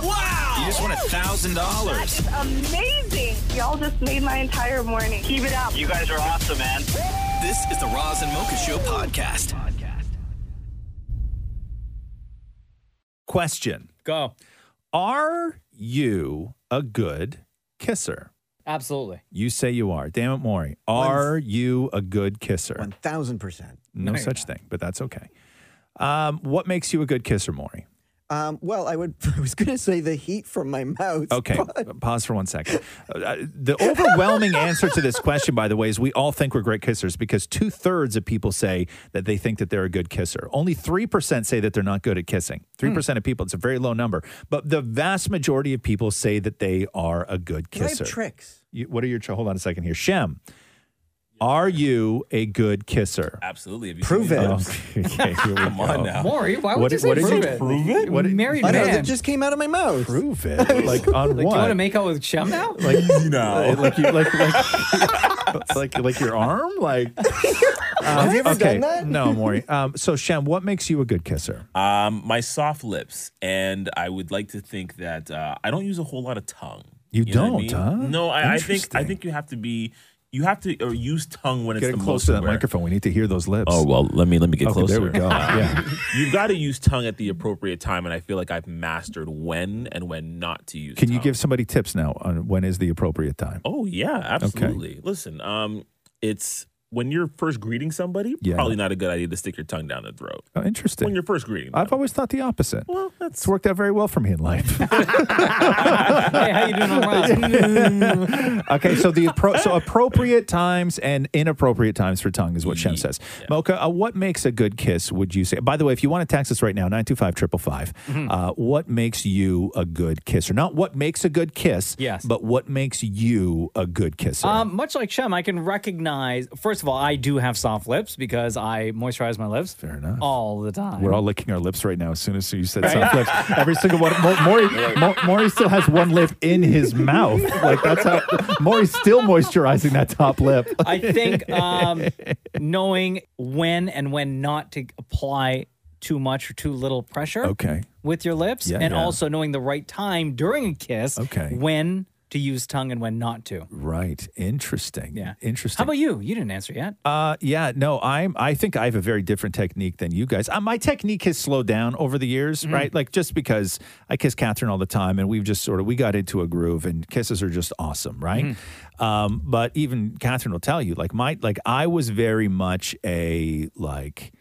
Wow! You just won a thousand dollars. Amazing. Y'all just made my entire morning. Keep it up. You guys are awesome, man. This is the Roz and Mocha Show podcast. Question Go. Are you a good kisser? Absolutely. You say you are. Damn it, Maury. Are you a good kisser? 1000%. No such thing, but that's okay. Um, what makes you a good kisser, Maury? Um, well, I would. I was going to say the heat from my mouth. Okay, but- pause for one second. Uh, the overwhelming answer to this question, by the way, is we all think we're great kissers because two thirds of people say that they think that they're a good kisser. Only 3% say that they're not good at Hmm. kissing. 3% of people, it's a very low number. But the vast majority of people say that they are a good Can I have kisser. tricks. You- what are your, tr- hold on a second here. Shem, are you a good kisser? Absolutely. Have you Prove seen it. those? Okay, here we Come on go. now. Maury, why would What you did- say what did you prove it? prove it? What did- married I man. know that just came out of my mouth. Prove it. Like on like, do what? you want to make out with Shem now? like, Easy now. like you like like like, like your arm like have you ever done that? no Maury. Um, so Shem, what makes you a good kisser? Um, my soft lips, and I would like to think that uh, I don't use a whole lot of tongue. You know what don't, huh? No, I, I think I Interesting. think you have to be, you have to or use tongue when Get it's the close most to that aware. microphone. We need to hear those lips. Oh well, let me let me get okay, closer. Ah, there we go. Yeah. You've got to use tongue at the appropriate time, and I feel like I've mastered when and when not to use. Can you tongue. give somebody tips now on when is the appropriate time? Oh yeah, absolutely. Listen, um, it's when you're first greeting somebody. Yeah. Probably not a good idea to stick your tongue down their throat Oh, when interesting. you're first greeting. I've them. always thought the opposite. well, that's It's worked out very well for me in life. hey, how you doing? I'm Roz. Mm. okay, so the appro- so appropriate times and inappropriate times for tongue is what Shem says. Mocha, uh, what makes a good kiss? Would you say? By the way, if you want to text us right now, nine two five triple five. Mm-hmm. uh, What makes you a good kisser? Not what makes a good kiss. Yes. but what makes you a good kisser? Um, much like Shem, I can recognize. First of all, I do have soft lips because I moisturize my lips. Fair enough. All the time. We're all licking our lips right now. As soon as you said soft lips, every single one. Mo- Maury, Mo- Maury still has one lip in his mouth. Like that's how Maury's still moisturizing that top lip. I think um, knowing when and when not to apply too much or too little pressure. Okay. With your lips, Yeah, and yeah. also knowing the right time during a kiss. Okay. When to use tongue and when not to. Right. Interesting. Yeah. Interesting. How about you? You didn't answer yet. Uh, yeah, no, I'm. I think I have a very different technique than you guys. Uh, my technique has slowed down over the years, right? Like just because I kiss Catherine all the time, and we've just sort of we got into a groove, and kisses are just awesome, right? Um, but even Catherine will tell you, like my like I was very much a like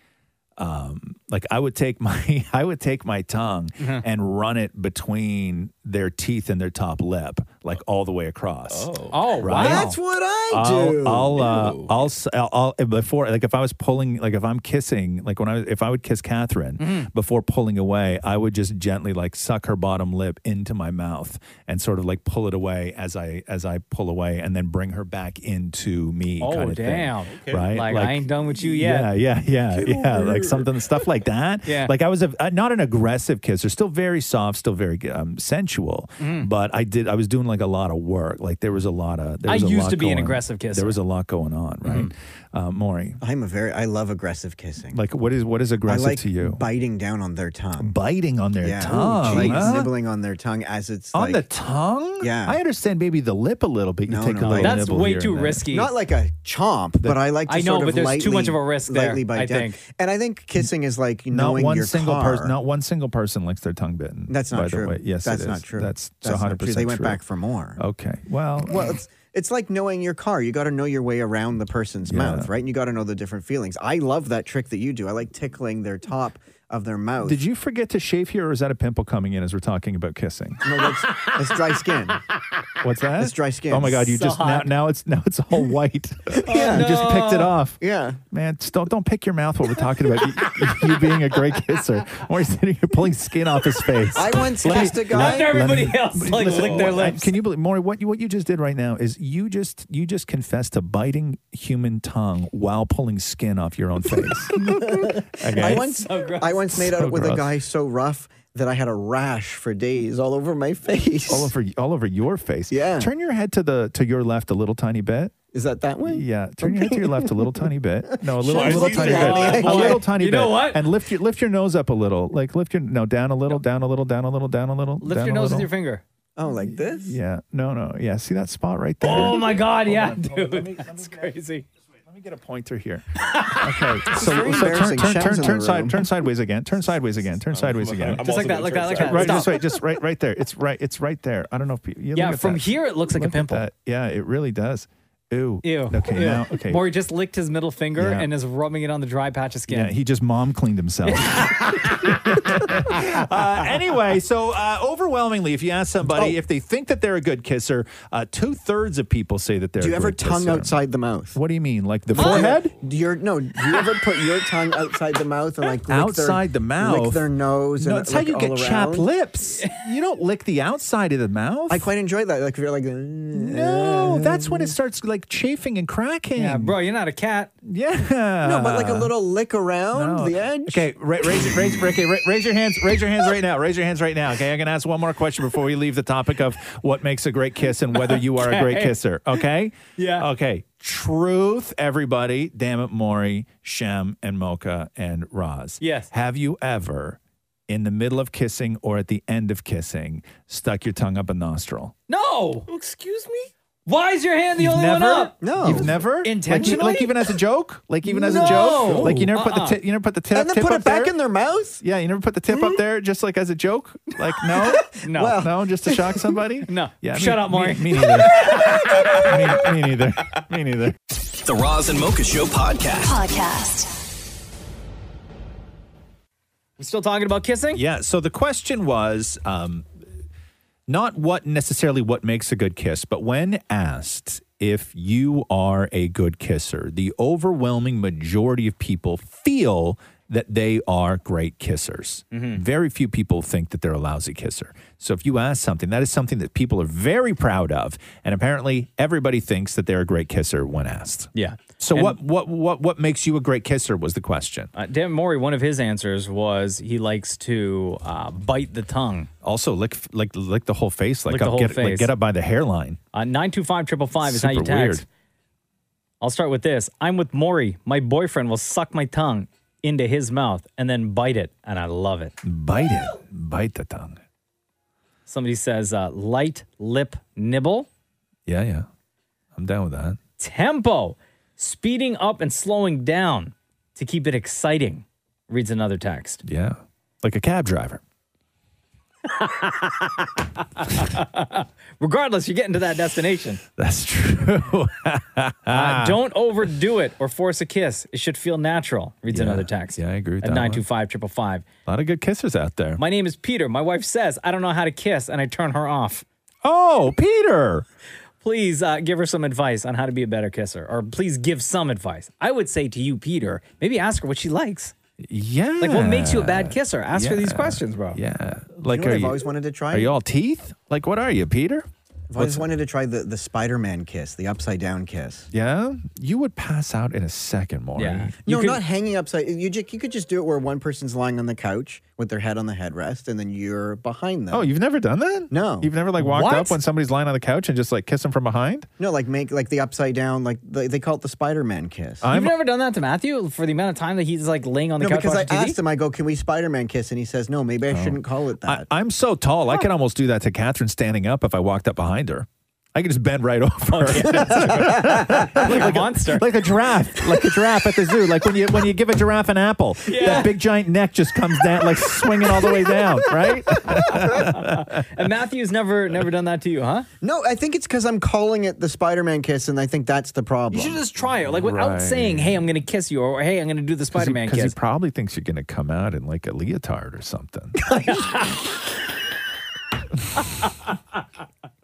um, like I would take my I would take my tongue and run it between their teeth and their top lip, like all the way across. Oh, Right. wow. That's what I I'll, do. I'll, uh, I'll, s- I'll, I'll- before, like if I was pulling, like if I'm kissing, like when I, was- if I would kiss Catherine Mm-hmm. before pulling away, I would just gently like suck her bottom lip into my mouth and sort of like pull it away as I, as I pull away and then bring her back into me. Oh, kinda thing, damn. Okay. Right. Like, I ain't done with you yet. Yeah, yeah, yeah, yeah. Like something, stuff like that. Yeah. Like I was a, uh, not an aggressive kisser, still very soft, still very um, sensual. Mm. But I did, I was doing like a lot of work. Like there was a lot of. There I was a used lot to be an going- aggressive kisser. Mm-hmm. There was a lot going on, right, uh, Maury? I'm a very. I love aggressive kissing. Like what is what is I aggressive like to you? biting down on their tongue. Biting on their yeah. tongue, like huh? nibbling on their tongue as it's on like, the tongue. Yeah. I understand. Maybe the lip a little bit. You No, take a no, little. like- That's nibble way here too and there. risky. Not like a chomp, but I like to I know, sort of but there's lightly, too much of a risk there, lightly bite I down. think. And I think kissing is like Not knowing one your single car. person. Not one single person likes their tongue bitten. That's not by true. The way. Yes, that's it is. not true. That's That's not 100 true. percent They went back for more. Okay. Well, Well, it's it's like knowing your car. You got to know your way around the person's mouth, right? And you got to know the different feelings. I love that trick that you do. I like tickling their top. of their mouth. Did you forget to shave here, or is that a pimple coming in as we're talking about kissing? No, that's, that's dry skin. What's that? It's dry skin. Oh my god, you So just now, hot. now it's now it's all white. Yeah. you just picked it off. Oh, Yeah. Man, just don't don't pick your mouth while we're talking about you, you being a great kisser. Or he's sitting here pulling skin off his face. I once Let me- kissed a Not guy. everybody else like Listen, lick their what- lips. Can you believe, Maury? What you what you just did right now is you just you just confessed to biting human tongue while pulling skin off your own face. okay. I once, So gross. I once made out So with gross. a guy so rough that I had a rash for days all over my face. all over all over your face. Yeah. Turn your head to the to your left a little tiny bit. Is that that way? Yeah. Turn your head to your left a little tiny bit. No, a little, a Shut little the tiny fuck bit. up, A little boy. tiny You bit. know what? And lift your lift your nose up a little. Like lift your no down a little, down a little, down a little, down a little. Lift down your a nose little. with your finger. Oh, like this? Yeah. No, no. Yeah. See that spot right there. Oh my god, yeah, on, hold on. Let me- dude, let me that's grab- crazy. Let me get a pointer here. Okay. So, very so turn embarrassing. turn Shem's turn in the turn, side, room. turn sideways again. Turn sideways again. Turn sideways again. I'm Just also like that, gonna like turn that, like side. that. Right, Stop. just wait, just right, right there. It's right, it's right there. I don't know if you. you Yeah, look at from that. here it looks like Look a at pimple. that. Yeah, it really does. Ew. Ew. Okay, Ew. now okay. Maury just licked his middle finger Yeah. and is rubbing it on the dry patch of skin. Yeah, he just mom cleaned himself. uh, anyway, so uh, overwhelmingly, if you ask somebody Oh. if they think that they're a good kisser, uh, two thirds of people say that they're. Do you a ever great tongue kisser. outside the mouth? What do you mean, like the forehead? Do Your no. Do you ever put your tongue outside the mouth and like lick Outside their, the mouth. lick their nose? No, and it's how like, you get all chapped around? lips. You don't lick the outside of the mouth. I quite enjoy that. Like if you're like, no, no, that's when it starts like chafing and cracking. Yeah, bro, you're not a cat. Yeah. but like a little lick around No. the edge. Okay, ra- raise, raise, okay, ra- raise your hands. Raise your hands right now. Raise your hands right now. Okay, I'm gonna ask one more question before we leave the topic of what makes a great kiss and whether you are a great kisser. Okay. Yeah. Okay. Truth, everybody. Damn it, Maury, Shem, and Mocha and Roz. Yes. Have you ever, in the middle of kissing or at the end of kissing, stuck your tongue up a nostril? No. Excuse me? Why is your hand the only one up? No. you've never Intentionally? Like, like even as a joke, like even as a No. joke, like you never put the Uh-uh. tip, you never put the tip, and then tip put up it back there? in their mouth. Hmm? Yeah, you never put the tip up there just like as a joke? Like, no? No. no, just to shock somebody? No. Yeah, Shut up, Maury. Me, me neither. me, me neither. Me neither. The Roz and Mocha Show podcast. Podcast. We're still talking about kissing? Yeah, so the question was um, not what necessarily what makes a good kiss, but when asked if you are a good kisser, the overwhelming majority of people feel that they are great kissers. Mm-hmm. Very few people think that they're a lousy kisser. So if you ask something, that is something that people are very proud of, and apparently everybody thinks that they're a great kisser when asked. Yeah. So And- what what what what makes you a great kisser was the question. Uh, Dan Maury, one of his answers was he likes to uh, bite the tongue. Also, lick f- like lick the whole face, like Lick the up, whole get, like face. get up by the hairline. Uh, 925 is how you Super text. weird. I'll start with this. I'm with Maury. My boyfriend will suck my tongue into his mouth and then bite it, and I love it. Bite it, bite the tongue. Somebody says uh, light lip nibble. Yeah, yeah, I'm down with that. Tempo, speeding up and slowing down to keep it exciting, reads another text. Yeah, like a cab driver. Regardless, you're getting to that destination. That's true. Ah. Uh, don't overdo it or force a kiss. It should feel natural, reads Yeah. another text. Yeah, I agree with At that one. 925 555. a lot of good kissers out there. My name is Peter. My wife says, I don't know how to kiss, and I turn her off. oh, Peter. Please uh, give her some advice on how to be a better kisser, or please give some advice. I would say to you, Peter, maybe ask her what she likes. Yeah. Like, what makes you a bad kisser? Ask her these Yeah. questions, bro. Yeah. Like, You know what are I've you, always wanted to try? Are you all teeth? Like, what are you, Peter? I've always wanted to try the, the Spider-Man kiss, the upside down kiss. Yeah. You would pass out in a second, Maury. Yeah. no, not hanging upside. You ju- you could just do it where one person's lying on the couch with their head on the headrest, and then you're behind them. Oh, you've never done that? No. You've never like walked What? up when somebody's lying on the couch and just like kiss them from behind? no, like make like the upside down, like they they call it the Spider-Man kiss. I'm- You've never done that to Matthew for the amount of time that he's like laying on the no, couch because I watching Oh. TV. asked him, I go, "Can we Spider-Man kiss?" And he says, "No, maybe I shouldn't call it that." I, I'm so tall, I could almost do that to Catherine standing up if I walked up behind her. I can just bend right over. like a monster. like a giraffe, like a giraffe at the zoo. Like when you when you give a giraffe an apple, that big giant neck just comes down, like swinging all the way down, right? and Matthew's never never done that to you, huh? No, I think it's because I'm calling it the Spider-Man kiss, and I think that's the problem. You should just try it, like without Right. saying, "Hey, I'm gonna kiss you," or "Hey, I'm gonna do the Spider-Man Because he kiss." probably thinks you're going to come out in like a leotard or something.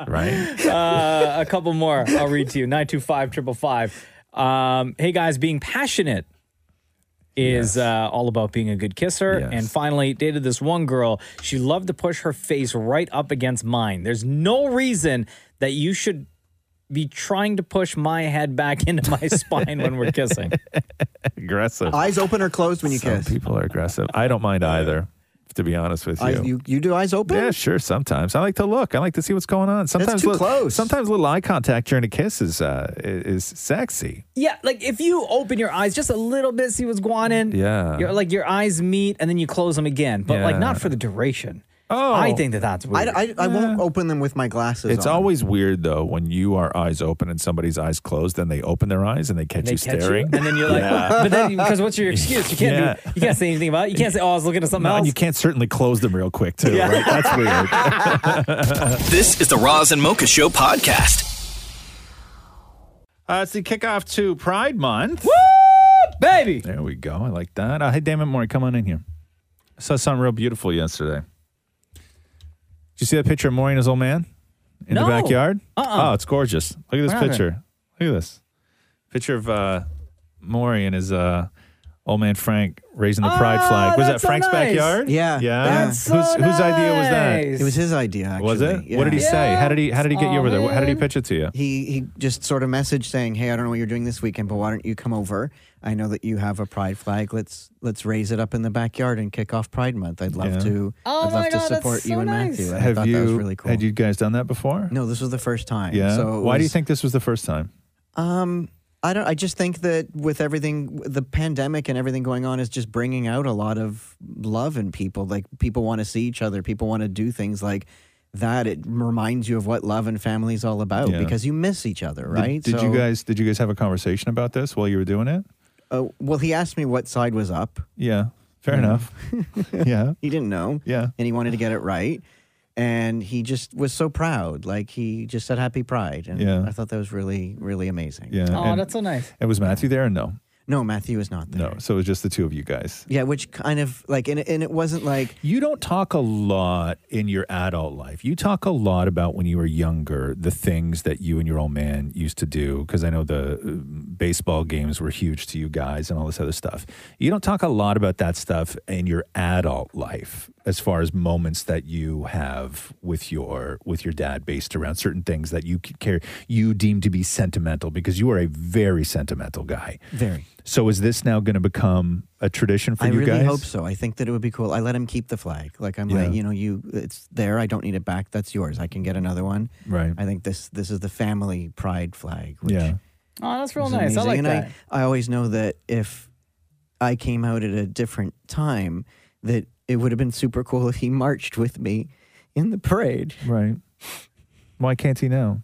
right? uh, a couple more. I'll read to you. Nine two five triple five. Um, hey guys, being passionate is uh, all about being a good kisser. Yes. And finally, dated this one girl. She loved to push her face right up against mine. There's no reason that you should be trying to push my head back into my spine when we're kissing. Aggressive. Eyes open or closed when you Some kiss? people are aggressive. I don't mind either, to be honest with you. Eyes, you you do eyes open? yeah, sure. Sometimes I like to look. I like to see what's going on. Sometimes too little, close. Sometimes little eye contact during a kiss is uh, is sexy. Yeah, like if you open your eyes just a little bit, see what's going on. Yeah. You're, like your eyes meet and then you close them again, but like Yeah. not for the duration. Oh. I think that that's weird. Eh. I, I, I won't open them with my glasses. It's on. always weird though when you are eyes open and somebody's eyes closed. Then they open their eyes and they catch they you catch staring. you, and then you're like, but then because what's your excuse? You can't do, Yeah. you can't say anything about it. You can't say, oh, I was looking at something No, else. and you can't certainly close them real quick too. Right? That's weird. This is the Roz and Mocha Show podcast. Uh, it's the kickoff to Pride Month. Baby, There we go. I like that. Uh, hey, Damon Mori, come on in here. I saw something real beautiful yesterday. Did you see that picture of Maury and his old man in No. the backyard? Uh-uh. Oh, it's gorgeous. Look at this What happened? picture. Look at this picture of uh, Maury and his uh, old man Frank raising the pride Oh, flag. Was that that's so Frank's nice. backyard? Yeah. yeah. that's so whose, whose idea was that? nice. It was his idea. Actually. Was it? What did he Yeah. say? How did he? How did he get you Aw, over there? How did he man. pitch it to you? He he just sort of messaged saying, "Hey, I don't know what you're doing this weekend, but why don't you come over? I know that you have a pride flag. Let's let's raise it up in the backyard and kick off Pride Month. I'd love Yeah. to. Oh my I'd love to God, that's support you so and nice. Matthew. And I Have thought you? that was really cool. Had you guys done that before? no, this was the first time. Yeah. So it Why do you was- think this was the first time? Um, I don't. I just think that with everything, the pandemic and everything going on, is just bringing out a lot of love in people. Like people want to see each other. People want to do things like that. It reminds you of what love and family is all about Yeah. because you miss each other, Did- right? Did, you guys did you guys have a conversation about this while you were doing it? Uh, well, he asked me what side was up. Yeah. Fair enough. yeah. He didn't know. Yeah. and he wanted to get it right. And he just was so proud. Like he just said "Happy Pride," and Yeah. I thought that was really, really amazing. Yeah. Oh, and, that's so nice. and was Matthew there? No. No, Matthew is not there. No. So it was just the two of you guys. Yeah, which kind of like, and, it- and it wasn't like You don't talk a lot in your adult life. You talk a lot about when you were younger, the things that you and your old man used to do. Because I know the uh, baseball games were huge to you guys and all this other stuff. You don't talk a lot about that stuff in your adult life, as far as moments that you have with your with your dad, based around certain things that you c- care you deem to be sentimental. Because you are a very sentimental guy. very. So is this now going to become a tradition for I you really guys? hope so. I think that it would be cool. I let him keep the flag. Like I'm Yeah. like, you know, you it's there. I don't need it back. That's yours. I can get another one. Right. I think this this is the family pride flag. Which Yeah. Oh, that's real is nice. I amazing. like and that. I, I always know that if I came out at a different time, that it would have been super cool if he marched with me in the parade. Right. Why can't he now?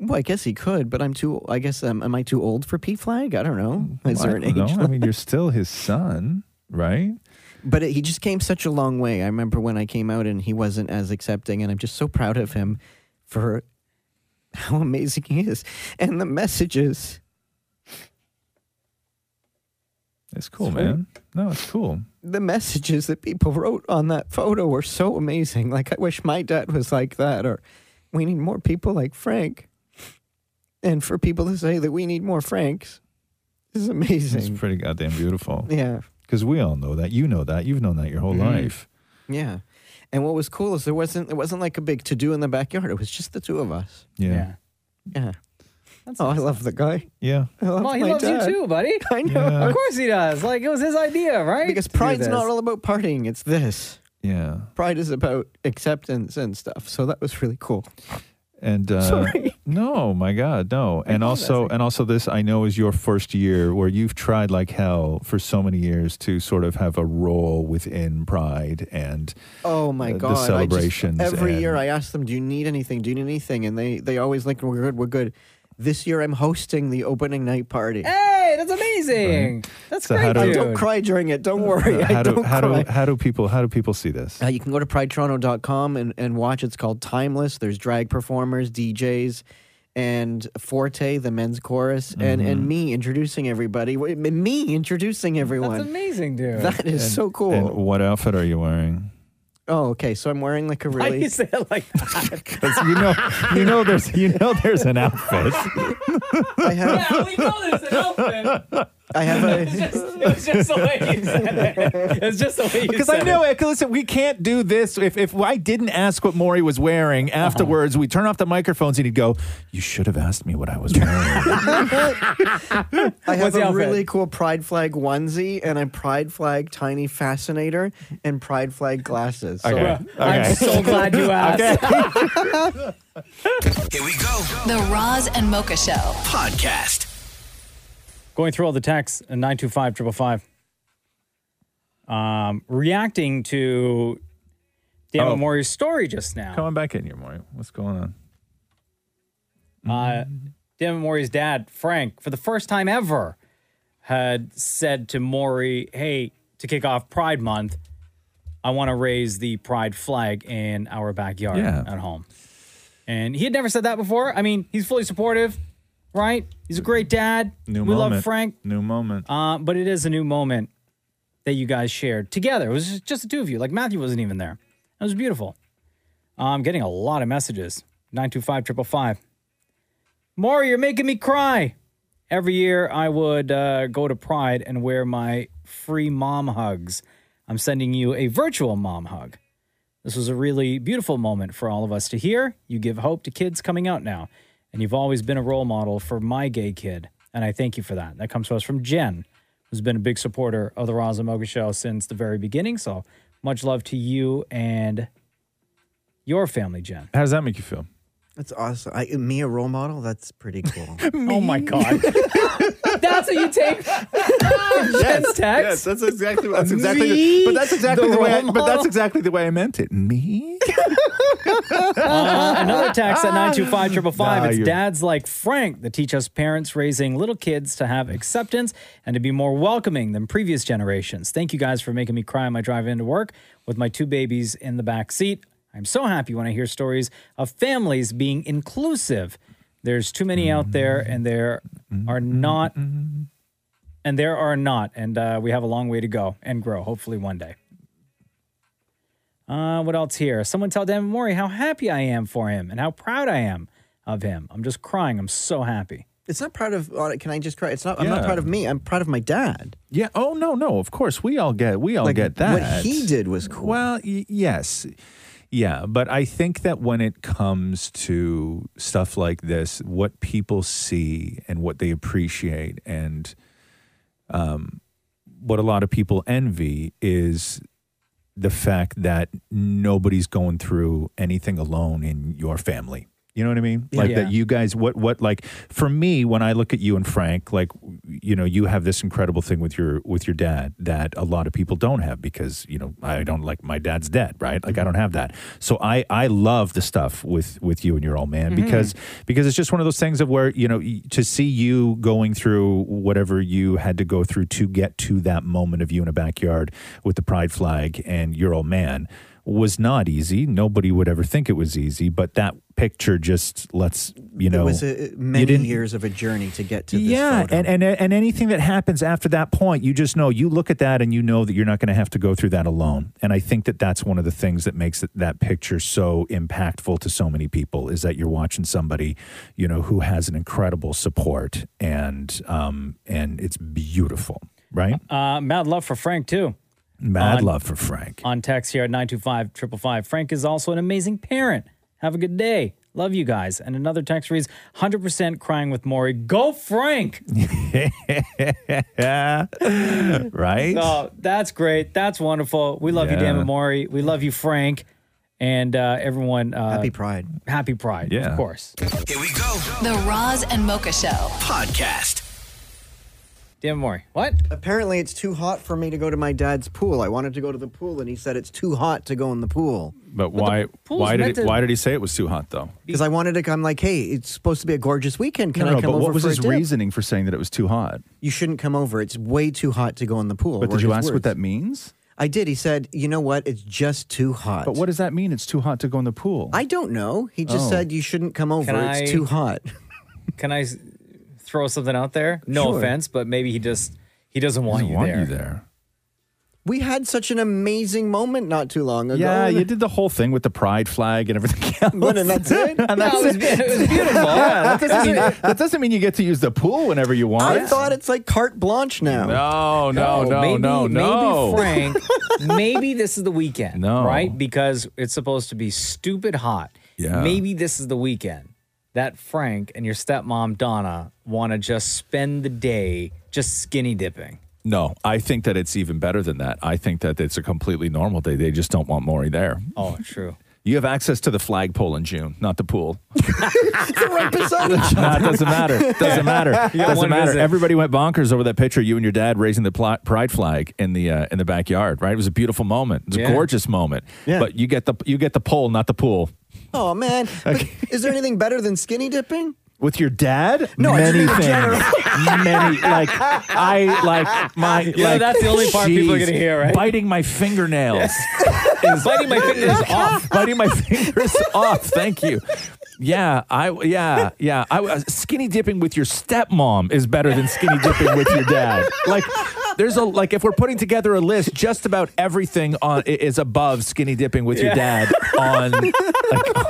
Well, I guess he could, but I'm too. I guess um, am I too old for P flag? I don't know. Is Well, there I an don't age? know. I mean, you're still his son, right? But it, he just came such a long way. I remember when I came out and he wasn't as accepting, and I'm just so proud of him for how amazing he is and the messages. It's cool, man. No, it's cool. The messages that people wrote on that photo were so amazing. Like, I wish my dad was like that, or we need more people like Frank. And for people to say that we need more Franks is It's amazing. pretty goddamn beautiful. Yeah. Mm. Because we all know that. You know that. You've known that your whole life. Yeah. And what was cool is there wasn't it wasn't like a big to do in the backyard. It was just the two of us. Yeah. Yeah. Yeah. oh, I love the guy. I love Well, he my loves dad. you too, buddy. I know. Yeah. Of course he does. Like it was his idea, right? Because to do pride's this. not all about partying, it's this. Yeah. Pride is about acceptance and stuff. So that was really cool. And uh, no, my God, no. and also, and also, this I know is your first year where you've tried like hell for so many years to sort of have a role within Pride and Oh my uh, the god! I just- celebrations every and- year I ask them, "Do you need anything? Do you need anything?" And they they always like, "We're good. We're good." This year I'm hosting the opening night party. Hey, that's amazing. That's So how great, do- Uh, Oh, dude. don't cry during it. Don't worry. how I do don't how cry. do how do people how do people see this? Uh, you can go to pridetoronto.com and, and watch. It's called Timeless. There's drag performers, DJs, and Forte, the men's chorus, and, and me introducing everybody. Wait, m- Me introducing Mm-hmm. That's everyone. amazing, dude. That is so cool. And what outfit are you wearing? oh, okay. So I'm wearing like a Why do really. you say it like that? 'Cause you know, you know, there's you know, there's an outfit. I have, yeah, we know there's an outfit. I have a. It was just the way you said it. It was just the way you Because I said know it. it. 'Cause Listen, we can't do this. If, if I didn't ask what Maury was wearing Uh-huh. afterwards, we turn off the microphones and he'd go, You should have asked me what I was wearing. I What's have the a outfit? really cool pride flag onesie and a pride flag tiny fascinator and pride flag glasses. So Okay. I'm so glad you asked. Here we go. The Roz and Mocha Show. Podcast. Going through all the texts, uh, 925 555. Um, reacting to Dan Oh. Mori's story just now. Coming back in here, Maury. What's going on? Mm-hmm. Uh, Dan Mori's dad, Frank, for the first time ever, had said to Maury, Hey, to kick off Pride Month, I want to raise the Pride flag in our backyard Yeah. at home. And he had never said that before. I mean, he's fully supportive, right? He's a great dad. New we moment. love Frank. New moment. Uh, but it is a new moment that you guys shared together. It was just- just the two of you. Like Matthew wasn't even there. It was beautiful. Uh, I'm getting a lot of messages. 925 555. Maury, you're making me cry. Every year I would uh, go to Pride and wear my free mom hugs. I'm sending you a virtual mom hug. This was a really beautiful moment for all of us to hear. You give hope to kids coming out now, and you've always been a role model for my gay kid, and I thank you for that. That comes to us from Jen, who's been a big supporter of the Roz and Mocha Show since the very beginning. So much love to you and your family, Jen. How does that make you feel? That's awesome. I, me a role model? That's pretty cool. Oh my God. That's what you take from Jen's text? that's exactly that's exactly- Me? but that's exactly The the way I- role but that's model? exactly the way I meant it. Me? Uh, another text at 925 Nah, It's you're- dads like Frank that teach us parents raising little kids to have acceptance and to be more welcoming than previous generations. Thank you guys for making me cry on my drive into work with my two babies in the back seat. I'm so happy when I hear stories of families being inclusive. There's too many out there, and there are not, and there are not, and uh, we have a long way to go and grow. Hopefully, one day. Uh, what else here? Someone tell Dan Mori how happy I am for him and how proud I am of him. I'm just crying. I'm so happy. It's not proud of. uh, Can I just cry? It's not. I'm not Yeah. proud of me. I'm proud of my dad. Yeah. Oh no, no. Of course, we all get we all Like, get that. what he did was cool. Well, y- yes, yeah, but I think that when it comes to stuff like this, what people see and what they appreciate and um, what a lot of people envy is the fact that nobody's going through anything alone in your family. You know what I mean? Like Yeah. that you guys what what like for me when I look at you and Frank like you know you have this incredible thing with your with your dad that a lot of people don't have because you know I don't like my dad's dead, right? Mm-hmm. Like I don't have that. So I I love the stuff with with you and your old man Mm-hmm. because because it's just one of those things of where you know y- to see you going through whatever you had to go through to get to that moment of you in a backyard with the pride flag and your old man was not easy. Nobody would ever think it was easy, but that picture just lets you know it was a, uh, many didn't- years of a journey to get to this. yeah, photo. and and and anything that happens after that point, you just know. You look at that and you know that you're not going to have to go through that alone. And I think that that's one of the things that makes it, that picture so impactful to so many people is that you're watching somebody, you know, who has an incredible support and um and it's beautiful, right? Uh, mad love for Frank, too. Mad love for Frank. on text here at 925 555. Frank is also an amazing parent. Have a good day. Love you guys. And another text reads 100% crying with Maury. Go, Frank. Yeah, right. Oh, that's great. That's wonderful. We love you, Dan Yeah. and Maury. We love you, Frank. and uh, everyone. Uh, Happy Pride. Happy Pride, Yeah. of course. Here we go. The Roz and Mocha Show. Podcast. Dan Mori, what? Apparently, it's too hot for me to go to my dad's pool. I wanted to go to the pool, and he said it's too hot to go in the pool. But why? pool's Why did meant he, to- why did he say it was too hot though? Because I wanted to come, like, hey, it's supposed to be a gorgeous weekend. Can I come but over what was for a his dip? reasoning for saying that it was too hot? You shouldn't come over. It's way too hot to go in the pool. But were did you his ask what words. that means? I did. He said, you know what? It's just too hot. But what does that mean? It's too hot to go in the pool. I don't know. He just Oh. said you shouldn't come over. Can It's I- too hot. Can I s- throw something out there? No Sure. offense, but maybe he just he doesn't want, Doesn't you, want there. you there. We had such an amazing moment not too long ago. Yeah, you did the whole thing with the pride flag and everything else. But and that's and it. No, that's it, was, it. be- it was beautiful. Yeah, that doesn't mean- That doesn't mean you get to use the pool whenever you want. I thought it's like carte blanche now. no, no, no, maybe, no, no. Maybe Frank, maybe this is the weekend. Oh. No. Right? Because it's supposed to be stupid hot. Yeah. Maybe this is the weekend that Frank and your stepmom Donna want to just spend the day just skinny dipping. No, I think that it's even better than that. I think that it's a completely normal day. They just don't want Maury there. Oh, true. You have access to the flagpole in June, not the pool. It's right beside each other. nah, it doesn't matter. Doesn't matter. one Doesn't matter. visit. Everybody went bonkers over that picture. of You and your dad raising the pl- pride flag in the uh, in the backyard. Right? It was a beautiful moment. It was Yeah. a gorgeous moment. Yeah. But you get the you get the pole, not the pool. Oh man. But Is there anything better than skinny dipping? With your dad, No, I many just mean in things, many like I like my know, like, that's the only part people are geez, gonna hear, right? Biting my fingernails, is, Biting my fingers off, biting my fingers off. Thank you. Yeah, I yeah yeah. I uh, skinny dipping with your stepmom is better than skinny dipping with your dad. Like there's a like if we're putting together a list, just about everything on i- is above skinny dipping with your dad on like,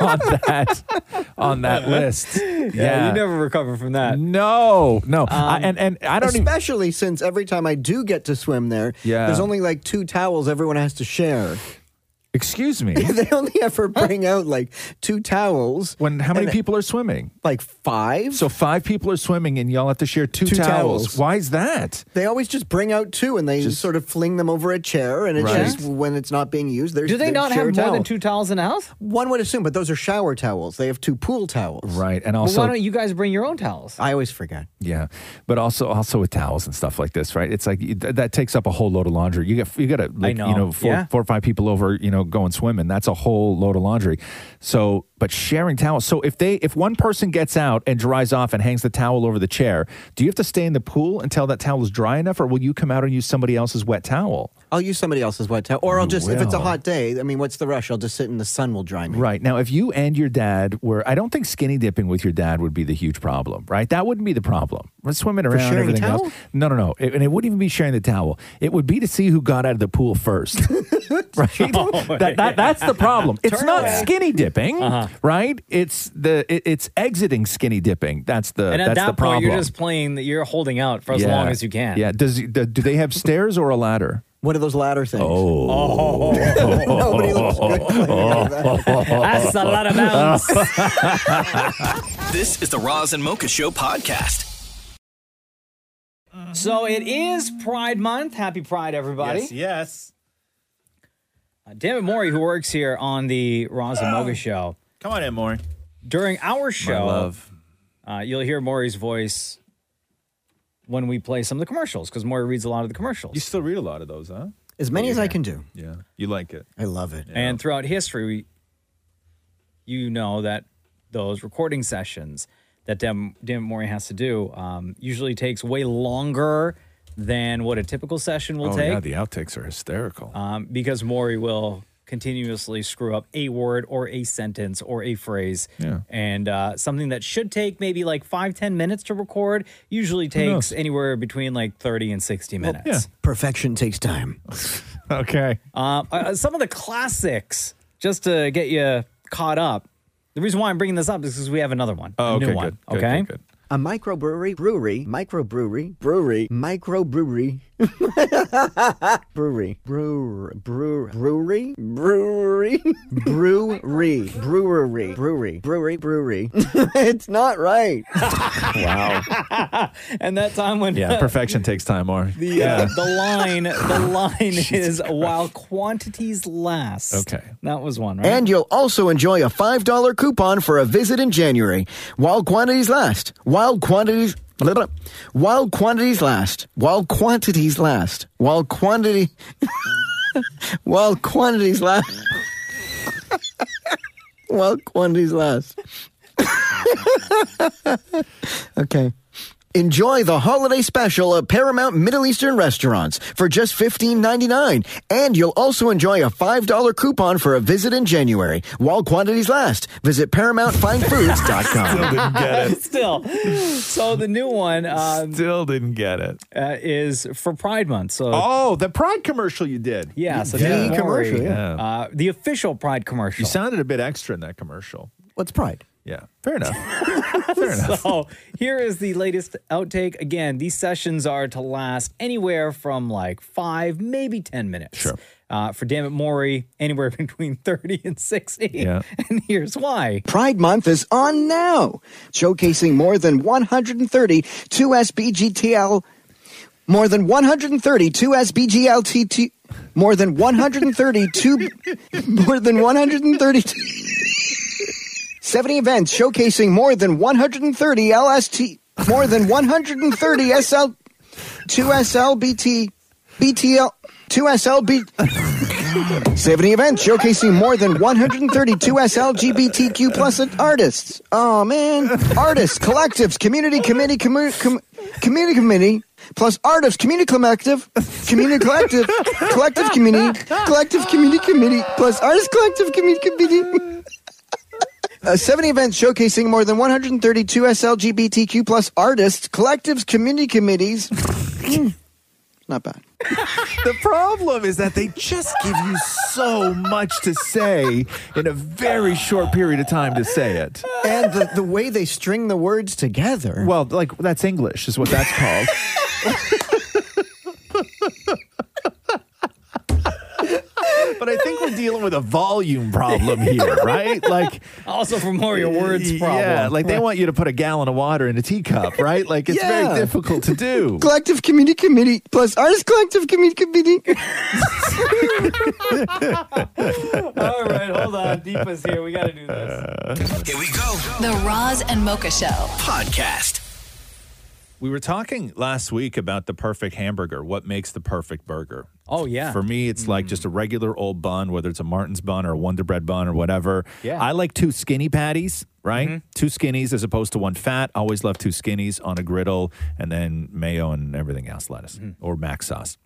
on that on that list. Yeah, you never recover from that. No, no, I, and and I don't even. Especially since every time I do get to swim there, Yeah. there's only like two towels everyone has to share. Excuse me. they only ever bring out like two towels, When how many And- people are swimming? like five. So five people are swimming, and y'all have to share two, Two towels. towels. Why is that? They always just bring out two and they sort of fling them over a chair, and it's Right. just when it's not being used. There's, Do they there's not have share a more towel. than two towels in the house? One would assume, but those are shower towels. They have two pool towels. Right, and Well, also why don't you guys bring your own towels? I always forget. yeah, but also also with towels and stuff like this, right? It's like you- th- that takes up a whole load of laundry. You got you got to like, know, you know four, yeah. four or five people over, you know, going swimming. That's a whole load of laundry. So, but sharing towels. So if they if one person gets out and dries off and hangs the towel over the chair, do you have to stay in the pool until that towel is dry enough, or will you come out and use somebody else's wet towel? I'll use somebody else's wet towel, or I'll just if it's a will. hot day. I mean, what's the rush? I'll just sit and the sun will dry me. Right. Now, if you and your dad were, I don't think skinny dipping with your dad would be the huge problem, right? That wouldn't be the problem. We're swimming around, sharing a everything towel? else. No, no, no. It- and it wouldn't even be sharing the towel. It would be to see who got out of the pool first, right? Oh, that, that, that's the problem. It's not skinny dipping, Uh-huh. right? It's the it, it's exiting skinny dipping. That's the and at Uh, that's that the point, problem. you're just playing that you're holding out for as Yeah. long as you can. Yeah. Does do do they have stairs or a ladder? What are those ladder things? Oh, Oh. nobody looks good. when they do that. That's a lot of mountains. This is the Roz and Mocha Show podcast. So it is Pride Month. Happy Pride, everybody. Yes. Uh, David Morey, who works here on the Roz and Mocha show, Oh. Come on in, Maury. during our show, love. Uh, you'll hear Maury's voice when we play some of the commercials because Maury reads a lot of the commercials. You still read a lot of those, huh? As many as I can do. Yeah. You like it. I love it. And throughout history, we, you know that those recording sessions that Dem, Dem Mori has to do um, usually takes way longer than what a typical session will Oh take yeah, the outtakes are hysterical. um, because Maury will continuously screw up a word or a sentence or a phrase. Yeah. And uh, something that should take maybe like five, 10 minutes to record usually takes knows? anywhere between like 30 and 60 minutes. yeah. Perfection takes time. okay. Um, uh, some of the classics, just to get you caught up. The reason why I'm bringing this up is because we have another one. Oh, a okay, new one. good. Good, okay. good, good. A microbrewery, brewery, microbrewery, brewery, microbrewery Brewery. Brewer. Brewer. Brewery. Brewery. Brewery. Brewery. Brewery. Brewery. Brewery. it's not right. Wow. And that time when Yeah, perfection takes time, Or the uh, the line the line is while quantities last. Okay. that was one. Right? And you'll also enjoy a $5 coupon for a visit in January. While quantities last. While quantities. blah, blah. While quantities last. While quantities last. While quantity. while quantities last. while quantities last. okay. Enjoy the holiday special at Paramount Middle Eastern Restaurants for just $15.99. And you'll also enjoy a $5 coupon for a visit in January. While quantities last, visit ParamountFineFoods.com. didn't get it. Still, so the new one uh, Still didn't get it. uh, is for Pride Month. So Oh, the Pride commercial you did. Uh, yeah, so The don't worry. commercial, yeah. uh, the official Pride commercial. You sounded a bit extra in that commercial. What's pride? Yeah. Fair enough. Fair enough. So here is the latest outtake. Again, these sessions are to last anywhere from like five, maybe 10 minutes. Sure. Uh, for Dammit Maury, anywhere between 30 and 60. Yeah. And here's why. Pride Month is on now, showcasing more than 130 2SBGTL, more than 130 2SBGLTT, more than 132, more than 132. 70 events showcasing more than 130 LST, more than 130 SL, 2SLBT, BTL, 2SLB. 70 events showcasing more than 132 SLGBTQ plus artists. Oh man, artists, collectives, community committee, commu- com- community committee, plus artists, community collective, community collective, collective community, collective community committee, plus artists, collective community committee. Uh, 70 events showcasing more than 132 SLGBTQ plus artists, collectives, community committees. Hmm, Not bad. Mm. The problem is that they just give you so much to say in a very short period of time to say it. and the, the way they string the words together. Well, like that's English is what that's called. but I think we're dealing with a volume problem here, right? Like Also for Maury, a words problem. Yeah, like they want you to put a gallon of water in a teacup, right? Like it's Yeah. very difficult to do. Collective Community Committee plus Artist Collective Community Committee. All right, hold on. Deepa's here. We got to do this. Here we go. The Roz and Mocha Show. Podcast. We were talking last week about the perfect hamburger. What makes the perfect burger? Oh, yeah. Mm. For me, it's like just a regular old bun, whether it's a Martin's bun or a Wonder Bread bun or whatever. Yeah. Mm-hmm. I like two skinny patties, right? Two skinnies as opposed to one fat. I always love two skinnies on a griddle and then mayo and everything else, lettuce Mm. or mac sauce.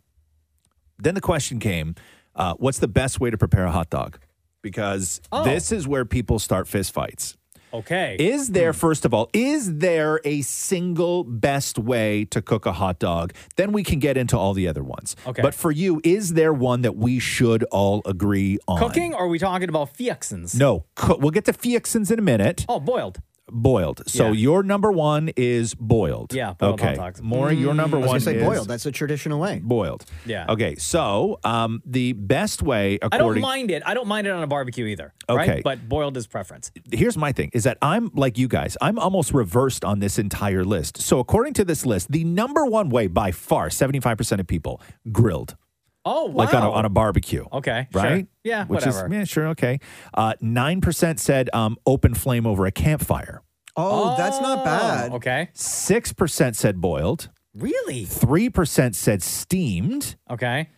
Then the question came uh, what's the best way to prepare a hot dog? Because Oh. this is where people start fistfights. Okay. Hmm. Is there, first of all, is there a single best way to cook a hot dog? Then we can get into all the other ones. Okay. But for you, is there one that we should all agree on? Cooking, or are we talking about fixins? No. Co- we'll get to fixins in a minute. Oh, boiled. Boiled. So Yeah. your number one is boiled. Yeah, boiled hot okay. dogs. Maury, your number Mm, I was one gonna say is boiled. That's a traditional way. boiled. Yeah. Okay. So um, the best way, I don't according mind it. I don't mind it on a barbecue either. Okay. Right? But boiled is preference. here's my thing is that I'm like you guys, I'm almost reversed on this entire list. So according to this list, the number one way by far, 75% of people grilled, Oh, wow. like on a, on a barbecue. Okay, sure. Right? Yeah, Which whatever. is, yeah, sure. Okay. Uh, 9% said um, open flame over a campfire. Oh, that's not bad. Oh, okay. 6% said boiled. Really? 3% said steamed. Okay.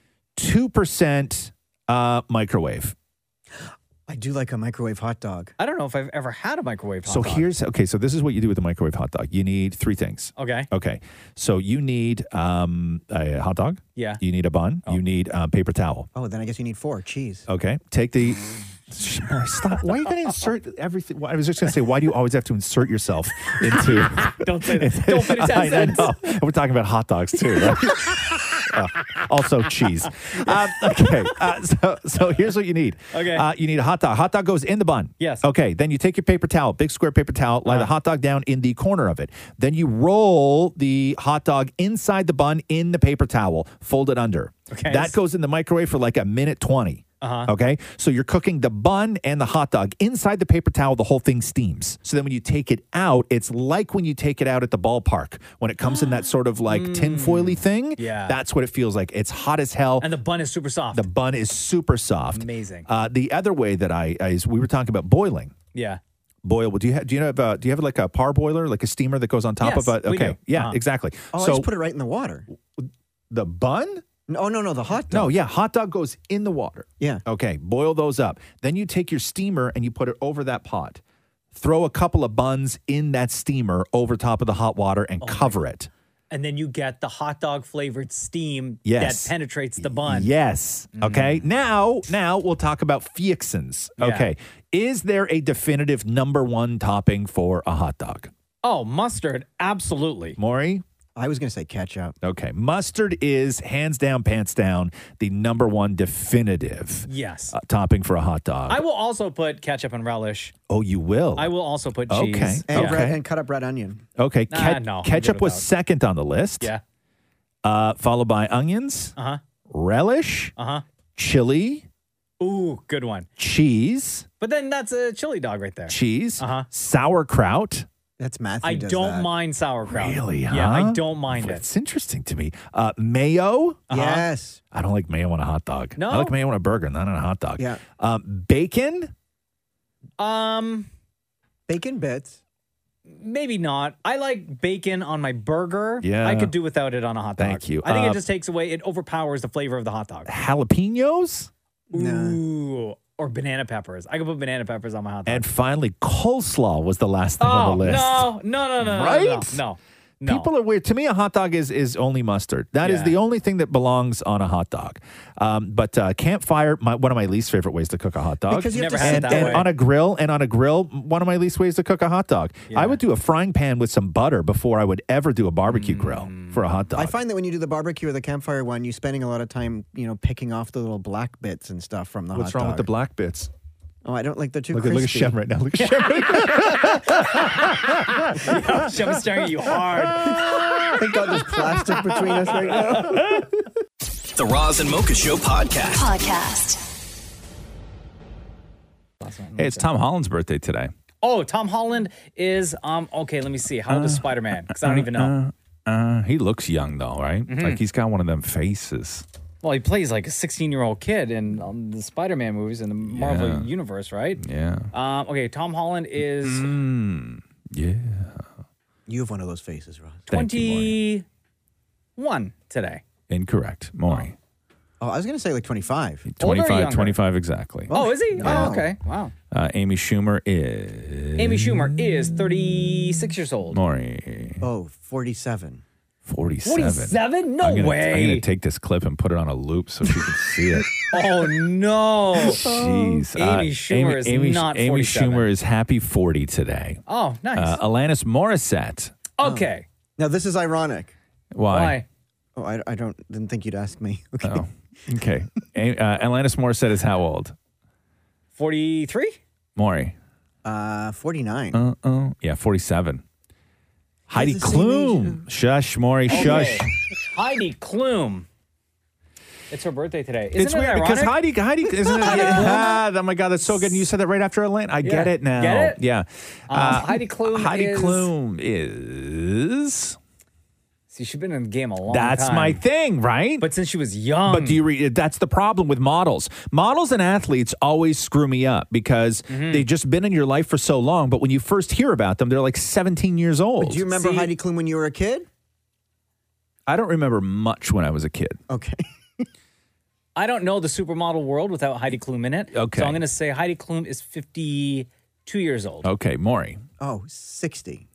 2% uh, microwave. I do like a microwave hot dog. I don't know if I've ever had a microwave hot so dog. here's, okay. So this is what you do with a microwave hot dog. You need three things. Okay. Okay. So you need um, a hot dog. Yeah. Oh. You need a bun. You need a paper towel. Oh, then I guess you need four. Cheese. Okay. Take the. Sure, stop. Why are you going to insert everything? Well, I was just going to say, why do you always have to insert yourself into. Don't say that. Don't finish that I sentence. know. And We're talking about hot dogs too, right? Uh, also cheese. Um, okay, uh, so so here's what you need. Okay. uh, you need a hot dog. Hot dog goes in the bun. Yes. Uh-huh. Okay. Then you take your paper towel, big square paper towel, lie the hot dog down in the corner of it. Then you roll the hot dog inside the bun in the paper towel, fold it under. Okay. That goes in the microwave for like a minute 20. Uh-huh. Okay. So you're cooking the bun and the hot dog inside the paper towel. The whole thing steams. So then when you take it out, it's like when you take it out at the ballpark when it comes in that sort of like tinfoily thing. Mm. Yeah. That's what it feels like. It's hot as hell. And the bun is super soft. the bun is super soft. Amazing. Uh, the other way that I, I is we were talking about boiling. yeah. Boil. Do you have, do you have a, do you have like a par boiler, like a steamer that goes on top Yes, of a? we Okay. do. Yeah. Uh-huh. Exactly. Oh, I so just put it right in the water. the bun. No, no, no, the hot dog. No, yeah, hot dog goes in the water. Yeah. Okay, boil those up. Then you take your steamer and you put it over that pot. Throw a couple of buns in that steamer over top of the hot water Oh and cover it. And then you get the hot dog flavored steam Yes. that penetrates the bun. Yes. Mm. Okay. Now, now we'll talk about fixins. Yeah. Okay. Is there a definitive number one topping for a hot dog? Oh, mustard. Absolutely. Maury? I was going to say ketchup. Okay. Mustard is hands down, pants down, the number one definitive Yes. uh, topping for a hot dog. I will also put ketchup and relish. Uh, oh, you will. I will also put cheese. Okay. And, Okay. red, and cut up red onion. Okay, Nah, ket- no, I'm good ketchup was without. second on the list. Yeah. Uh, followed by onions, Uh huh. relish, Uh huh. chili, Ooh, good one. cheese, But then that's a chili dog right there. cheese, Uh-huh. sauerkraut. That's Matthew. I does don't that. mind sauerkraut. Really? Huh? Yeah, I don't mind it. Uh-huh. It's interesting to me. Uh, mayo. Yes. I don't like mayo on a hot dog. No? I like mayo on a burger, not on a hot dog. Yeah. Um, bacon. Um, Bacon bits. maybe not. I like bacon on my burger. Yeah. I could do without it on a hot dog. Thank you. I think Uh, it just takes away, it overpowers the flavor of the hot dog. Jalapenos Nah. Ooh. Or banana peppers. I could put banana peppers on my hot dog. and finally coleslaw was the last thing oh, on the list. no, no, no, no, no, Right? no, no. People are weird. To me, a hot dog is is only mustard. That is Yeah. the only thing that belongs on a hot dog. Um, but uh, campfire, my, one of my least favorite ways to cook a hot dog. Because you have Never to had and, sit it that there. and way. on a grill, and on a grill, one of my least ways to cook a hot dog. I would do a frying pan with some butter before I would ever do a barbecue grill Mm. for a hot dog. I find that when you do the barbecue or the campfire one, you're spending a lot of time, you know, picking off the little black bits and stuff from the What's hot wrong with the dog. black bits? Oh, I don't like they're too Look at crispy. look at Shem right now. Look at Shem. Chef is staring at you hard. Thank God there's plastic between us right now. The Roz and Mocha Show podcast. Podcast. Hey, it's Tom Holland's birthday today. Oh, Tom Holland is um. Okay, let me see. How old is Spider Man? Because I don't even know. Mm-hmm. Uh, he looks young though, right? Like he's got one of them faces. Well, he plays like a 16 year old kid in um, the Spider Man movies in the Marvel Yeah. universe, right? Yeah. Mm-hmm. Um, okay, Tom Holland is Hmm, Yeah. You have one of those faces, Ross. Thank you, Maury. 21 today. Incorrect. Maury. Oh, I was going to say like 25. Older or 25, younger? 25 exactly. Oh, is he? Wow. Oh, okay. Wow. Uh, Amy Schumer is Amy Schumer is 36 years old. Maury. Oh, 47. 47. 47? No I'm gonna, I'm way. going to take this clip and put it on a loop so she can see it. oh, no. Jeez. Uh, Amy Schumer is not Amy 47. Schumer is happy 40 today. Oh, nice. Uh, Alanis Morissette. okay. Now, this is ironic. Uh, um, Why? Why? Oh, I, I don't didn't think you'd ask me. Okay. Oh. Okay. A- uh, Alanis Morissette is how old? 43? Maury. Uh, 49. Uh oh. Yeah, 47. Heidi the same age, Klum. Shush, Maury, shush. Okay. Heidi Klum. It's her birthday today. Isn't it's it weird because ironic? Heidi, Heidi, isn't it? ah, oh my God, that's so good. And you said that right after Atlanta. I get it now. Get it? Yeah. Uh, Um, Heidi Klum Heidi is- Klum is. See, she's been in the game a long That's time. my thing, right? But since she was young. But do you read? That's the problem with models. Models and athletes always screw me up because Mm-hmm. they've just been in your life for so long. But when you first hear about them, they're like 17 years old. Do you remember See- Heidi Klum when you were a kid? I don't remember much when I was a kid. Okay. I don't know the supermodel world without Heidi Klum in it. Okay. So I'm going to say Heidi Klum is 52 years old. Okay, Maury. Oh, 60.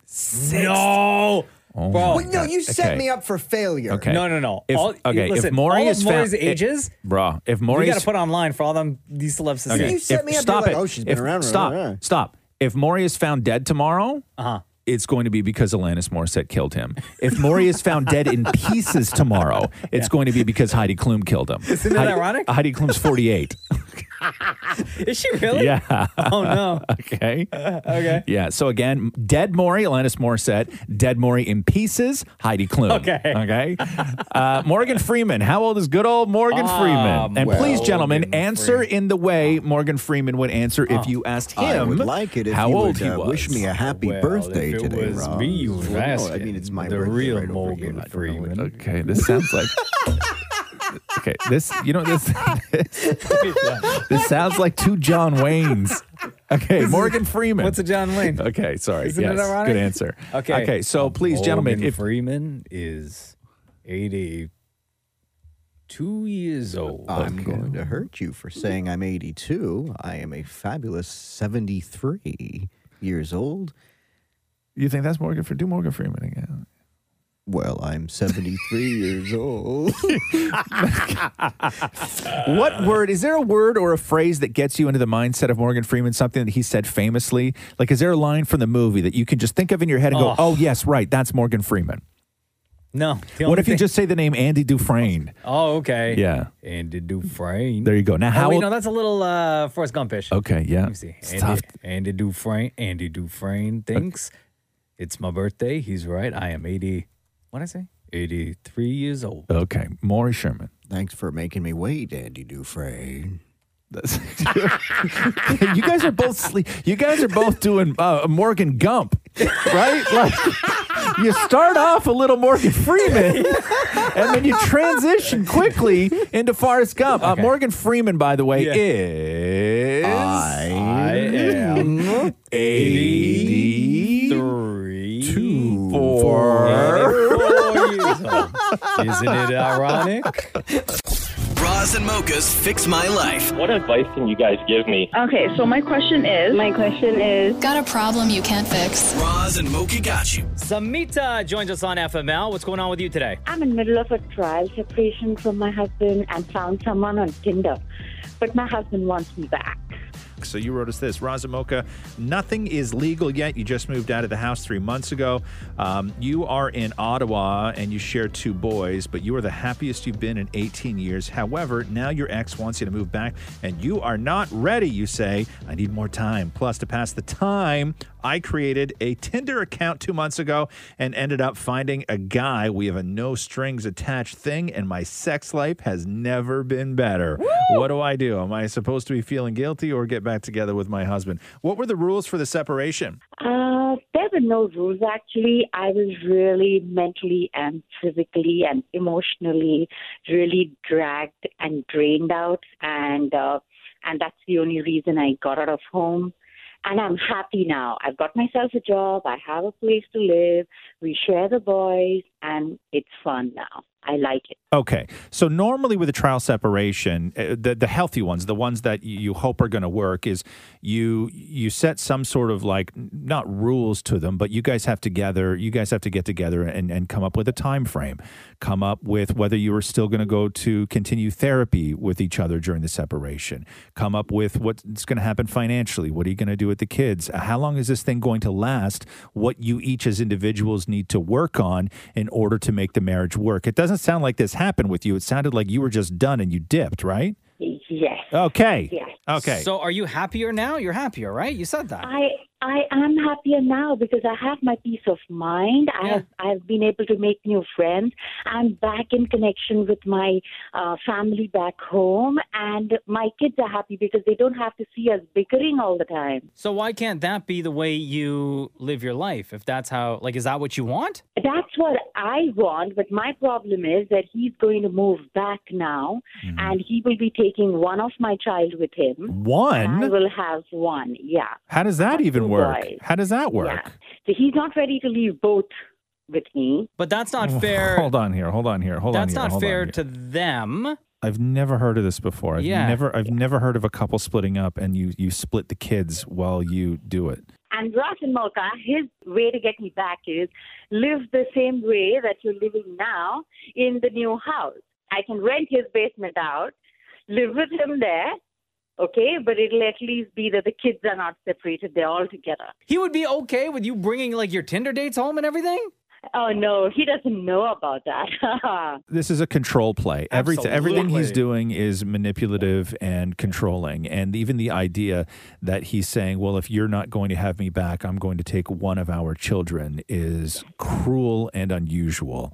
No. Bro. Wait, no, you set Oh Okay. me up for failure. Okay. No, no, no. If, All- okay, if listen, Maury all of is found- Maury's it- ages, bro. If we Maury's got to put online for all them these celebs to okay, see. You set me up, stop you're it. like, oh, she's been if, around, Stop. around, around. Stop. If Maury is found dead tomorrow, Uh-huh. it's going to be because Alanis Morissette killed him. If Maury is found dead in pieces tomorrow, it's going to be because Heidi Klum killed him. Isn't that Heidi, ironic? Heidi Klum's 48. Is she really? yeah. Oh no. Okay. Okay. Yeah. So again, dead Maury, Alanis Morissette, dead Maury in pieces, Heidi Klum. Okay. Okay. Uh, Morgan Freeman. How old is good old Morgan Ah, Freeman? And well, please, gentlemen, Morgan answer in the way Morgan Freeman would answer if you asked him Ah, I would like it if how you old would, he uh, was. wish me a happy Well, birthday if it today, was Roz. me, you would Well, ask I mean, it's my the birthday real right over Morgan here. I don't know what- Freeman. Okay, this sounds like. okay, this you know this this sounds like two John Waynes. Okay, Morgan Freeman. What's a John Wayne? Okay, sorry. Isn't it yes, ironic? good answer. Okay. Uh, okay. So please, Morgan gentlemen, if Freeman is eighty-two years old. I'm going to hurt you for saying I'm 82. I am a fabulous 73 years old. you think that's Morgan, Fre- do Morgan Freeman again. Well, I'm 73 years old. What word is there a word or a phrase that gets you into the mindset of Morgan Freeman? Something that he said famously, like is there a line from the movie that you can just think of in your head and go, "Oh, yes, right, that's Morgan Freeman." No. the What only if you thing- just say the name Andy Dufresne? Oh, okay. Yeah. Andy Dufresne. There you go. Now, how oh, wait, old- no, that's a little uh, Forrest Gumpish. Okay, yeah. Let me see. It's Andy, tough. Andy Dufresne. Andy Dufresne thinks it's my birthday. He's right. I am eighty. What did I say? Eighty-three years old. Okay, Maury Sherman. Thanks for making me wait, Andy Dufresne. That's- you guys are both sleep. You guys are both doing uh, Morgan Gump, right? Like you start off a little Morgan Freeman, and then you transition quickly into Forrest Gump. Uh, Morgan Freeman, by the way, Yeah. is I am eighty-two. three. Four. Four years old. Isn't it ironic? Bras and Mocha's Fix My Life. What advice can you guys give me? Okay, so my question is. My question is. Got a problem you can't fix? Bras and Mocha got you. Samita joins us on FML. What's going on with you today? I'm in the middle of a trial separation from my husband and found someone on Tinder, but my husband wants me back. So you wrote us this, Razamoka. Nothing is legal yet. You just moved out of the house three months ago. Um, you are in Ottawa and you share two boys, but you are the happiest you've been in 18 years. However, now your ex wants you to move back, and you are not ready. You say, "I need more time." Plus, to pass the time, I created a Tinder account two months ago and ended up finding a guy. We have a no strings attached thing, and my sex life has never been better. What do I do? Am I supposed to be feeling guilty or get back together with my husband? What were the rules for the separation? Uh, there were no rules actually. I was really mentally and physically and emotionally really dragged and drained out, and uh, and that's the only reason I got out of home. And I'm happy now. I've got myself a job. I have a place to live. We share the boys, and it's fun now. I like it. Okay. So normally with a trial separation, uh, the the healthy ones, the ones that y- you hope are going to work is you you set some sort of like n- not rules to them, but you guys have together, you guys have to get together and and come up with a time frame. Come up with whether you are still going to go to continue therapy with each other during the separation. Come up with what's going to happen financially. What are you going to do with the kids? How long is this thing going to last? What you each as individuals need to work on in order to make the marriage work. It doesn't sound like this happened with you. It sounded like you were just done and you dipped, right? Yes. Okay. Yes. Okay. So are you happier now? You're happier, right? You said that. I I am happier now because I have my peace of mind. I Yeah. have I've been able to make new friends. I'm back in connection with my uh, family back home, and my kids are happy because they don't have to see us bickering all the time. So why can't that be the way you live your life? If that's how, like, is that what you want? That's what I want, but my problem is that he's going to move back now, and he will be taking one of my child with him. And I One? will have one. Yeah. How does that even two work? guys. How does that work? Yeah. So he's not ready to leave both with me. But that's not fair. Hold on here. Hold on here. Hold on that's here. not hold on fair here. to them. I've never heard of this before. I've Yeah. never I've never heard of a couple splitting up and you you split the kids while you do it. And Ross and Mocha, his way to get me back is live the same way that you're living now in the new house. I can rent his basement out, live with him there, okay? But it'll at least be that the kids are not separated, they're all together. He would be okay with you bringing like your Tinder dates home and everything? Oh, no, he doesn't know about that. This is a control play. Every, everything he's Absolutely. doing is manipulative and controlling. And even the idea that he's saying, well, if you're not going to have me back, I'm going to take one of our children is cruel and unusual.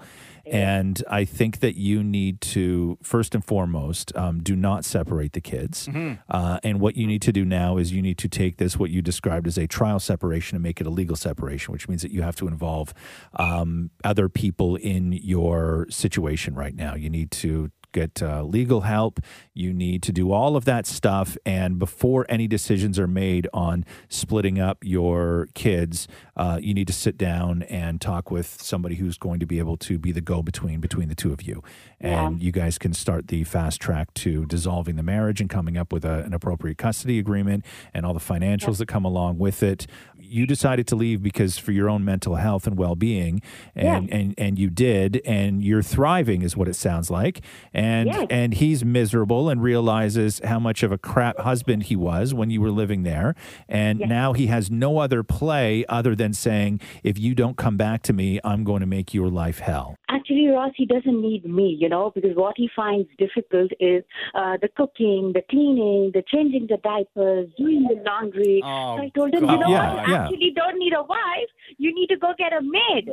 And I think that you need to, first and foremost, um, do not separate the kids. Mhm. Uh, and what you need to do now is you need to take this, what you described as a trial separation, and make it a legal separation, which means that you have to involve um, other people in your situation right now. You need to get uh, legal help. You need to do all of that stuff. And before any decisions are made on splitting up your kids, uh, you need to sit down and talk with somebody who's going to be able to be the go between between the two of you. And you guys can start the fast track to dissolving the marriage and coming up with a, an appropriate custody agreement and all the financials that come along with it. You decided to leave because for your own mental health and well being, and, and and you did, and you're thriving is what it sounds like. And Yes. and he's miserable and realizes how much of a crap husband he was when you were living there, and now he has no other play other than saying, if you don't come back to me, I'm going to make your life hell. Actually, Ross, he doesn't need me, you know, because what he finds difficult is uh, the cooking, the cleaning, the changing the diapers, doing the laundry. Oh, so I told him, you know God. Yeah, what? You yeah. actually don't need a wife. You need to go get a maid.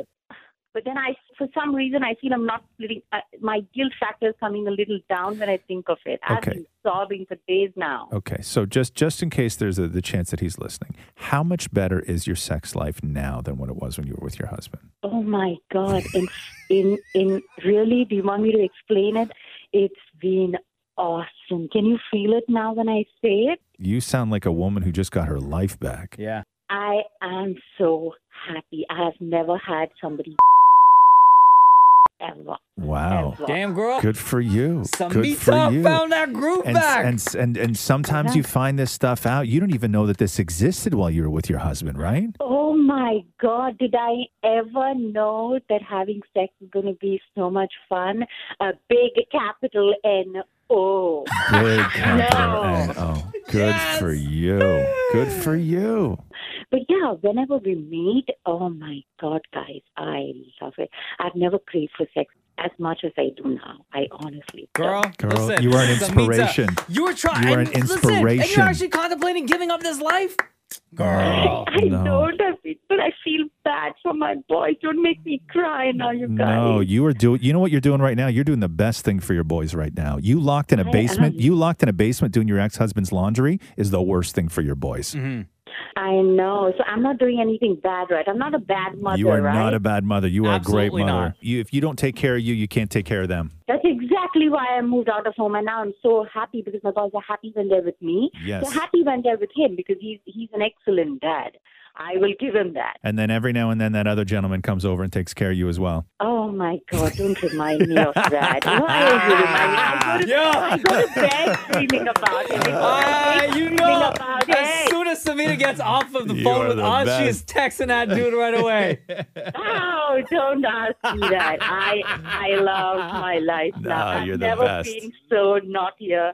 But then I, for some reason, I feel I'm not splitting. Uh, my guilt factor is coming a little down when I think of it. I've Okay. been sobbing for days now. Okay, so just just in case there's a, the chance that he's listening, how much better is your sex life now than what it was when you were with your husband? Oh my God! In in in really, do you want me to explain it? It's been awesome. Can you feel it now when I say it? You sound like a woman who just got her life back. Yeah. I am so happy. I have never had somebody ever. Wow. Damn, girl. Good for you. Good for Samita you. found that groove and, back. and and and sometimes you find this stuff out. You don't even know that this existed while you were with your husband, right? Oh my God! Did I ever know that having sex is going to be so much fun? A big capital N O. Good capital N O. Good for you. Good for you. But yeah, whenever we meet, oh my God, guys, I love it. I've never craved for sex as much as I do now. I honestly. Girl, Girl, listen, you are an Samita, inspiration. you were trying. You are an Listen, and inspiration. Oh, you're actually contemplating giving up this life? Girl. I don't have it, but I feel bad for my boys. Don't make me cry now, you guys. No, you are doing. You know what you're doing right now. You're doing the best thing for your boys right now. You locked in a I basement. am. You locked in a basement doing your ex-husband's laundry is the worst thing for your boys. Mm-hmm. I know. So I'm not doing anything bad, right? I'm not a bad mother, You are right? not a bad mother. You are a Absolutely great mother. not. You, if you don't take care of you, you can't take care of them. That's exactly why I moved out of home, and now I'm so happy because my boys are happy when they're with me. Yes. They're happy when they're with him because he's he's an excellent dad. I will give him that. And then every now and then that other gentleman comes over and takes care of you as well. Oh my God! Don't remind me of that. Why are you reminding me? I go to, I go to bed dreaming about it. I Ah, go to bed you dreaming know, about as it. soon as Samita gets off of the You phone are with the us, she is best. texting that dude right away. Oh, don't ask me that. I I love my life now. Nah, I've you're the never best. been so not here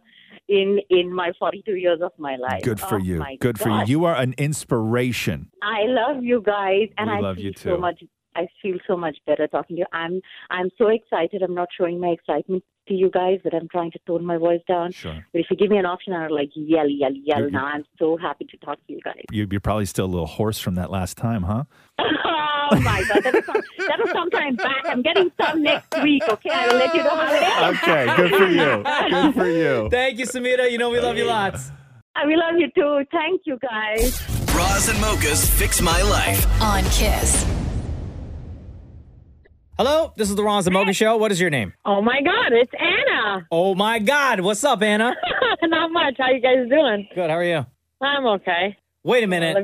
in in my 42 years of my life. Good for Oh, you. my Good for you. God. You are an inspiration. I love you guys, and We I love feel you so too. much. I feel so much better talking to you. I'm I'm so excited. I'm not showing my excitement to you guys, but I'm trying to tone my voice down. Sure. But if you give me an option, I'll like yell, yell, yell. You- you- now I'm so happy to talk to you guys. You- You're probably still a little hoarse from that last time, huh? Oh my god, that was some, that was sometime back. I'm getting some next week. Okay, I will let you know how it is. Okay, good for you. Good for you. Thank you, Samita. You know we love you lots. I will love you too. Thank you, guys. Roz and Mocha's Fix My Life. on Kiss. Hello, this is the Ron Zamoga Show. What is your name? Oh my God, it's Anna. Oh my God, what's up, Anna? Not much. How you guys doing? Good, how are you? I'm okay. Wait a minute.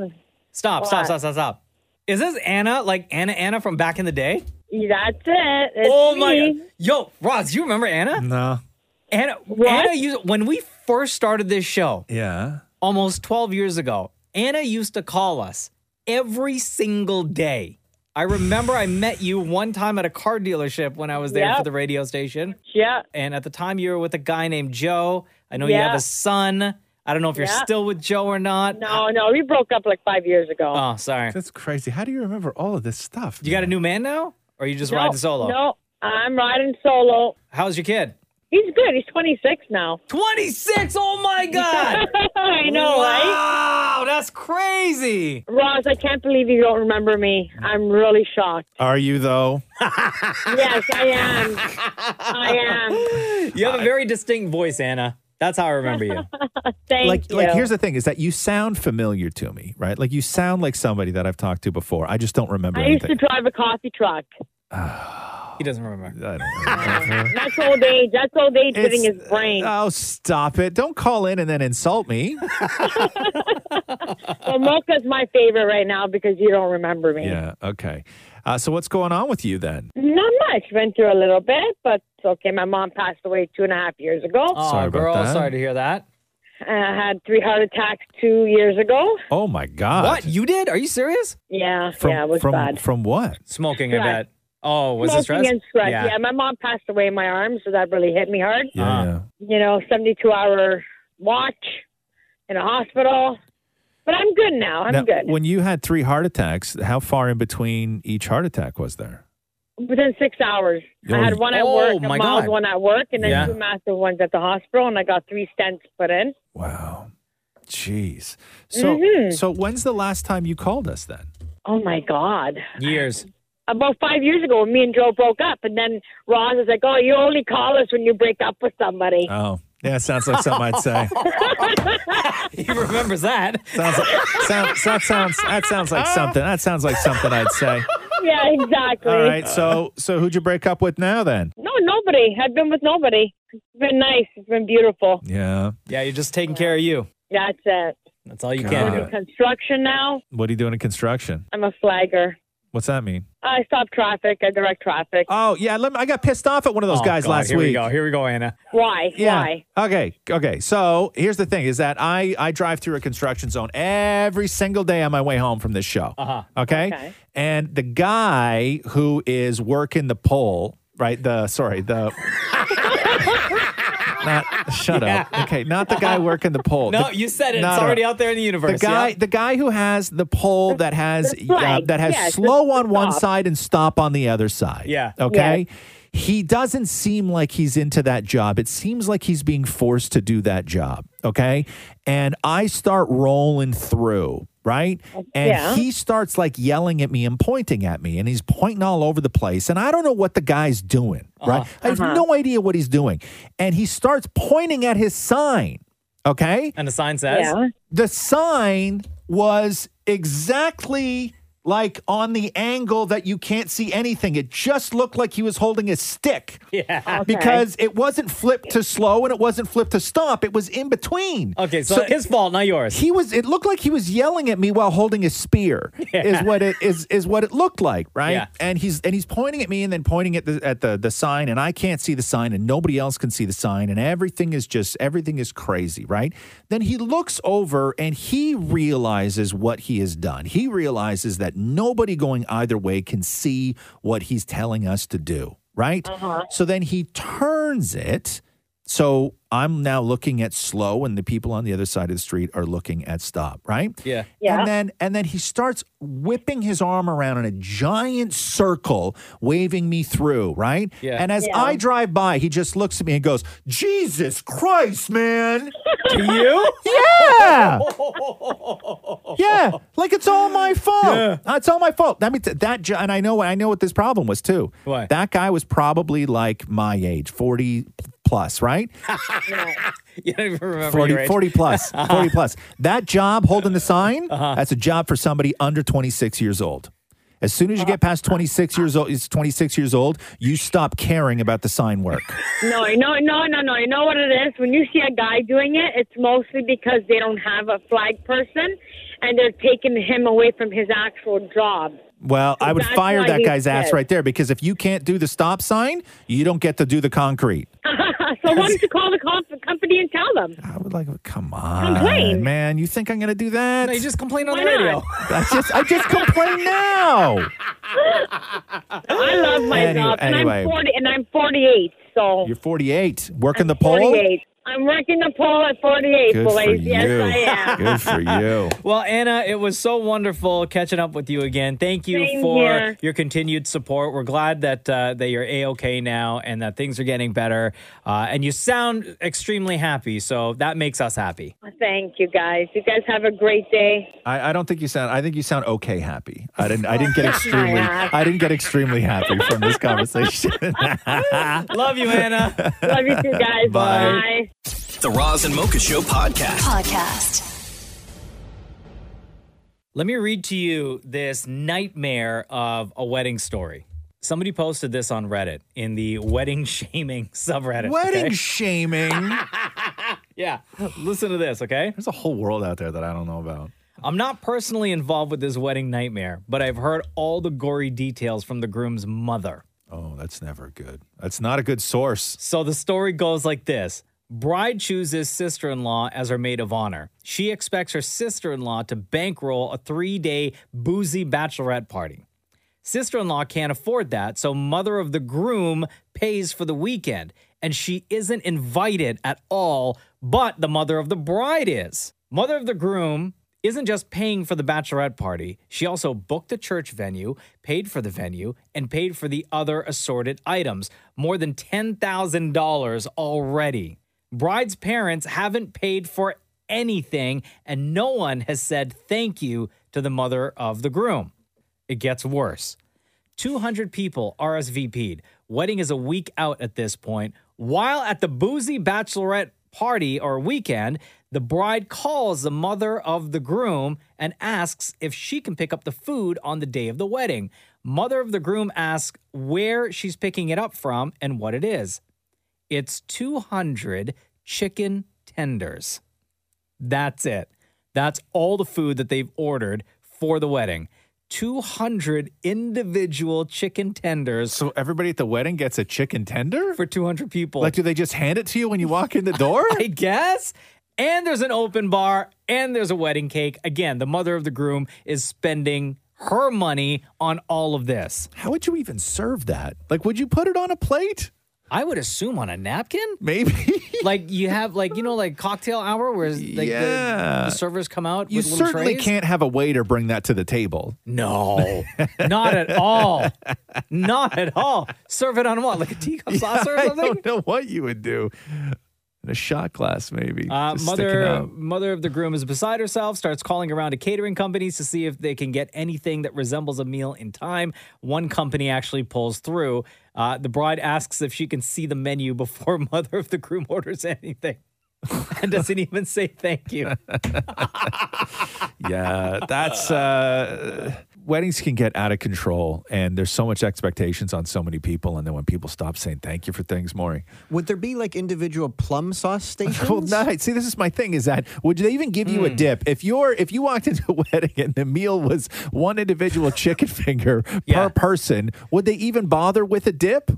Stop, stop, What? stop, stop, stop. Is this Anna, like Anna Anna from back in the day? That's it. It's oh me. my God. Yo, Roz, you remember Anna? No. Anna, Anna used, when we first started this show, Yeah. almost 12 years ago, Anna used to call us every single day. I remember I met you one time at a car dealership when I was there for Yep. the radio station. Yeah. And at the time, you were with a guy named Joe. I know you have Yeah. a son. I don't know if you're Yeah. still with Joe or not. No, no, we broke up like five years ago. Oh, sorry. That's crazy. How do you remember all of this stuff? You got a new man now? Or are you just No, riding solo? No, I'm riding solo. How's your kid? He's good. He's 26 now. 26? Oh my God. I know, right? Wow, that's crazy. Ross, I can't believe you don't remember me. I'm really shocked. Are you though? yes, I am. I You have a very distinct voice, Anna. That's how I remember you. am. Thank like you. like here's the thing is that you sound familiar to me, right? Like you sound like somebody that I've talked to before. I just don't remember I used anything. to drive a coffee truck. He doesn't remember. I don't That's old age. That's old age hitting his brain. Oh, stop it. Don't call in and then insult me. well, Mocha's my favorite right now because you don't remember me. yeah, okay. Uh, so what's going on with you then? Not much. Went through a little bit, but it's okay. My mom passed away two and a half years ago. Oh, Sorry about girl, that. sorry to hear that. I had three heart attacks two years ago. Oh my god. What? You did? Are you serious? Yeah, From yeah, it was from bad. from what? Smoking, I Stress. bet. Oh, was Smoking it stress? and stress. Yeah. my mom passed away in my arms, so that really hit me hard. Yeah. yeah. Uh-huh. You know, 72 hour watch in a hospital. But I'm good now. I'm Now, good. When you had three heart attacks, how far in between each heart attack was there? Within six hours, Oh, I had one at oh work, a my mild God. one at work, and then Yeah. two massive ones at the hospital, and I got three stents put in. Wow. Jeez. So Mhm. so when's the last time you called us then? Oh my God. Years. About five years ago, me and Joe broke up, and then Roz was like, Oh, you only call us when you break up with somebody. Oh. Yeah, sounds like something I'd say. he remembers that. Sounds like, sound, that sounds that sounds like something. That sounds like something I'd say. yeah, exactly. All right. So so who'd you break up with now then? No, nobody. I've been with nobody. It's been nice. It's been beautiful. Yeah. Yeah, you're just taking care of you. That's it. That's all you God. can I'm in do. construction now. What are you doing in construction? I'm a flagger. What's that mean? I stop traffic. I direct traffic. Oh yeah, let me, I got pissed off at one of those Oh, guys God, last here week. we go. Here we go, Anna. Why? Yeah. Why? Okay. Okay. So here's the thing: is that I I drive through a construction zone every single day on my way home from this show. Uh-huh. Okay? Okay. And the guy who is working the pole, right? The sorry, the. not shut up. Okay, not the guy working the pole. No, The- you said it. It's not a- already out there in the universe. the guy, yeah? the guy who has the pole that has the flag, uh, that has yes, the- slow the on one stop. side and stop on the other side. Yeah. Okay. He doesn't seem like he's into that job. It seems like he's being forced to do that job. Okay. And I start rolling through. Right. And Yeah. he starts like yelling at me and pointing at me, and he's pointing all over the place. And I don't know what the guy's doing. Right. I have no idea what he's doing. And he starts pointing at his sign. Okay and the sign says, Yeah. the sign was exactly like on the angle that you can't see anything. It just looked like he was holding a stick Yeah. because it wasn't flipped to slow and it wasn't flipped to stop. It was in between. Okay, so, his fault, not yours. he was it looked like he was yelling at me while holding a spear is what it is is what it looked like right Yeah. and he's and he's pointing at me and then pointing at the at the the sign and I can't see the sign and nobody else can see the sign and everything is just everything is crazy right then he looks over and he realizes what he has done he realizes that nobody going either way can see what he's telling us to do right so then he turns it so I'm now looking at slow, and the people on the other side of the street are looking at stop, right? Yeah. Yeah. And then and then he starts whipping his arm around in a giant circle, waving me through, right? Yeah. And as Yeah. I drive by, he just looks at me and goes, Jesus Christ, man. to you? Yeah. yeah. Like it's all my fault. It's all my fault. That means that ju- and I know I know what this problem was too. What? That guy was probably like my age, 40 plus, right? You don't even remember Uh-huh. 40, 40, 40 plus 40 plus that job holding the sign Uh-huh. that's a job for somebody under 26 years old as soon as you Uh-huh. get past 26 years old it's 26 years old you stop caring about the sign work No, no, no, no, no. You know what it is? When you see a guy doing it, it's mostly because they don't have a flag person and they're taking him away from his actual job. well i would That's fire why that he guy's ass said- right there because if you can't do the stop sign you don't get to do the concrete so why don't you call the comp- company and tell them? i would like come on Complain. man you think i'm gonna do that No, you just complained on Why the radio. not? I just i just complain now I love my Anyway- job, and anyway. I'm forty, and I'm forty-eight. So you're 48 working I'm the pole 48. I'm working the poll at 48, Good for boys. yes, you. I am. Good for you. Well, Anna, it was so wonderful catching up with you again. Thank you Same for here. your continued support. We're glad that uh, that you're a okay now and that things are getting better. Uh, and you sound extremely happy, so that makes us happy. Thank you, guys. You guys have a great day. I, I don't think you sound. I think you sound okay happy. I didn't. I didn't get Yeah. extremely. I didn't get extremely happy from this conversation. Love you, Anna. Love you too, guys. Bye. The Roz and Mocha Show podcast. Podcast. Let me read to you this nightmare of a wedding story. Somebody posted this on Reddit in the wedding shaming subreddit. Wedding okay? shaming. yeah. Listen to this, okay? There's a whole world out there that I don't know about. I'm not personally involved with this wedding nightmare, but I've heard all the gory details from the groom's mother. Oh, that's never good. That's not a good source. So the story goes like this Bride chooses sister in law as her maid of honor. She expects her sister in law to bankroll a three day boozy bachelorette party. Sister in law can't afford that, so mother of the groom pays for the weekend, and she isn't invited at all, but the mother of the bride is. Mother of the groom isn't just paying for the bachelorette party, she also booked the church venue, paid for the venue, and paid for the other assorted items more than $10,000 already. Bride's parents haven't paid for anything, and no one has said thank you to the mother of the groom. It gets worse. 200 people RSVP'd. Wedding is a week out at this point. While at the boozy bachelorette party or weekend, the bride calls the mother of the groom and asks if she can pick up the food on the day of the wedding. Mother of the groom asks where she's picking it up from and what it is. It's 200 chicken tenders. That's it. That's all the food that they've ordered for the wedding. 200 individual chicken tenders. So everybody at the wedding gets a chicken tender? For 200 people. Like, do they just hand it to you when you walk in the door? I guess. And there's an open bar and there's a wedding cake. Again, the mother of the groom is spending her money on all of this. How would you even serve that? Like, would you put it on a plate? I would assume on a napkin. Maybe. like you have like, you know, like cocktail hour where like the- Yeah. the, servers come out You with little certainly trays. can't have a waiter bring that to the table. No, not at all. Not at all. Serve it on what? Like a teacup saucer or I something? don't know what you would do. In a shot glass, maybe. Uh, Just sticking mother, out. mother of the groom is beside herself. Starts calling around to catering companies to see if they can get anything that resembles a meal in time. One company actually pulls through. Uh, the bride asks if she can see the menu before mother of the groom orders anything, and doesn't even say thank you. yeah, that's uh, weddings can get out of control, and there's so much expectations on so many people, and then when people stop saying thank you for things, Maury. Would there be like individual plum sauce stations? Well, no. See, this is my thing: is that would they even give Hmm. you a dip if you're if you walked into a wedding and the meal was one individual chicken finger per person? Would they even bother with a dip?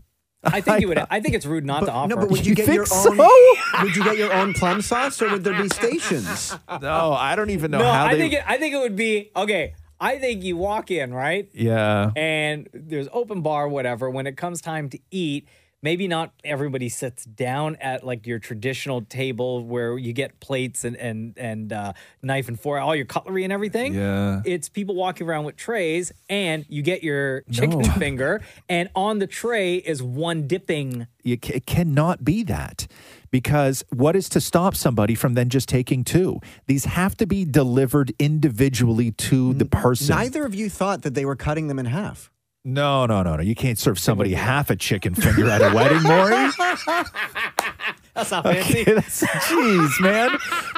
I think you would. Oh! I think it's rude not to offer. No, but would you, get your think own? so? Would you get your own plum sauce, or would there be stations? No, I don't even know no, how I they. think it, I think it would be okay. I think you walk in right. yeah. and there's open bar whatever when it comes time to eat maybe not everybody sits down at like your traditional table where you get plates and and and uh, knife and fork all your cutlery and everything Yeah. it's people walking around with trays and you get your chicken No. finger and on the tray is one dipping You ca- it cannot be that because what is to stop somebody from then just taking two? These have to be delivered individually to the person. Neither of you thought that they were cutting them in half. no, no, no, no. You can't serve somebody half a chicken finger at a wedding, Maury. that's not Okay, fancy that's- Jeez, man.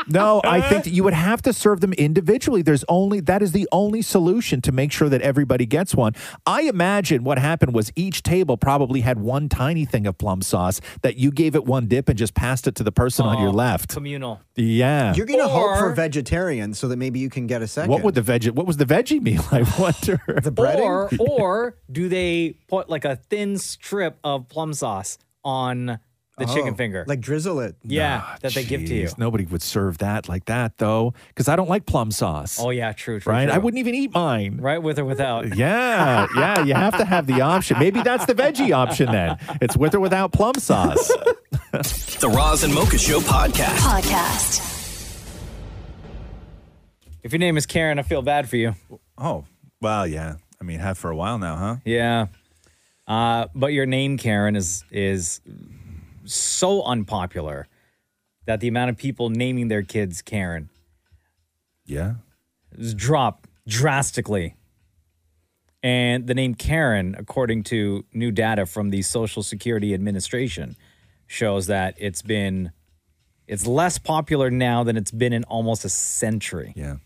No, I Uh-huh. think that you would have to serve them individually. There's only that is the only solution to make sure that everybody gets one. I imagine what happened was each table probably had one tiny thing of plum sauce that you gave it one dip and just passed it to the person on your left. communal Yeah. You're going to hope for Or- vegetarians so that maybe you can get a second. what would the veg? What was the veggie meal? I wonder. the breading? or or do they put like a thin strip of plum sauce on the chicken Oh, finger Like drizzle it. yeah that they give to you Jeez, Nobody would serve that like that though, because I don't like plum sauce. oh yeah true true right? I true. wouldn't even eat mine. right with or without Yeah, yeah, you have to have the option. Maybe that's the veggie option then. It's with or without plum sauce. The Roz and Mocha Show podcast. Podcast. If your name is Karen, I feel bad for you. Oh, well, yeah. I mean, have for a while now, huh? Yeah. Uh, but your name, Karen, is is so unpopular that the amount of people naming their kids Karen Yeah. has dropped drastically. And the name Karen, according to new data from the Social Security Administration, shows that it's been it's less popular now than it's been in almost a century. Yeah.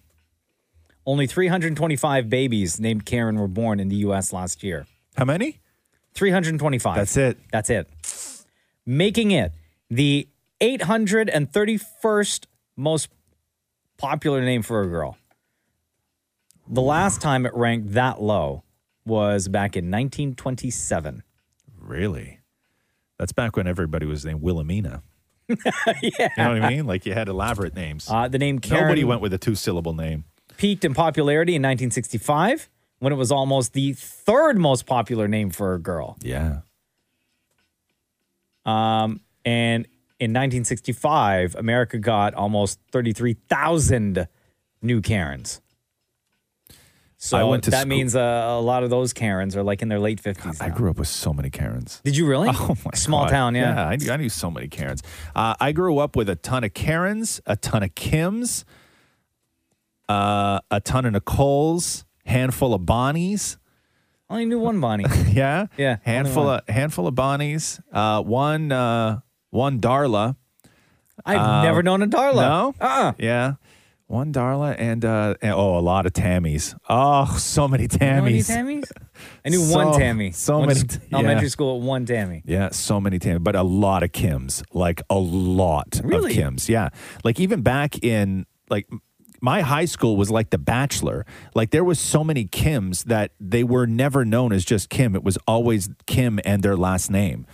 Only 325 babies named Karen were born in the US last year. How many? 325. That's it. That's it. Making it the 831st most popular name for a girl. The last time it ranked that low was back in 1927. Really? That's back when everybody was named Wilhelmina. yeah. You know what I mean? Like you had elaborate names. Uh, the name Karen Nobody went with a two syllable name. peaked in popularity in 1965 when it was almost the third most popular name for a girl. Yeah. Um, and in 1965, America got almost 33,000 new Karens. So I went to that school- means uh, a lot of those Karens are like in their late 50s. I now. grew up with so many Karens. Did you really? Oh my Small God. town, yeah. I, knew- I knew so many Karens. Uh, I grew up with a ton of Karens, a ton of Kims, uh, a ton of Nicoles, handful of Bonnies. I only knew one Bonnie. yeah, yeah, handful one. of handful of Bonnies. Uh, one uh, one Darla. I've never known a Darla. Uh, No. Uh-uh. Yeah. One Darla and, uh, and- oh, a lot of Tammys. Oh, so many You know any Tammys. Tammys? I knew So- one Tammy. so Went to many- sc- yeah. elementary school at one Tammy. Yeah, so many Tims, but a lot of Kims, like a lot of Really? Kims. Yeah, like even back in like m- my high school was like The Bachelor. Like there was so many Kims that they were never known as just Kim. It was always Kim and their last name.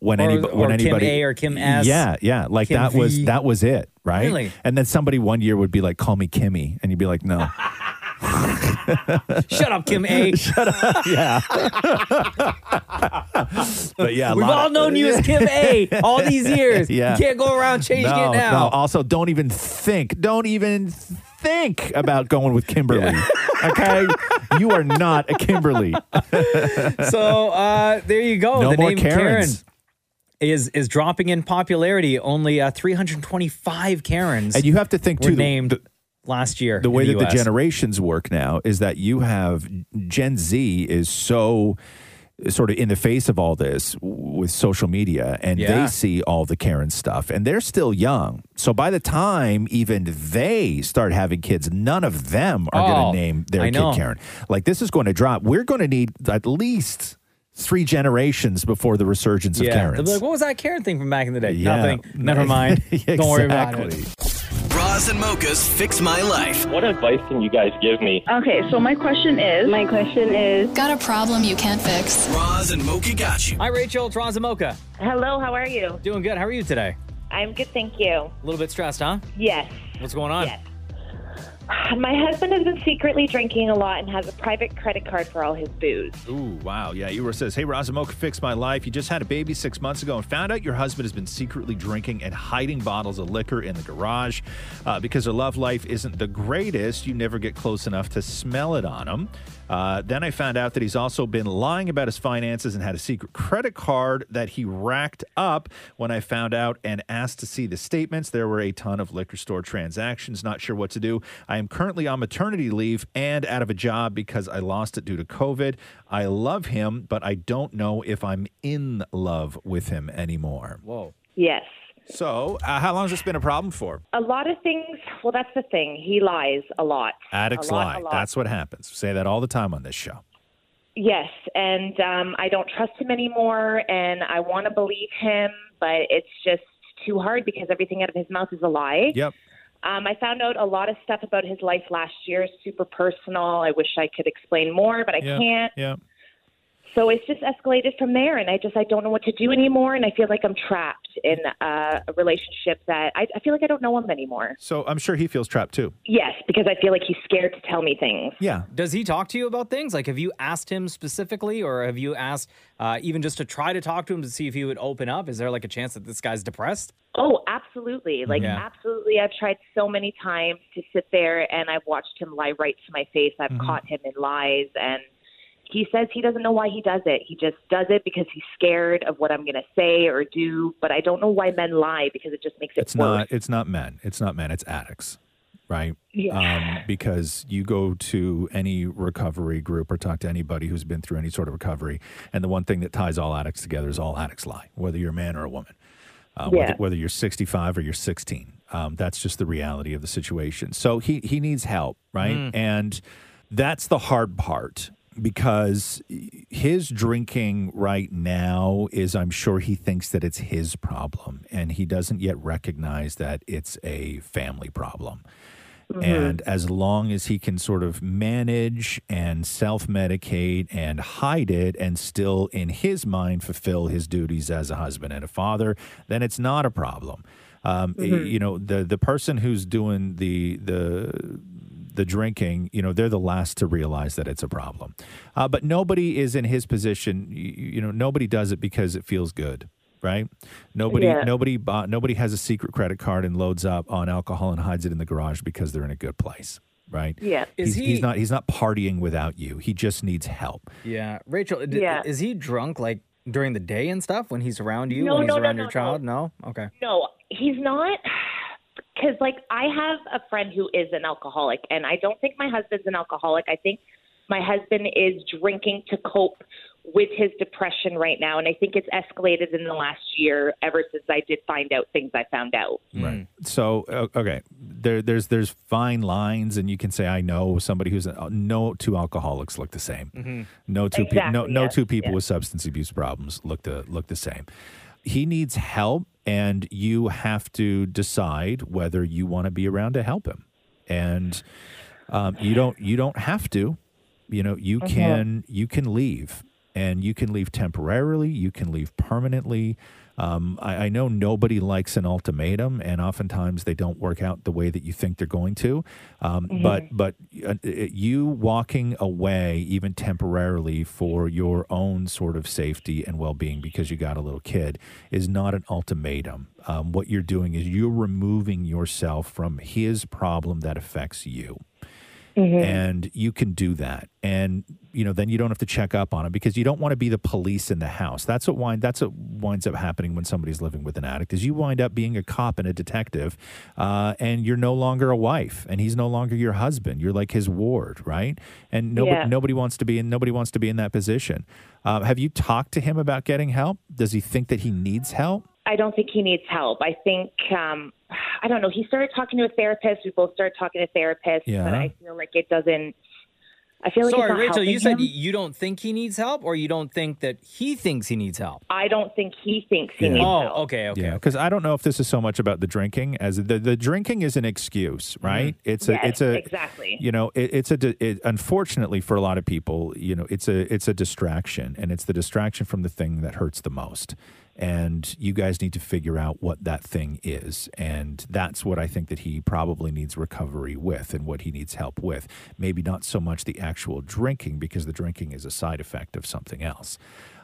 When, Or- anybo- when or Kim anybody A or Kim S. yeah, yeah, like Kim that was V. that was it, right? Really? And then somebody one year would be like, "Call me Kimmy," and you'd be like, "No." Shut up, Kim A. Shut up. Yeah. but yeah, a We've lot all of- known you as Kim A all these years. Yeah. You can't go around changing no, it now. No. Also, don't even think. Don't even think about going with Kimberly. Okay, you are not a Kimberly. so uh, there you go. No the more name Karens. Karen is is dropping in popularity. Only uh, 325 Karens. And you have to think were too, the- named last year. the way in that the US. generations work now is that you have Gen Z is so sort of in the face of all this with social media and Yeah. they see all the Karen stuff and they're still young. So by the time even they start having kids, none of them are Oh, going to name their I kid know. Karen. Like this is going to drop. We're going to need at least three generations before the resurgence of Yeah. They'll Karens. be like, what was that Karen thing from back in the day? Yeah. Nothing. Never mind. Don't worry about it. Roz and Mocha's Fix My Life. What advice can you guys give me? Okay, so my question is. My question is. Got a problem you can't fix? Roz and Mocha got you. Hi, Rachel. It's Roz and Mocha. Hello, how are you? Doing good. How are you today? I'm good, thank you. A little bit stressed, huh? Yes. What's going on? My husband has been secretly drinking a lot and has a private credit card for all his booze. Ooh, wow. Yeah, Ewer says, Hey, Razumoka fixed my life. You just had a baby six months ago and found out your husband has been secretly drinking and hiding bottles of liquor in the garage. Uh, because their love life isn't the greatest, you never get close enough to smell it on him. Uh, then I found out that he's also been lying about his finances and had a secret credit card that he racked up when I found out and asked to see the statements. There were a ton of liquor store transactions. Not sure what to do. I am currently on maternity leave and out of a job because I lost it due to COVID. I love him, but I don't know if I'm in love with him anymore. Whoa. Yes. So, uh, how long has this been a problem for? A lot of things, well, that's the thing. He lies a lot. Addicts a lot, lie. a lot. That's what happens. We say that all the time on this show. Yes, and um, I don't trust him anymore, and I want to believe him, but it's just too hard because everything out of his mouth is a lie. Yep. Um, I found out a lot of stuff about his life last year, super personal. I wish I could explain more, but I can't. Yeah. So it's just escalated from there, and I just I don't know what to do anymore, and I feel like I'm trapped in a, a relationship that I, I feel like I don't know him anymore. So I'm sure he feels trapped too. Yes, because I feel like he's scared to tell me things. Yeah. Does he talk to you about things? Like, have you asked him specifically, or have you asked uh, even just to try to talk to him to see if he would open up? Is there like a chance that this guy's depressed? Oh, absolutely. Like, Yeah. absolutely. I've tried so many times to sit there and I've watched him lie right to my face. I've Mm-hmm. Mhm. caught him in lies and he says he doesn't know why he does it. He just does it because he's scared of what I'm going to say or do. But I don't know why men lie because it just makes it It's worse. not. It's not men. It's not men. It's addicts, right? Yeah. Um, because you go to any recovery group or talk to anybody who's been through any sort of recovery, and the one thing that ties all addicts together is all addicts lie, whether you're a man or a woman, uh, Yeah. whether, whether you're 65 or you're 16. Um, that's just the reality of the situation. So he he needs help, right? Mm. And that's the hard part because his drinking right now is I'm sure he thinks that it's his problem and he doesn't yet recognize that it's a family problem. Mhm. And as long as he can sort of manage and self medicate and hide it and still in his mind fulfill his duties as a husband and a father, then it's not a problem. Um, Mhm. You know, the, the person who's doing the, the, the drinking, you know, they're the last to realize that it's a problem. Uh, but nobody is in his position. You, you know, nobody does it because it feels good, right? Nobody, Yeah. nobody, bu- nobody has a secret credit card and loads up on alcohol and hides it in the garage because they're in a good place, right? Yeah. He's, Is he's he- not. He's not partying without you. He just needs help. Yeah, Rachel. d- Yeah. Is he drunk like during the day and stuff when he's around you? No, when he's no, no, around no, your child? No. Okay. No, he's not. Because, like, I have a friend who is an alcoholic, and I don't think my husband's an alcoholic. I think my husband is drinking to cope with his depression right now, and I think it's escalated in the last year ever since I did find out things I found out. Right. So o- okay, there, there's there's fine lines, and you can say I know somebody who's uh, no two alcoholics look the same. No two people. No, Exactly, no yes, two people yes. with substance abuse problems look the look the same. He needs help, and you have to decide whether you want to be around to help him. And um, you don't you don't have to. You know you Mhm. can you can leave, and you can leave temporarily. You can leave permanently. Um, I, I know nobody likes an ultimatum, and oftentimes they don't work out the way that you think they're going to. Um, Mhm. But but uh, you walking away even temporarily for your own sort of safety and well-being because you got a little kid is not an ultimatum um, what you're doing is you're removing yourself from his problem that affects you and you can do that and you know then you don't have to check up on him because you don't want to be the police in the house that's what wind that's what winds up happening when somebody's living with an addict is you wind up being a cop and a detective uh, and you're no longer a wife and he's no longer your husband you're like his ward right and nobody Yeah. nobody wants to be in nobody wants to be in that position uh, have you talked to him about getting help does he think that he needs help I don't think he needs help. I think um I don't know. He started talking to a therapist. We both started talking to therapists, Yeah. but I feel like it doesn't. I feel like it's Sorry, not Rachel. You helping said him. y- you don't think he needs help, or you don't think that he thinks he needs help. I don't think he thinks he Yeah. needs Oh, help. okay, okay. Yeah, because I don't know if this is so much about the drinking as the the drinking is an excuse, Mm-hmm. right? It's Yes, a it's a exactly. you know it, it's a di- it, unfortunately for a lot of people, you know, it's a it's a distraction, and it's the distraction from the thing that hurts the most. And you guys need to figure out what that thing is, and that's what I think that he probably needs recovery with, and what he needs help with. Maybe not so much the actual drinking, because the drinking is a side effect of something else.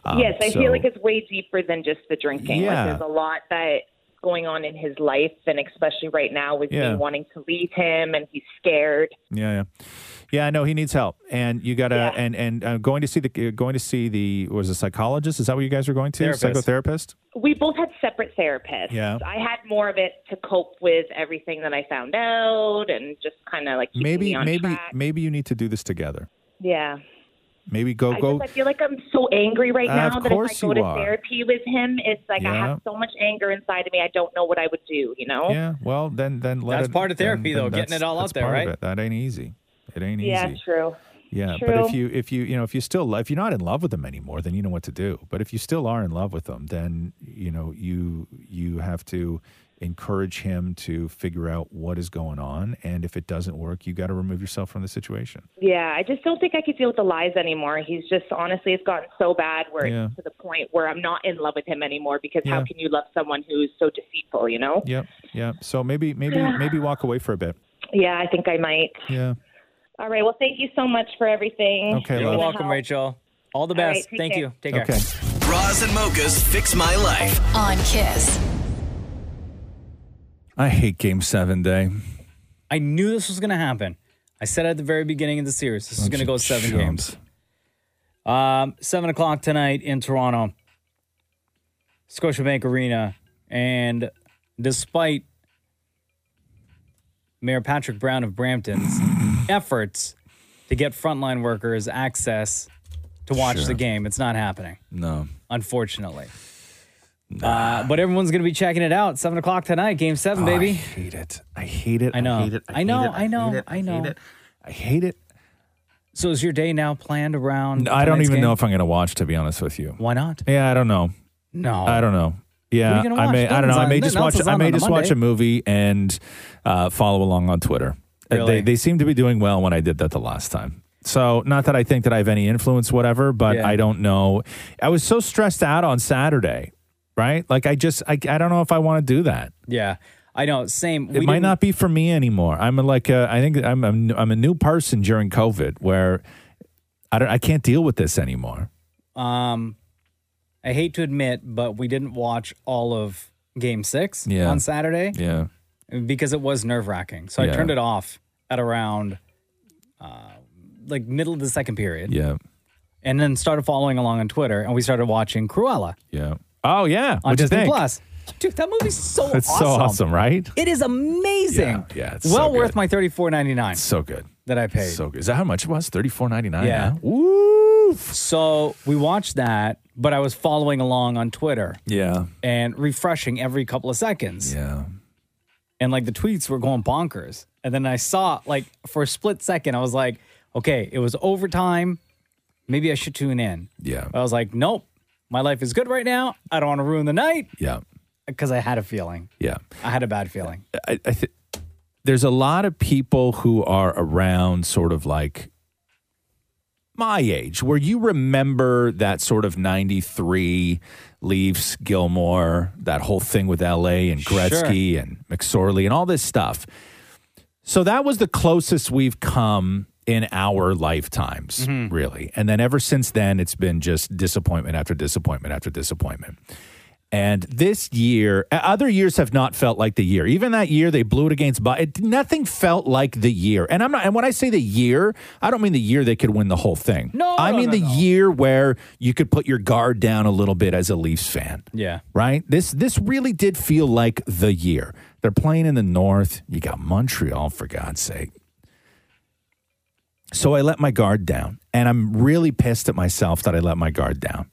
Um, yes, I so- feel like it's way deeper than just the drinking. Yeah. Like there's a lot that's going on in his life, and especially right now with Yeah. me wanting to leave him, and he's scared. Yeah, yeah, yeah. I know he needs help, and you gotta and and uh, going to see the uh, going to see the was a psychologist. Is that what you guys are going to? Therapist. Psychotherapist. We both had separate therapists. Yeah. I had more of it to cope with everything that I found out, and just kind of like keeping me Maybe on maybe track. maybe you need to do this together. Yeah. Maybe go I, go. just, I feel like I'm so angry right Of now that if I course go you to are. therapy with him, it's like I Yeah. have so much anger inside of me. I don't know what I would do, you know? yeah. Well, then then let That's it- part of then- therapy, then though, getting that's- it all out that's there, part of right? it. That ain't easy. It ain't Yeah, easy. true. Yeah, but if True. you if you you know if you still lo- if you're not in love with them anymore, then you know what to do. But if you still are in love with them, then you know you you have to encourage him to figure out what is going on. And if it doesn't work, you got to remove yourself from the situation. Yeah, I just don't think I could deal with the lies anymore. He's just honestly, it's gotten so bad where Yeah. it's to the point where I'm not in love with him anymore because Yeah. how can you love someone who's so deceitful, you know? Yep. Yeah. So maybe, maybe, maybe walk away for a bit. Yeah, I think I might. Yeah. All right, well, thank you so much for everything. Okay, You're love. welcome, Rachel. All the All right, best. take Thank care. you. Take care. Okay. Bras and mochas fix my life. On Kiss. I hate game seven day. I knew this was going to happen. I said at the very beginning of the series, this is Bunch going to of go seven chumps. games. Um, seven o'clock tonight in Toronto, Scotiabank Arena. And despite Mayor Patrick Brown of Brampton's efforts to get frontline workers access to watch Sure. the game, it's not happening No. unfortunately. Uh, but everyone's going to be checking it out. Seven o'clock tonight, game seven, Oh, I baby. hate it. I hate it. I know. hate it. I know, hate it. I know, hate it. I know. Hate it. I hate it. So is your day now planned around? I don't tonight's even game? know if I'm going to watch. To be honest with you, Why not? Yeah, I don't know. No. I don't know. Yeah, What are you gonna I may. watch? I don't know. I may Nothing's just on- watch. nothing's I on may on a just watch Monday. a movie and uh, follow along on Twitter. Uh, Really? They they seem to be doing well when I did that the last time. So not that I think that I have any influence, whatever, but Yeah. I don't know. I was so stressed out on Saturday, right? Like I just I, I don't know if I want to do that. Yeah, I know. Same. It might not be for me anymore. I'm like a, I think I'm, I'm I'm a new person during COVID where I don't I can't deal with this anymore. Um, I hate to admit, but we didn't watch all of Game Six Yeah. on Saturday Yeah. because it was nerve wracking. So I Yeah. turned it off at around uh, like middle of the second period. Yeah. and then started following along on Twitter, and we started watching Cruella. Yeah. Oh yeah. on What'd you Disney think? Plus. Dude, that movie's so It's Oh, so awesome. awesome, right? It is amazing. Yeah, yeah, it's well so worth my thirty four ninety nine. So good that I paid. So good. Is that how much it was? Thirty four ninety nine. yeah. Woo. So we watched that, but I was following along on Twitter Yeah. and refreshing every couple of seconds. Yeah. And like the tweets were going bonkers. And then I saw like for a split second, I was like, okay, it was overtime. Maybe I should tune in. Yeah. I was like, nope. My life is good right now. I don't want to ruin the night. Yeah. Because I had a feeling. Yeah. I had a bad feeling. I, I th- there's a lot of people who are around, sort of like my age, where you remember that sort of '93 Leafs, Gilmore, that whole thing with LA and Gretzky and McSorley and all this stuff. So that was the closest we've come in our lifetimes, really. And then ever since then, it's been just disappointment after disappointment after disappointment. And this year, uh, other years have not felt like the year. Even that year, they blew it against. But it, nothing felt like the year. And I'm not. And when I say the year, I don't mean the year they could win the whole thing. No, I mean the year where you could put your guard down a little bit as a Leafs fan Yeah. right? This this really did feel like the year. They're playing in the north. You got Montreal for God's sake. So I let my guard down and I'm really pissed at myself that I let my guard down.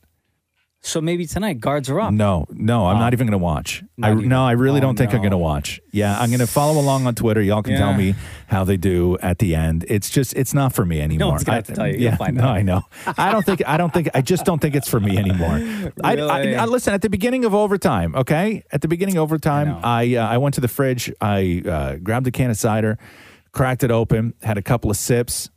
So maybe tonight guards are up. No, no, I'm not even going to watch. I, no, I Oh, really don't think I'm going to watch. Yeah, I'm going to follow along on Twitter. Y'all can tell Yeah. me how they do at the end. It's just, it's not for me anymore. one's I- gonna have to tell you. You'll Yeah, find no, out. I know. I don't think, I don't think, I just don't think it's for me anymore. I, I, Really? I listen at the beginning of overtime. Okay, at the beginning of overtime, I uh, I went to the fridge. I uh, grabbed a can of cider, cracked it open, had a couple of sips.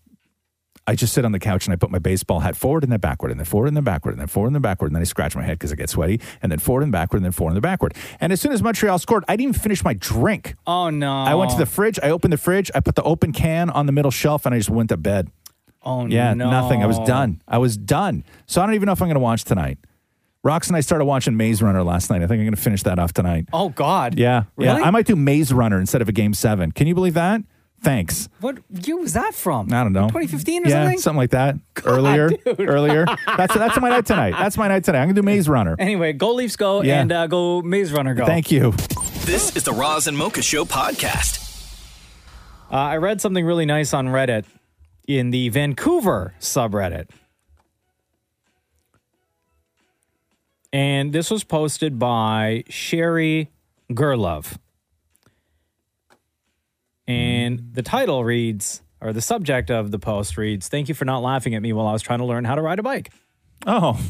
I just sit on the couch and I put my baseball hat forward and then backward and then forward and then backward and then forward and then backward and then I scratch my head because I get sweaty and then forward and backward and then forward and then backward. And as soon as Montreal scored, I didn't even finish my drink. Oh no. I went to the fridge. I opened the fridge. I put the open can on the middle shelf and I just went to bed. Oh Yeah, no. nothing. I was done. I was done. So I don't even know if I'm going to watch tonight. Rox and I started watching Maze Runner last night. I think I'm going to finish that off tonight. Oh God. Yeah, Really? yeah. I might do Maze Runner instead of a Game Seven. Can you believe that? Thanks. What year was that from? I don't know. 2015 or yeah, something? like that. earlier, dude. earlier. That's that's my night tonight. That's my night tonight. I'm going to do Maze Runner. Anyway, go Leafs go Yeah. and uh, go Maze Runner go. Thank you. This is the Roz and Mocha Show podcast. Uh, I read something really nice on Reddit in the Vancouver subreddit. And this was posted by Sherry Gerlove. And the title reads, or the subject of the post reads, Thank you for not laughing at me while I was trying to learn how to ride a bike. Oh.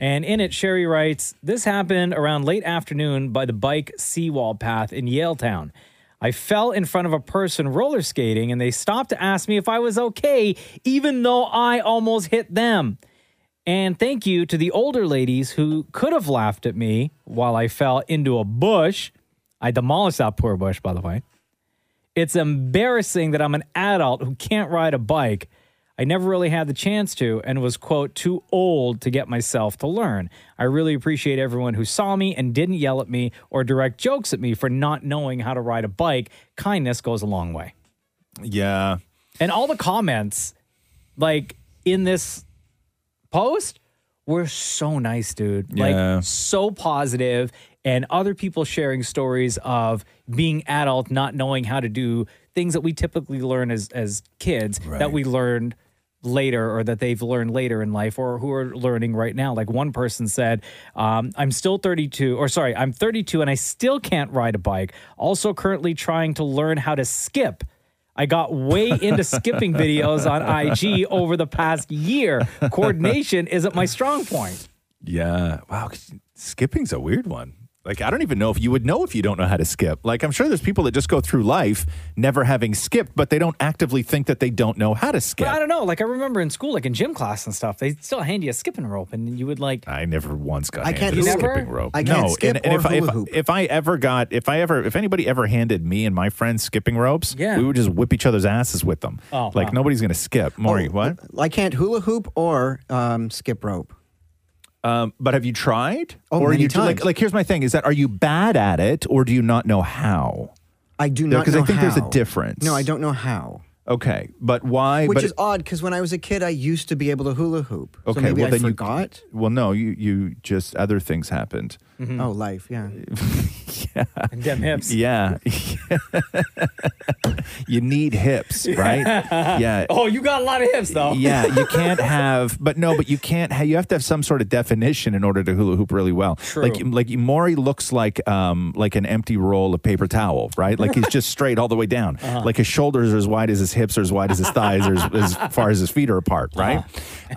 And in it, Sherry writes, This happened around late afternoon by the bike seawall path in Yale Town. I fell in front of a person roller skating and they stopped to ask me if I was okay, even though I almost hit them. And thank you to the older ladies who could have laughed at me while I fell into a bush. I demolished that poor bush, by the way. It's embarrassing that I'm an adult who can't ride a bike. I never really had the chance to and was, quote, too old to get myself to learn. I really appreciate everyone who saw me and didn't yell at me or direct jokes at me for not knowing how to ride a bike. Kindness goes a long way. Yeah. And all the comments, like in this post, were so nice, dude. Yeah. Like, so positive, and other people sharing stories of being adult, not knowing how to do things that we typically learn as as kids that we learned later or that they've learned later in life or who are learning right now like one person said um, i'm still 32 or sorry i'm 32 and i still can't ride a bike also currently trying to learn how to skip i got way into skipping videos on ig over the past year coordination isn't my strong point Yeah. Wow. 'cause Skipping's a weird one. Like, I don't even know if you would know if you don't know how to skip. Like, I'm sure there's people that just go through life never having skipped, but they don't actively think that they don't know how to skip. But I don't know. Like I remember in school, like in gym class and stuff, they still hand you a skipping rope, and you would like. I never once got I handed can't a skip. skipping rope. I can't no, skip and, and or if, I, if, hula I- if I ever got, if I ever, if anybody ever handed me and my friends skipping ropes, Yeah. we would just whip each other's asses with them. Oh, like wow. nobody's gonna skip. Maury, Oh, what? I can't hula hoop or um, skip rope. Um, but have you tried? Oh, or are many you do- like, times. like here's my thing: is that are you bad at it, or do you not know how? I do not because know I think there's how. a difference. No, I don't know how. Okay, but why? Which but is odd because when I was a kid, I used to be able to hula hoop. So okay. maybe well, I then forgot. you Well, no, you you just other things happened. Mm-hmm. Oh, life, yeah. yeah. Damn hips. Yeah. you need hips, right? Yeah. Oh, you got a lot of hips though. Yeah, you can't have, but no, but you can't. Have, you have to have some sort of definition in order to hula hoop really well. True. Like, like Maury looks like, um, like an empty roll of paper towel, right? Like he's just straight all the way down. Uh-huh. Like his shoulders are as wide as his hips are as wide as his thighs are as, as far as his feet are apart, right?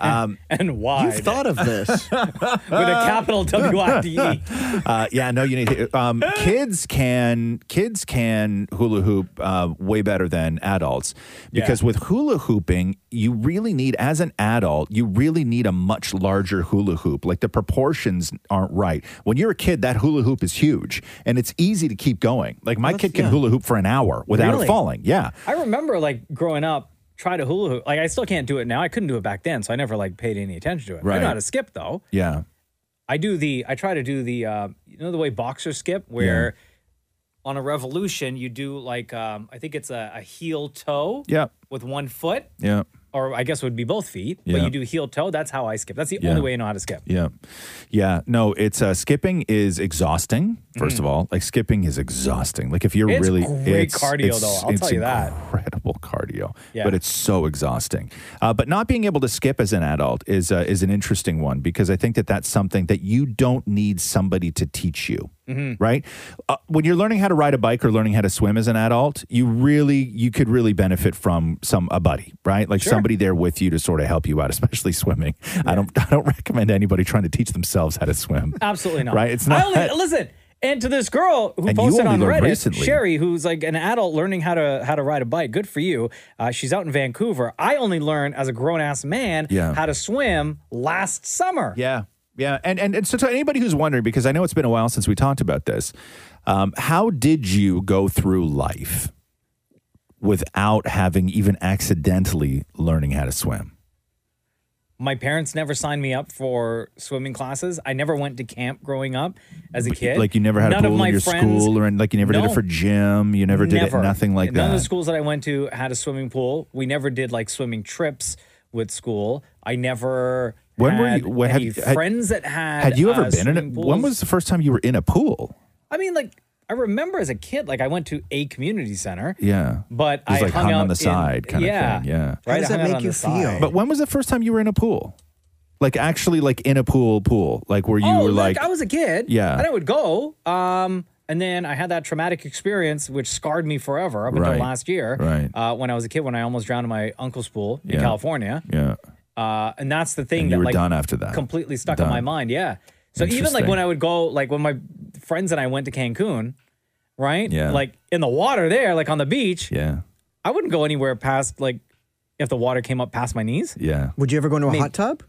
Um, Uh-huh. and why? You've thought of this with a capital W I D E. uh, yeah, no, you need to, um, kids can kids can hula hoop uh, way better than adults because with hula hooping, you really need as an adult, you really need a much larger hula hoop. Like the proportions aren't right. When you're a kid, that hula hoop is huge, and it's easy to keep going. Like my kid can yeah. hula hoop for an hour without Really? it falling. Yeah. I remember like growing up, try to hula hoop. Like I still can't do it now. I couldn't do it back then, so I never like paid any attention to it. I Right. know how to skip though. Yeah. I do the. I try to do the. Uh, you know the way boxers skip, where on a revolution you do like um, I think it's a, a heel toe. Yeah. With one foot, Yeah. or I guess it would be both feet, but Yeah. you do heel toe. That's how I skip. That's the Yeah. only way I know how to skip. Yeah. Yeah. No, it's uh, skipping is exhausting, 1st of all. Like skipping is exhausting. Like if you're Mm. It's really great cardio, though. I'll it's tell you that. Incredible cardio. Yeah. But it's so exhausting. Uh, but not being able to skip as an adult is uh, is an interesting one because I think that that's something that you don't need somebody to teach you Mhm. right uh, when you're learning how to ride a bike or learning how to swim as an adult you really you could really benefit from some a buddy right like Sure. somebody there with you to sort of help you out especially swimming i don't i don't recommend anybody trying to teach themselves how to swim Absolutely not. Right? It's not- I only, listen. And to this girl who And you posted only on learned Reddit, recently. Sherry, who's like an adult learning how to how to ride a bike. Good for you. Uh, she's out in Vancouver. I only learned as a grown ass man Yeah. how to swim last summer. Yeah. Yeah. And, and, and so, to anybody who's wondering, because I know it's been a while since we talked about this, um, how did you go through life without having even accidentally learning how to swim? My parents never signed me up for swimming classes. I never went to camp growing up as a kid. Like you never had None a of pool my in your friends- school or in, like you never did No. it for gym. You never did it, nothing like None of that. the schools that I went to had a swimming pool. We never did like swimming trips with school. I never When were had you- when- have any you- had- friends that had. Had you ever uh, been in swimming it? When pools. was the first time you were in a pool? I mean, like I remember as a kid, like I went to a community center. Yeah. But Just I like hung hung out on the in- side kind yeah. of thing. Yeah. Right, I hung out on the side. But when was the first time you were in a pool? Like actually like in a pool pool, like where you oh, were look, like I was a kid. Yeah. And I would go. Um, and then I had that traumatic experience, which scarred me forever up until Right. last year. Right. Uh, when I was a kid, when I almost drowned in my uncle's pool in Yeah. California. Yeah. Uh, and that's the thing And that you were like done after that. completely stuck in Done. my mind. Yeah. So even like Interesting. when I would go, like when my friends and I went to Cancun, right? Yeah. Like in the water there, like on the beach. Yeah. I wouldn't go anywhere past like if the water came up past my knees. Yeah. Would you ever go into a Maybe- hot tub?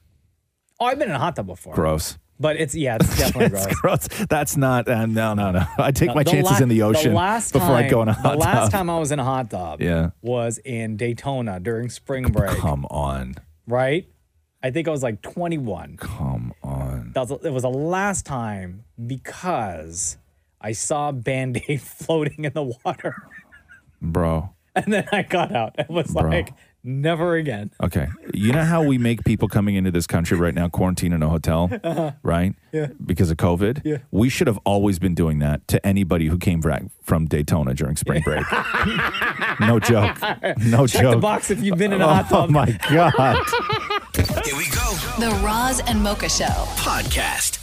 Oh, I've been in a hot tub before, Gross. but it's yeah, it's definitely gross. It's gross. That's not. Uh, no, no, no. I take No, my chances la- in the ocean last before I go in a time- hot The last tub. time I was in a hot tub Yeah. was in Daytona during spring break, Come on. right? I think I was like 21. Come on. That was, it was the last time because I saw a band aid floating in the water. Bro. And then I got out. It was Bro. like, never again. Okay. You know how we make people coming into this country right now quarantine in a hotel, Uh-huh. right? Yeah. Because of COVID? Yeah. We should have always been doing that to anybody who came back from Daytona during spring break. no joke. No Check joke. the box if you've been in a oh, hot tub. my God. The Roz and Mocha Show podcast.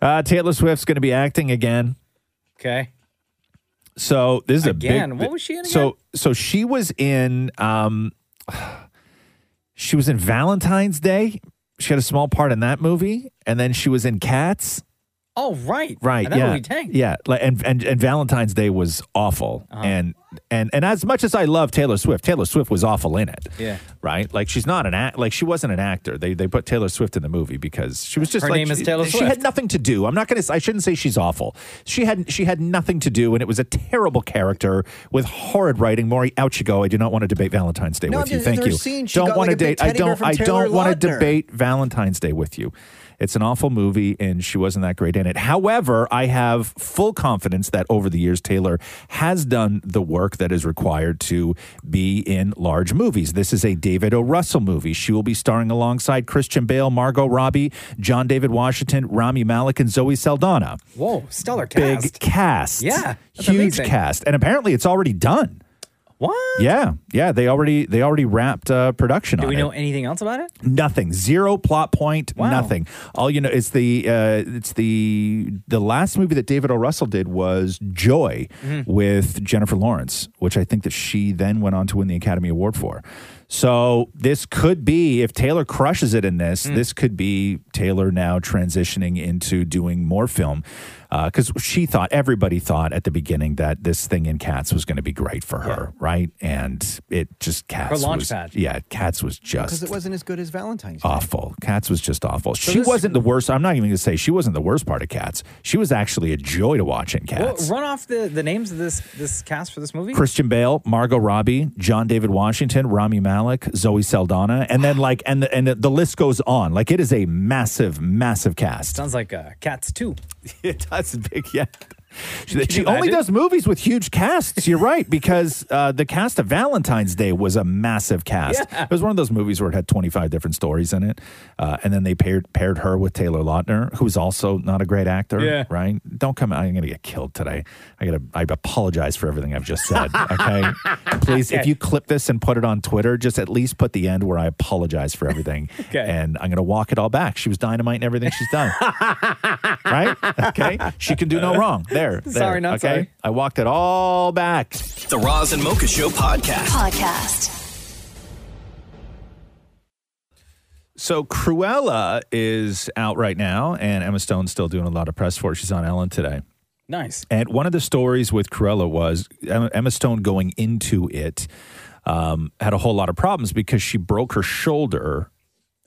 Uh, Taylor Swift's going to be acting again. Okay. So this is a Again? big. What was she in So so she was in. Um, she was in Valentine's Day. She had a small part in that movie, and then she was in Cats. Oh, right. Right. And that yeah. movie tanked. Yeah. Like, and, and and Valentine's Day was awful. Uh-huh. And and and as much as I love Taylor Swift, Taylor Swift was awful in it. Yeah. Right. Like she's not an act. Like she wasn't an actor. They they put Taylor Swift in the movie because she was just Her like name is she- Taylor She Swift. had nothing to do. I'm not gonna. I shouldn't say she's awful. She had she had nothing to do, and it was a terrible character with horrid writing. Maury, out you go. I do not want to debate Valentine's Day No, with I'm you. just- Thank there's you. a scene she don't got, want like, a to big date. I teddy bear don't. from I Taylor don't want to Lautner. debate Valentine's Day with you. It's an awful movie, and she wasn't that great in it. However, I have full confidence that over the years, Taylor has done the work that is required to be in large movies. This is a David O. Russell movie. She will be starring alongside Christian Bale, Margot Robbie, John David Washington, Rami Malek, and Zoe Saldana. Whoa, stellar Big cast. cast. Yeah, that's Huge amazing. cast. And apparently, it's already done. What? Yeah, yeah. They already they already wrapped uh, production Do on we it. know anything else about it? Nothing. Zero plot point. Nothing. All you know it's the uh, it's the the last movie that David O. Russell did was Joy Mm. Mhm. with Jennifer Lawrence, which I think that she then went on to win the Academy Award for. So this could be if Taylor crushes it in this, Mm. this could be Taylor now transitioning into doing more film. Because she thought, everybody thought at the beginning that this thing in Cats was going to be great for her, right? And it just Cats launch was, pad. yeah, Cats was just Because it wasn't as good as Valentine's. awful. Cats was just awful. she wasn't the worst. I'm not even going to say she wasn't the worst part of Cats. She was actually a joy to watch in Well, Cats. run off the, the names of this this cast for this movie. Christian Bale, Margot Robbie, John David Washington, Rami Malek, Zoe Saldana, and then like and the, and the, the list goes on. Like it is a massive, massive cast. Sounds like uh, Cats 2. it does big, yeah. She, Can she you only imagine? does movies with huge casts. You're right because uh, the cast of Valentine's Day was a massive cast. Yeah. It was one of those movies where it had 25 different stories in it, uh, and then they paired paired her with Taylor Lautner, who's also not a great actor. Yeah. right. Don't come. I'm going to get killed today. I got to. I apologize for everything I've just said. Okay, please, if Okay. you clip this and put it on Twitter, just at least put the end where I apologize for everything. Okay. and I'm going to walk it all back. She was dynamite and everything she's done. right? Okay. She can do no wrong. There. there, Sorry, not okay? sorry. I walked it all back. The Roz and Mocha Show podcast. Podcast. So Cruella is out right now, and Emma Stone's still doing a lot of press for it. She's on Ellen today. Nice. And one of the stories with Cruella was Emma Emma Stone going into it um, had a whole lot of problems because she broke her shoulder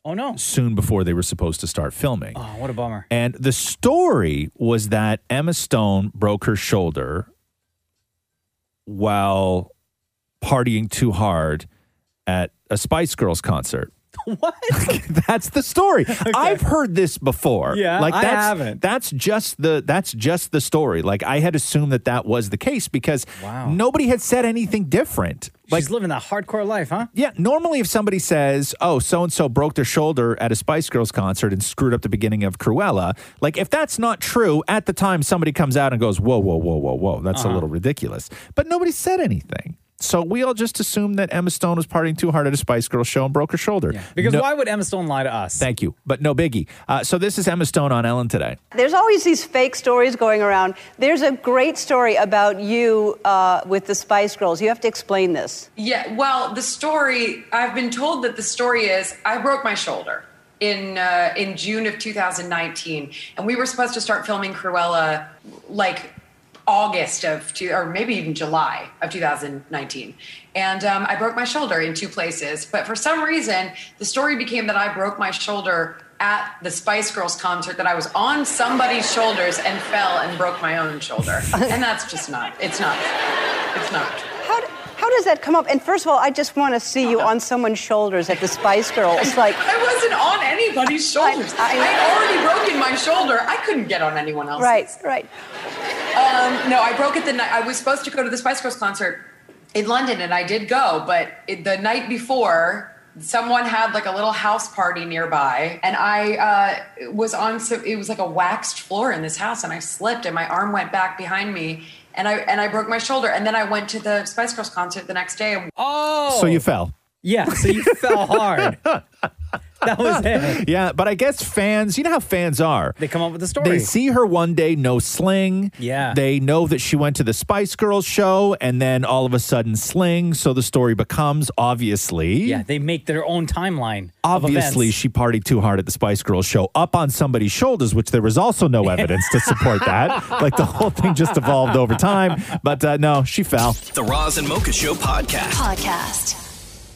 Oh, no. soon before they were supposed to start filming. Oh, what a bummer. And the story was that Emma Stone broke her shoulder while partying too hard at a Spice Girls concert. What? that's the story. I've heard this before. Yeah, I that's, haven't. That's just the that's just the story. Like I had assumed that that was the case because nobody had said anything different. Like She's living that hardcore life, huh? yeah, normally if somebody says, "Oh, so and so broke their shoulder at a Spice Girls concert and screwed up the beginning of Cruella," like if that's not true, at the time somebody comes out and goes, "Whoa, whoa, whoa, whoa, whoa, that's a Uh-huh. little ridiculous," but nobody said anything. So we all just assumed that Emma Stone was partying too hard at a Spice Girls show and broke her shoulder. Because No- why would Emma Stone lie to us? Thank you, but no biggie. Uh, so this is Emma Stone on Ellen today. There's always these fake stories going around. There's a great story about you uh, with the Spice Girls. You have to explain this. Yeah, well, the story I've been told that the story is I broke my shoulder in uh, in June of 2019, and we were supposed to start filming Cruella like August of two, or maybe even July of 2019, and um, I broke my shoulder in two places. But for some reason, the story became that I broke my shoulder at the Spice Girls concert that I was on somebody's shoulders and fell and broke my own shoulder, and that's just not. It's not. It's not. How, d- how does that come up? And first of all, I just want to see you on someone's shoulders at the Spice Girls. Like, I wasn't on anybody's shoulders. I, I- had already broken my shoulder. I couldn't get on anyone else's. right, right. Um, no, I broke it the night. I was supposed to go to the Spice Girls concert in London, and I did go, but it, the night before. Someone had like a little house party nearby, and I uh, was on. So it was like a waxed floor in this house, and I slipped, and my arm went back behind me, and I and I broke my shoulder. And then I went to the Spice Girls concert the next day. Oh, So you fell. Yeah, so you fell hard. That was it. Yeah, but I guess fans, you know how fans are. They come up with a story. They see her one day, no sling. Yeah. They know that she went to the Spice Girls show and then all of a sudden sling. So the story becomes obviously. Yeah, they make their own timeline. Obviously, she partied too hard at the Spice Girls show up on somebody's shoulders, which there was also no evidence to support that. Like the whole thing just evolved over time. But uh, no, she fell. The Roz and Mocha Show podcast. Podcast.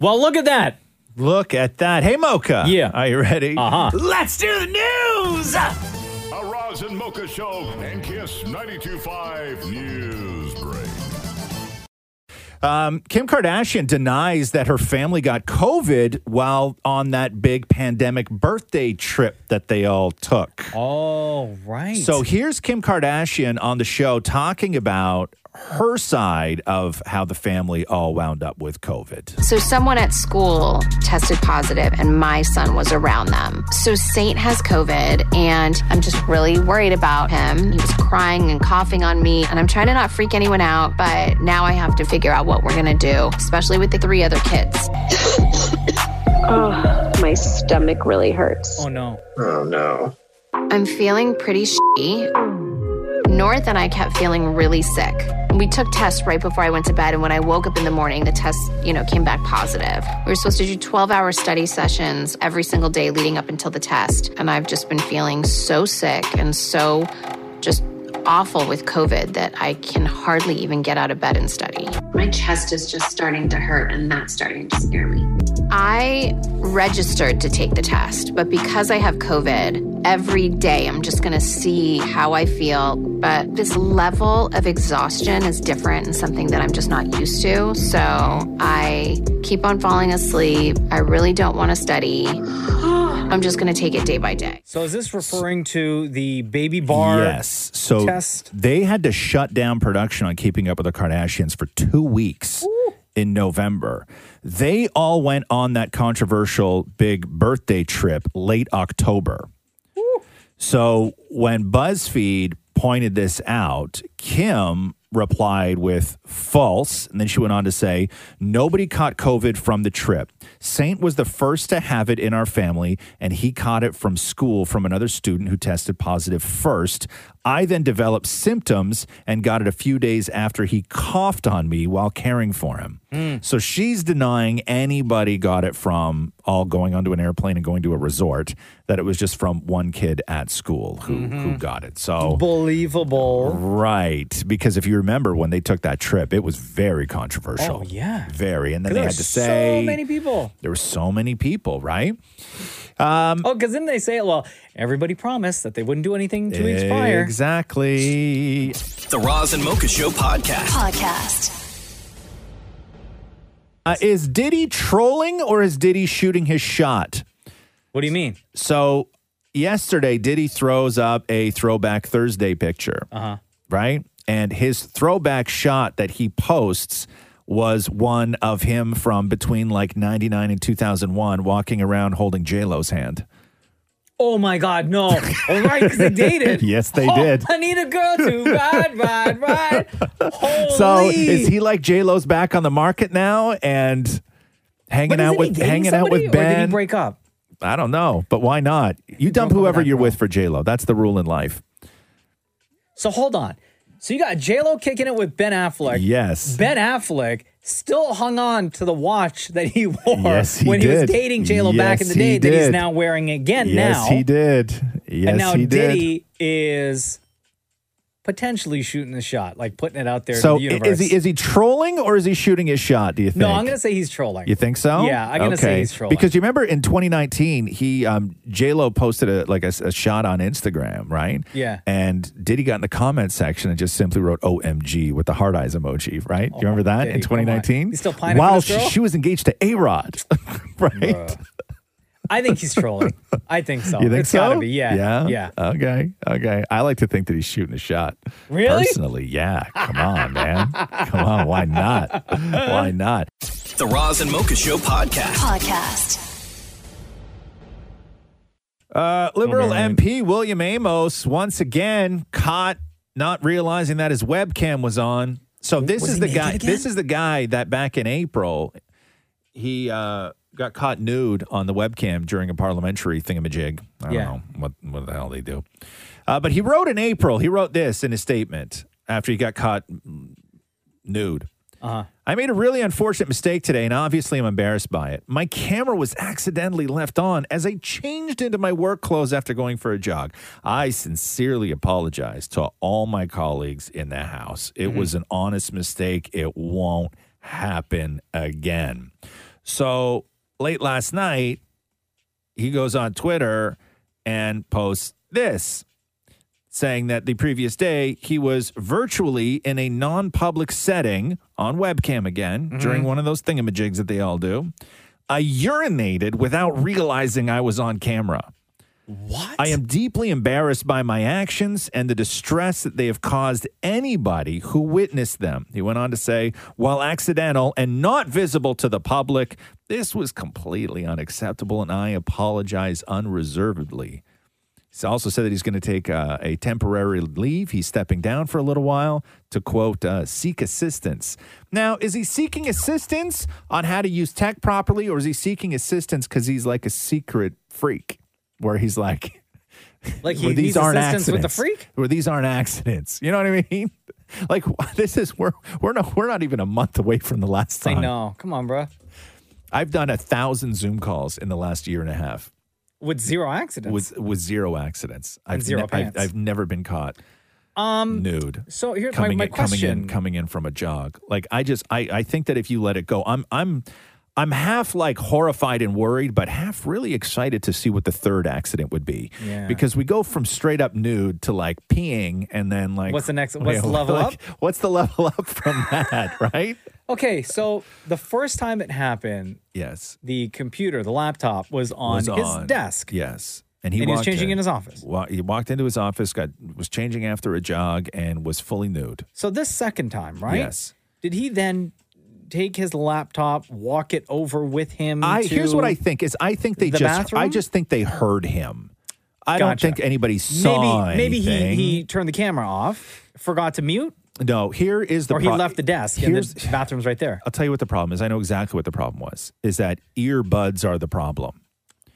Well, look at that. Look at that. Hey, Mocha. Yeah. Are you ready? Uh Uh-huh. Let's do the news! A Roz and Mocha Show and Kiss 92.5 News Break. Um, Kim Kardashian denies that her family got COVID while on that big pandemic birthday trip that they all took. Oh, right. So here's Kim Kardashian on the show talking about her side of how the family all wound up with COVID. So, someone at school tested positive, and my son was around them. So, Saint has COVID, and I'm just really worried about him. He was crying and coughing on me, and I'm trying to not freak anyone out, but now I have to figure out what we're gonna do, especially with the three other kids. Oh, my stomach really hurts. Oh no. Oh no. I'm feeling pretty shitty. North and I kept feeling really sick. We took tests right before I went to bed, and when I woke up in the morning, the tests, you know, came back positive. We were supposed to do 12-hour study sessions every single day leading up until the test, and I've just been feeling so sick and so just awful with COVID that I can hardly even get out of bed and study. My chest is just starting to hurt, and that's starting to scare me. I registered to take the test, but because I have COVID, every day I'm just going to see how I feel. But this level of exhaustion is different and something that I'm just not used to. So I keep on falling asleep. I really don't want to study. I'm just going to take it day by day. So is this referring to the baby bar? Yes. So test? they had to shut down production on Keeping Up with the Kardashians for two weeks in November. They all went on that controversial big birthday trip late October. So when BuzzFeed pointed this out, Kim replied with false. And then she went on to say, Nobody caught COVID from the trip. Saint was the first to have it in our family, and he caught it from school from another student who tested positive first. I then developed symptoms and got it a few days after he coughed on me while caring for him. So she's denying anybody got it from all going onto an airplane and going to a resort, that it was just from one kid at school who, who got it. So Mm-hmm. believable. Right. Because if you remember when they took that trip, it was very controversial. Oh, yeah. Very. And then There they were had to say so many people. there were so many people, right? Um, oh, because then they say, well, everybody promised that they wouldn't do anything to expire. Exactly. The Roz and Mocha Show podcast. Podcast. Uh, is Diddy trolling or is Diddy shooting his shot? What do you mean? So yesterday, Diddy throws up a throwback Thursday picture, Uh-huh. right? And his throwback shot that he posts was one of him from between like 99 and 2001 walking around holding J-Lo's hand. Oh my God, no. All right, because they dated. Yes, they Oh, did. I need a girl to ride, ride, ride. So Holy. is he like J Lo's back on the market now and But hanging isn't out he with dating hanging out somebody, with Or did he Ben? break up? I don't know, but why not? You dump whoever you're with for J Lo. That's the rule in life. So hold on. So you got J Lo kicking it with Ben Affleck. Yes. Ben Affleck still hung on to the watch that he wore Yes, he when he was did. dating J Lo back in the Yes, he day that he's did. now wearing again yes, now. he did. Yes, and now he did. Diddy is potentially shooting the shot, like putting it out there So to the i- universe. is he is he trolling or is he shooting his shot? Do you think? no, I'm gonna say he's trolling. You think so? Yeah, I'm gonna say he's trolling. Because you remember in 2019, he um, J Lo posted a like a, s- a shot on Instagram, right? Yeah. And Diddy got in the comment section and just simply wrote "OMG" with the heart eyes emoji, right? you remember that in Oh, Diddy, come on. 2019? He's still pining for While this she, girl? she was engaged to A Rod, right? I think he's trolling. I think so. You think It's so? gotta be. Yeah. Yeah. Yeah. Okay. Okay. I like to think that he's shooting a shot. Really? Personally, yeah. Come on, man. Come on. Why not? Why not? The Roz and Mocha Show podcast. Podcast. Uh, Liberal MP William Amos once again caught not realizing that his webcam was on. So this was is he the naked guy. again? This is the guy that back in April he uh, got caught nude on the webcam during a parliamentary thingamajig. I don't Yeah. know what what the hell they do. Uh, but he wrote in April. He wrote this in his statement after he got caught mm, nude. Uh-huh. I made a really unfortunate mistake today, and obviously I'm embarrassed by it. My camera was accidentally left on as I changed into my work clothes after going for a jog. I sincerely apologize to all my colleagues in the house. It was an honest mistake. It won't happen again. So late last night, he goes on Twitter and posts this saying that the previous day he was virtually in a non public setting on webcam again during one of those thingamajigs that they all do. I urinated without realizing I was on camera. What? I am deeply embarrassed by my actions and the distress that they have caused anybody who witnessed them. He went on to say, while accidental and not visible to the public, this was completely unacceptable and I apologize unreservedly. He's also said that he's going to take uh, a temporary leave. He's stepping down for a little while to quote, uh, seek assistance. Now, is he seeking assistance on how to use tech properly, or is he seeking assistance because he's like a secret freak where he's like, Like he where needs assistance with the freak? Where these aren't accidents. You know what I mean? Like this is we're we're not we're not even a month away from the last I time. know. Come on, bro. I've done a thousand Zoom calls in the last year and a half With zero accidents. with with zero accidents. And I've zero I've, pants. I've never been caught um nude. So here's my, coming my in, coming question. in coming in from a jog. Like I just I I think that if you let it go, I'm I'm I'm half like horrified and worried, but half really excited to see what the third accident would be. Yeah. Because we go from straight up nude to like peeing and then like What's the next- what's the level up? What's the level up from that, right? Okay, so the first time it happened, Yes. the computer, the laptop was on Was his on. desk. Yes. And he, And he was walked changing in his office. Wa- he walked into his office, got was changing after a jog and was fully nude. So this second time, right? Yes. Did he then take his laptop, walk it over with him? I to here's what I think is I think they the just bathroom? I just think they heard him. I don't Gotcha. think anybody saw Maybe maybe he, anything. he turned the camera off, forgot to mute, no, here is the or he pro- left the desk Here's, and the bathroom's right there. I'll tell you what the problem is. I know exactly what the problem was. Is that earbuds are the problem.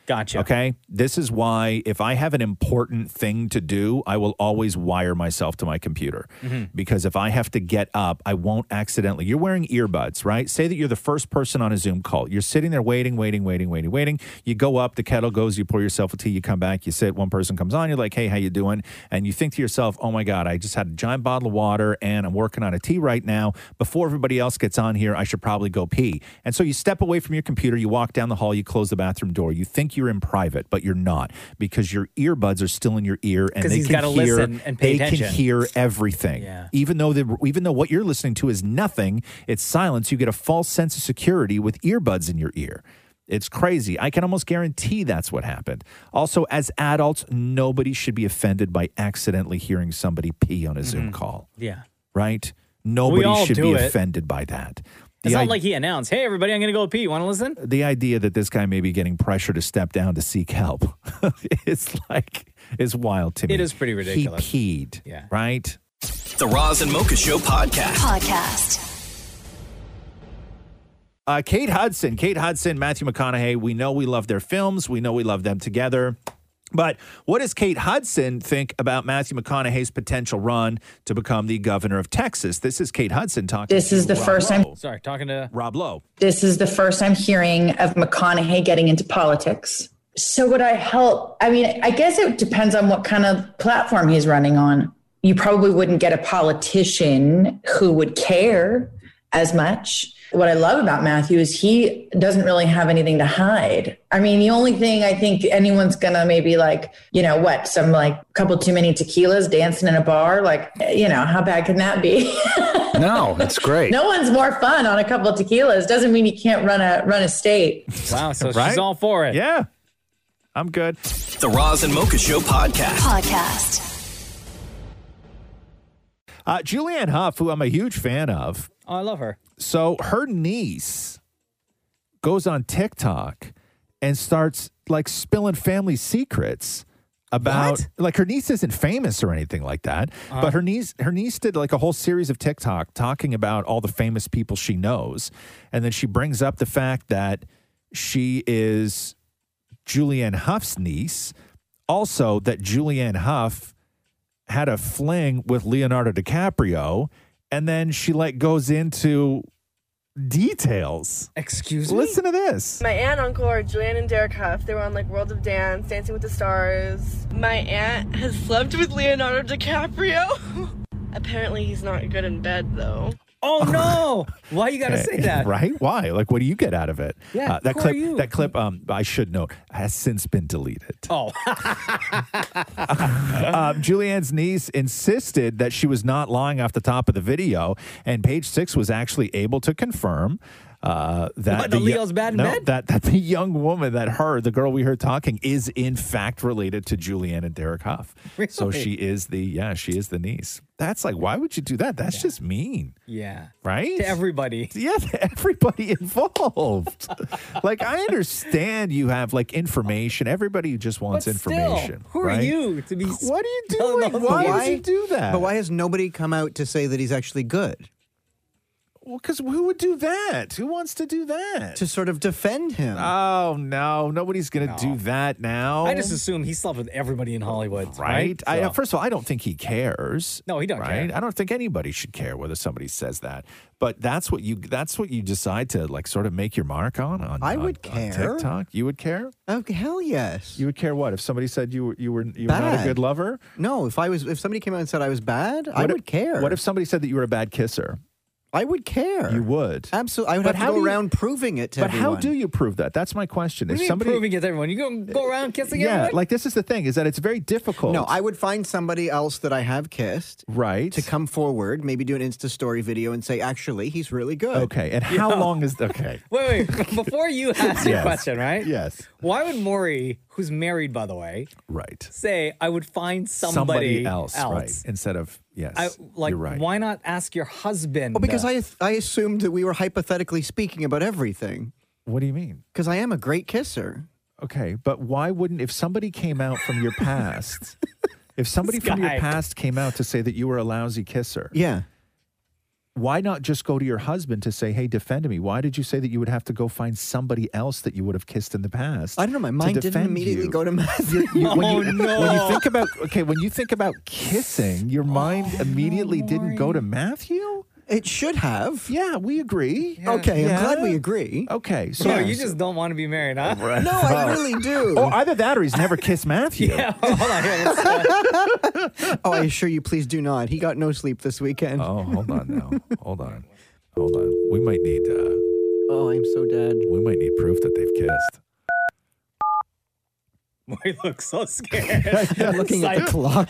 Gotcha. Okay. This is why if I have an important thing to do, I will always wire myself to my computer. Mm. Mm-hmm. Because if I have to get up, I won't accidentally. You're wearing earbuds, right? Say that you're the first person on a Zoom call. You're sitting there waiting, waiting, waiting, waiting, waiting. You go up, the kettle goes, you pour yourself a tea, you come back, you sit, one person comes on, you're like, "Hey, how you doing?" And you think to yourself, "Oh my god, I just had a giant bottle of water and I'm working on a tea right now. Before everybody else gets on here, I should probably go pee." And so you step away from your computer, you walk down the hall, you close the bathroom door. You think you're in private, but you're not because your earbuds are still in your ear and 'Cause they he's can gotta hear listen and pay they attention. can hear everything. Even though the even though what you're listening to is nothing, it's silence. You get a false sense of security with earbuds in your ear. It's crazy. I can almost guarantee that's what happened. Also, as adults, nobody should be offended by accidentally hearing somebody pee on a Zoom call, Yeah. right? Nobody Mm-hmm. all should do be it. offended by that. It's The not i- like he announced, "Hey, everybody, I'm going to go pee. Want to listen?" the idea that this guy may be getting pressure to step down to seek help it's like it's wild to me It is pretty ridiculous. he peed yeah right The Roz and Mocha Show podcast. Podcast. uh, kate hudson kate hudson matthew mcconaughey we know we love their films we know we love them together but what does Kate Hudson think about Matthew McConaughey's potential run to become the governor of Texas? This is Kate Hudson talking. This to is the Rob first I'm- Lowe. Sorry, talking to Rob Lowe. This is the first I'm hearing of McConaughey getting into politics. So would I help? I mean, I guess it depends on what kind of platform he's running on. You probably wouldn't get a politician who would care as much. What I love about Matthew is he doesn't really have anything to hide. I mean, the only thing I think anyone's gonna maybe like, you know, what, some like couple too many tequilas dancing in a bar? Like, you know, how bad can that be? No, it's great. No one's more fun on a couple of tequilas. Doesn't mean you can't run a run a state. Wow, so Right? she's all for it. Yeah, I'm good. The Roz and Mocha Show podcast. Podcast. Uh, Julianne Hough, who I'm a huge fan of. Oh, I love her. So her niece goes on TikTok and starts like spilling family secrets about like her niece isn't famous or anything like that, Uh-huh. but her niece her niece did like a whole series of TikTok talking about all the famous people she knows, and then she brings up the fact that she is Julianne Hough's niece. Also, that Julianne Hough had a fling with Leonardo DiCaprio, and then she like goes into details. Excuse me. Listen to this. My aunt, uncle are Julianne and Derek Huff. They were on like World of Dance, Dancing with the Stars. My aunt has slept with Leonardo DiCaprio. Apparently, he's not good in bed though. Oh no! Why you gotta say that? right? Why? Like, what do you get out of it? Uh, Yeah, that who are clip. you? That clip. Um, I should note has since been deleted. Oh, um, Julianne's niece insisted that she was not lying off the top of the video, and Page Six was actually able to confirm. Uh, that What, the yo- Leo's bad in no, bed? That, that the young woman that her the girl we heard talking is in fact related to Julianne and Derek Huff. So Really? she is the yeah she is the niece. That's like why would you do that? That's just mean yeah. right? To everybody. Yeah, to everybody involved. like, I understand you have like information. Everybody just wants information. right? to be? What are you doing? Why would you do that? But why has nobody come out to say that he's actually good? Well, because who would do that? Who wants to do that? To sort of defend him. Oh, no. Nobody's going to do that now. I just assume he slept with everybody in Hollywood, right? Right? I, uh, So- first of all, I don't think he cares. No, he don't right? I don't think anybody should care whether somebody says that. But that's what you that's what you decide to like sort of make your mark on on, I on- would on care. TikTok. You would care? Oh hell yes. You would care what if somebody said you were you were you were not a Bad. good lover? No, if I was if somebody came out and said I was bad, I What would if- care. What if somebody said that you were a bad kisser? I would care. You would. Absolutely. I would But have how to do go you- around proving it to But everyone. how do you prove that? That's my question. What do if you mean somebody proving it to everyone? You gonna go around kissing Yeah, everyone? like this is the thing is that it's very difficult. No, I would find somebody else that I have kissed. Right. To come forward, maybe do an Insta story video and say, actually, he's really good. Okay. And how long is okay? Wait, wait. Before you ask your Yes. question, right? Yes. Why would Maury, who's married by the way, right? say I would find somebody, else, right? Instead of yes. I, like, you're right. why not ask your husband? Well, because I I assumed that we were hypothetically speaking about everything. What do you mean? Because I am a great kisser. Okay, but why wouldn't if somebody came out from your past? if somebody This from your guy. past came out to say that you were a lousy kisser. Yeah. Why not just go to your husband to say, "Hey, defend me"? Why did you say that you would have to go find somebody else that you would have kissed in the past? I don't know. My mind didn't immediately go to Matthew. Oh, when you, When you think about okay, when you think about kissing, your mind immediately didn't go to Matthew. It should have. Yeah, we agree. Okay, I'm glad we agree. Okay, so so you just don't want to be married, huh? Right. Oh. Or either that, or he's never kissed Matthew. uh, oh, I assure you, please do not. He got no sleep this weekend. Oh, hold on now. Hold on. Hold on. We might need. Uh, oh, I'm so dead. We might need proof that they've kissed. Maury looks so scared. looking at the clock.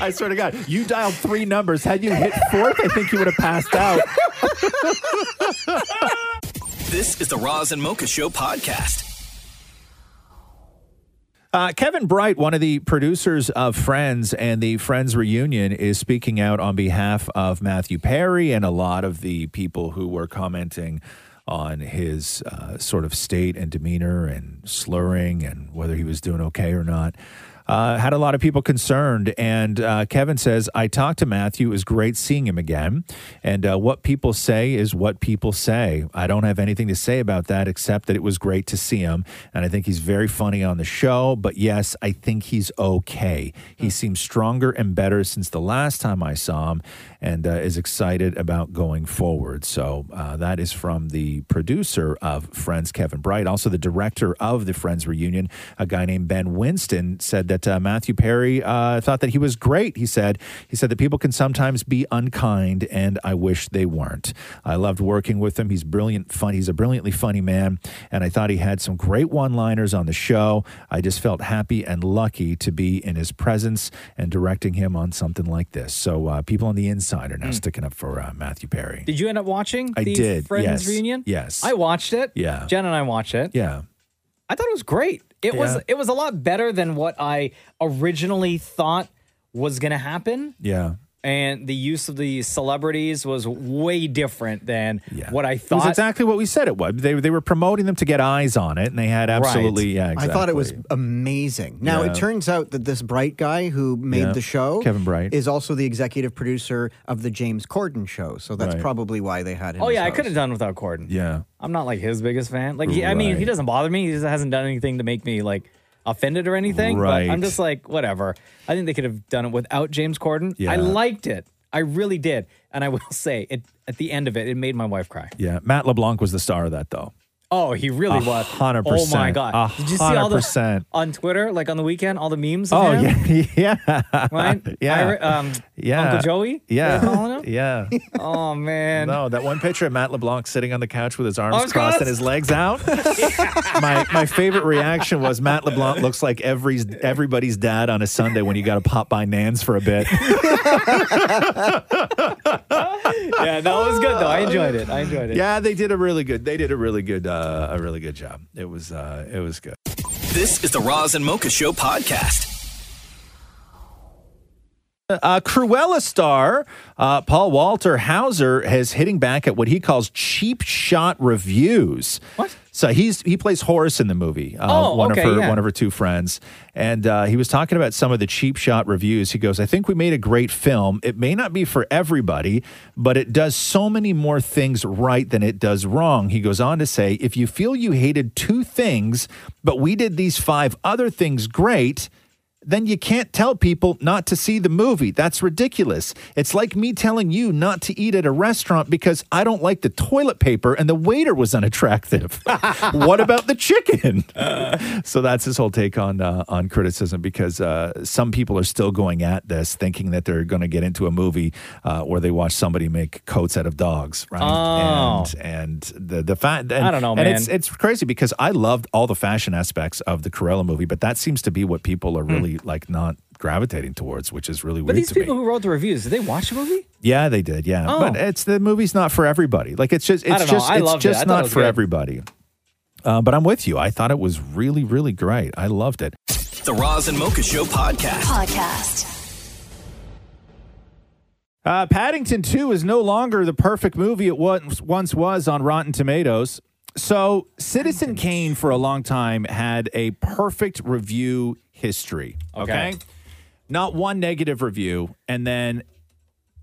I swear to God, you dialed three numbers. Had you hit fourth, I think you would have passed out. This is the Roz and Mocha Show podcast. Uh, Kevin Bright, one of the producers of Friends and the Friends reunion, is speaking out on behalf of Matthew Perry and a lot of the people who were commenting on his uh, sort of state and demeanor and slurring and whether he was doing okay or not. Uh, had a lot of people concerned. And uh, Kevin says, I talked to Matthew. It was great seeing him again. And uh, what people say is what people say. I don't have anything to say about that except that it was great to see him. And I think he's very funny on the show. But yes, I think he's okay. He seems stronger and better since the last time I saw him and uh, is excited about going forward. So uh, that is from the producer of Friends, Kevin Bright, also the director of the Friends reunion, a guy named Ben Winston, said that uh, Matthew Perry uh, thought that he was great. He said he said that people can sometimes be unkind, and I wish they weren't. I loved working with him. He's brilliant, fun. He's a brilliantly funny man, and I thought he had some great one-liners on the show. I just felt happy and lucky to be in his presence and directing him on something like this. So uh, people on the inside are now sticking up for uh, Matthew Perry. Did you end up watching I the did, Friends yes. reunion? Yes. I watched it. Yeah. Jen and I watched it. Yeah. I thought it was great. It was Yeah. it was a lot better than what I originally thought was going to happen. Yeah. And the use of the celebrities was way different than what I It was thought. exactly what we said it was. They, they were promoting them to get eyes on it, and they had absolutely, yeah, exactly. I thought it was amazing. Now Yeah. it turns out that this Bright guy who made Yeah. the show, Kevin Bright. is also the executive producer of the James Corden show. So that's Right. probably why they had him. Oh as yeah, I host. could have done without Corden. Yeah. I'm not like his biggest fan. Like he, I mean, he Right. doesn't bother me. He just hasn't done anything to make me like offended or anything. Right. But I'm just like whatever. I think they could have done it without James Corden. Yeah. I liked it. I really did. And I will say it at the end of it, it made my wife cry. Yeah, Matt LeBlanc was the star of that, though. Oh, he really A was. hundred Oh my percent. A god. Did you see all the hundred on Twitter like on the weekend all the memes? of Oh him? yeah, yeah, Right? yeah, Ira- um, yeah. Uncle Joey? yeah, They're calling him? yeah. oh man, no, that one picture of Matt LeBlanc sitting on the couch with his arms, Arms crossed crossed? and his legs out. my my favorite reaction was Matt LeBlanc looks like every everybody's dad on a Sunday when you got to pop by Nan's for a bit. yeah, that was good though. I enjoyed it. I enjoyed it. Yeah, they did a really good. They did a really good. Uh, a really good job. It was. Uh, it was good. This is the Roz and Mocha Show podcast. Uh, Cruella star uh, Paul Walter Hauser is hitting back at what he calls cheap shot reviews. What? So he's he plays Horace in the movie. Uh, Oh, one okay, of her yeah. one of her two friends, and uh, he was talking about some of the cheap shot reviews. He goes, "I think we made a great film. It may not be for everybody, but it does so many more things right than it does wrong." He goes on to say, "If you feel you hated two things, but we did these five other things great." then you can't tell people not to see the movie. That's ridiculous. It's like me telling you not to eat at a restaurant because I don't like the toilet paper and the waiter was unattractive. what about the chicken? so that's his whole take on uh, on criticism because uh, some people are still going at this thinking that they're going to get into a movie uh, where they watch somebody make coats out of dogs, right? Oh. And and the the fact I don't know, and man. It's, it's crazy because I loved all the fashion aspects of the Corella movie, but that seems to be what people are really like not gravitating towards, which is really Hmm. But weird these to people me. who wrote the reviews, did they watch the movie? Yeah, they did. Yeah, Oh. but it's the movie's not for everybody. Like it's just I it's don't know. just I it's loved it. I just thought it not was for good. everybody. Uh, but I'm with you. I thought it was really really great. I loved it. The Roz and Mocha Show podcast. Podcast. Uh, Paddington 2 is no longer the perfect movie it once, once was on Rotten Tomatoes. So, Citizen Kane for a long time had a perfect review history. Okay. Okay. Not one negative review. And then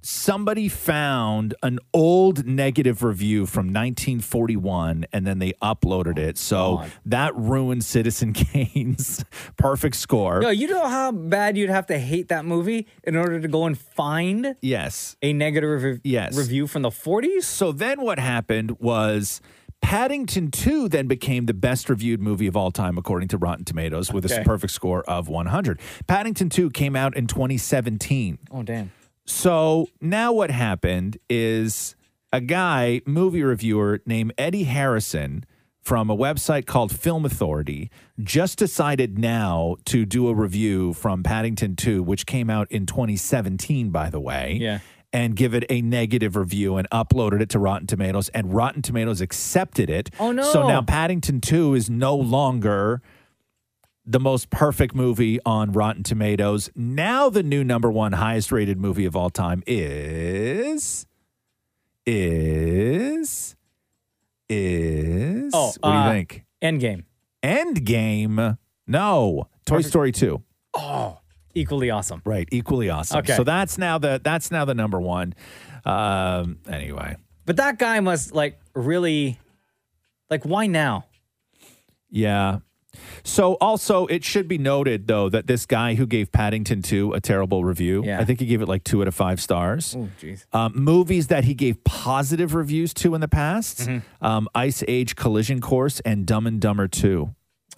somebody found an old negative review from 1941 and then they uploaded it. So, that ruined Citizen Kane's perfect score. No, you know how bad you'd have to hate that movie in order to go and find yes. a negative rev- Yes. review from the 40s? So then what happened was Paddington 2 then became the best reviewed movie of all time, according to Rotten Tomatoes, with Okay. a perfect score of 100. Paddington 2 came out in 2017. Oh, damn. So now what happened is a guy, movie reviewer named Eddie Harrison from a website called Film Authority, just decided now to do a review from Paddington 2, which came out in 2017, by the way. Yeah. And give it a negative review and uploaded it to Rotten Tomatoes, and Rotten Tomatoes accepted it. Oh, no. So now Paddington 2 is no longer the most perfect movie on Rotten Tomatoes. Now the new number one highest rated movie of all time is is is Oh, what do uh, you think? Endgame. Endgame. No. Toy Perfect- Story 2. Oh, equally awesome. Right, equally awesome. Okay. So that's now the that's now the number one. Um anyway. But that guy must like really, like, why now? Yeah. So also it should be noted though that this guy who gave Paddington 2 a terrible review, Yeah. I think he gave it like 2 out of 5 stars. Oh, jeez. Um, movies that he gave positive reviews to in the past, um, Ice Age Collision Course and Dumb and Dumber 2.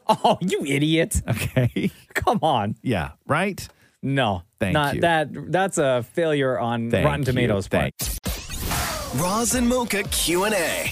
Oh, you idiot. Okay. Come on. Yeah, right? No. Thank not you. that that's a failure on Thank Rotten you. Tomatoes part. Roz and Mocha Q&A.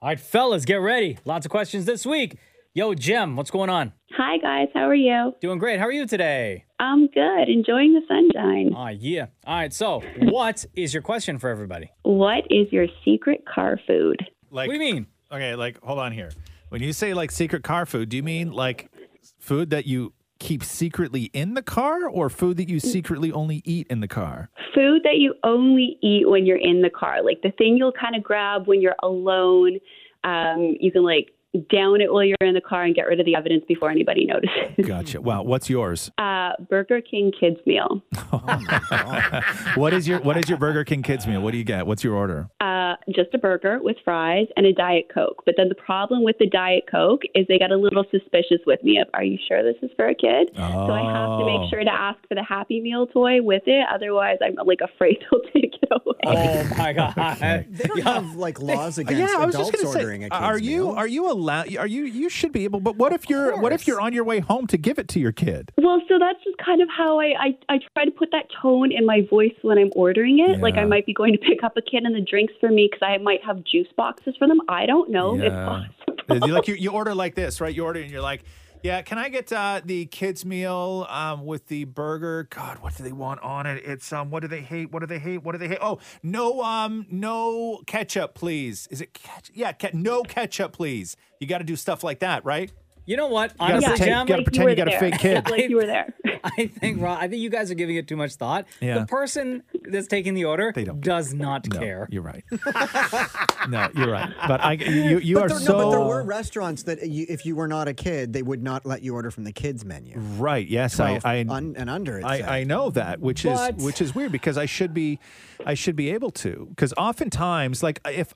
All right, fellas, get ready. Lots of questions this week. Yo, Jim, what's going on? Hi guys, how are you? Doing great. How are you today? I'm good, enjoying the sunshine. Ah, yeah. All right, so what is your question for everybody? What is your secret car food? Like, what do you mean? Okay, like hold on here. When you say like secret car food, do you mean like food that you keep secretly in the car, or food that you secretly only eat in the car? Food that you only eat when you're in the car, like the thing you'll kind of grab when you're alone. Um, you can like down it while you're in the car and get rid of the evidence before anybody notices. Gotcha. Wow, what's yours? Uh, Burger King kids meal. what is your What is your Burger King kids meal? What do you get? What's your order? Uh, just a burger with fries and a diet coke. But then the problem with the diet coke is they got a little suspicious with me of, are you sure this is for a kid? So I have to Oh. make sure to ask for the Happy Meal toy with it. Otherwise, I'm like afraid they'll take it away. Oh my god. They don't have like laws yeah, I was just gonna say, are you are you allowed? Are you you should be able? But what if you're what if you're on your way home to give it to your kid? Well, so that's just kind of how I, I I try to put that tone in my voice when I'm ordering it. Like I might be going to pick up a kid and the drinks for me because I might have juice boxes for them. I don't know. It's Yeah. You- like you, you order like this, right? You order and you're like, yeah, can I get uh, the kids meal um, with the burger? God, what do they want on it? It's um, what do they hate? What do they hate? What do they hate? Oh, no, um, no ketchup, please. Is it ketchup? Yeah, ke- no ketchup, please. You got to do stuff like that, right? You know what? gotta Honestly, pretend- you Jim, gotta Like you pretend you were got a there. fake kid. Like you were there. I think Ron, I think you guys are giving it too much thought. Yeah. The person that's taking the order does not care. You're right. No, you're right. But I, you, you But are there, so No, but there were restaurants that you, if you were not a kid, they would not let you order from the kids menu. right. Yes, I, 12 I un- and under. It said. I, I know that, which But- is which is weird because I should be, I should be able to because oftentimes like if.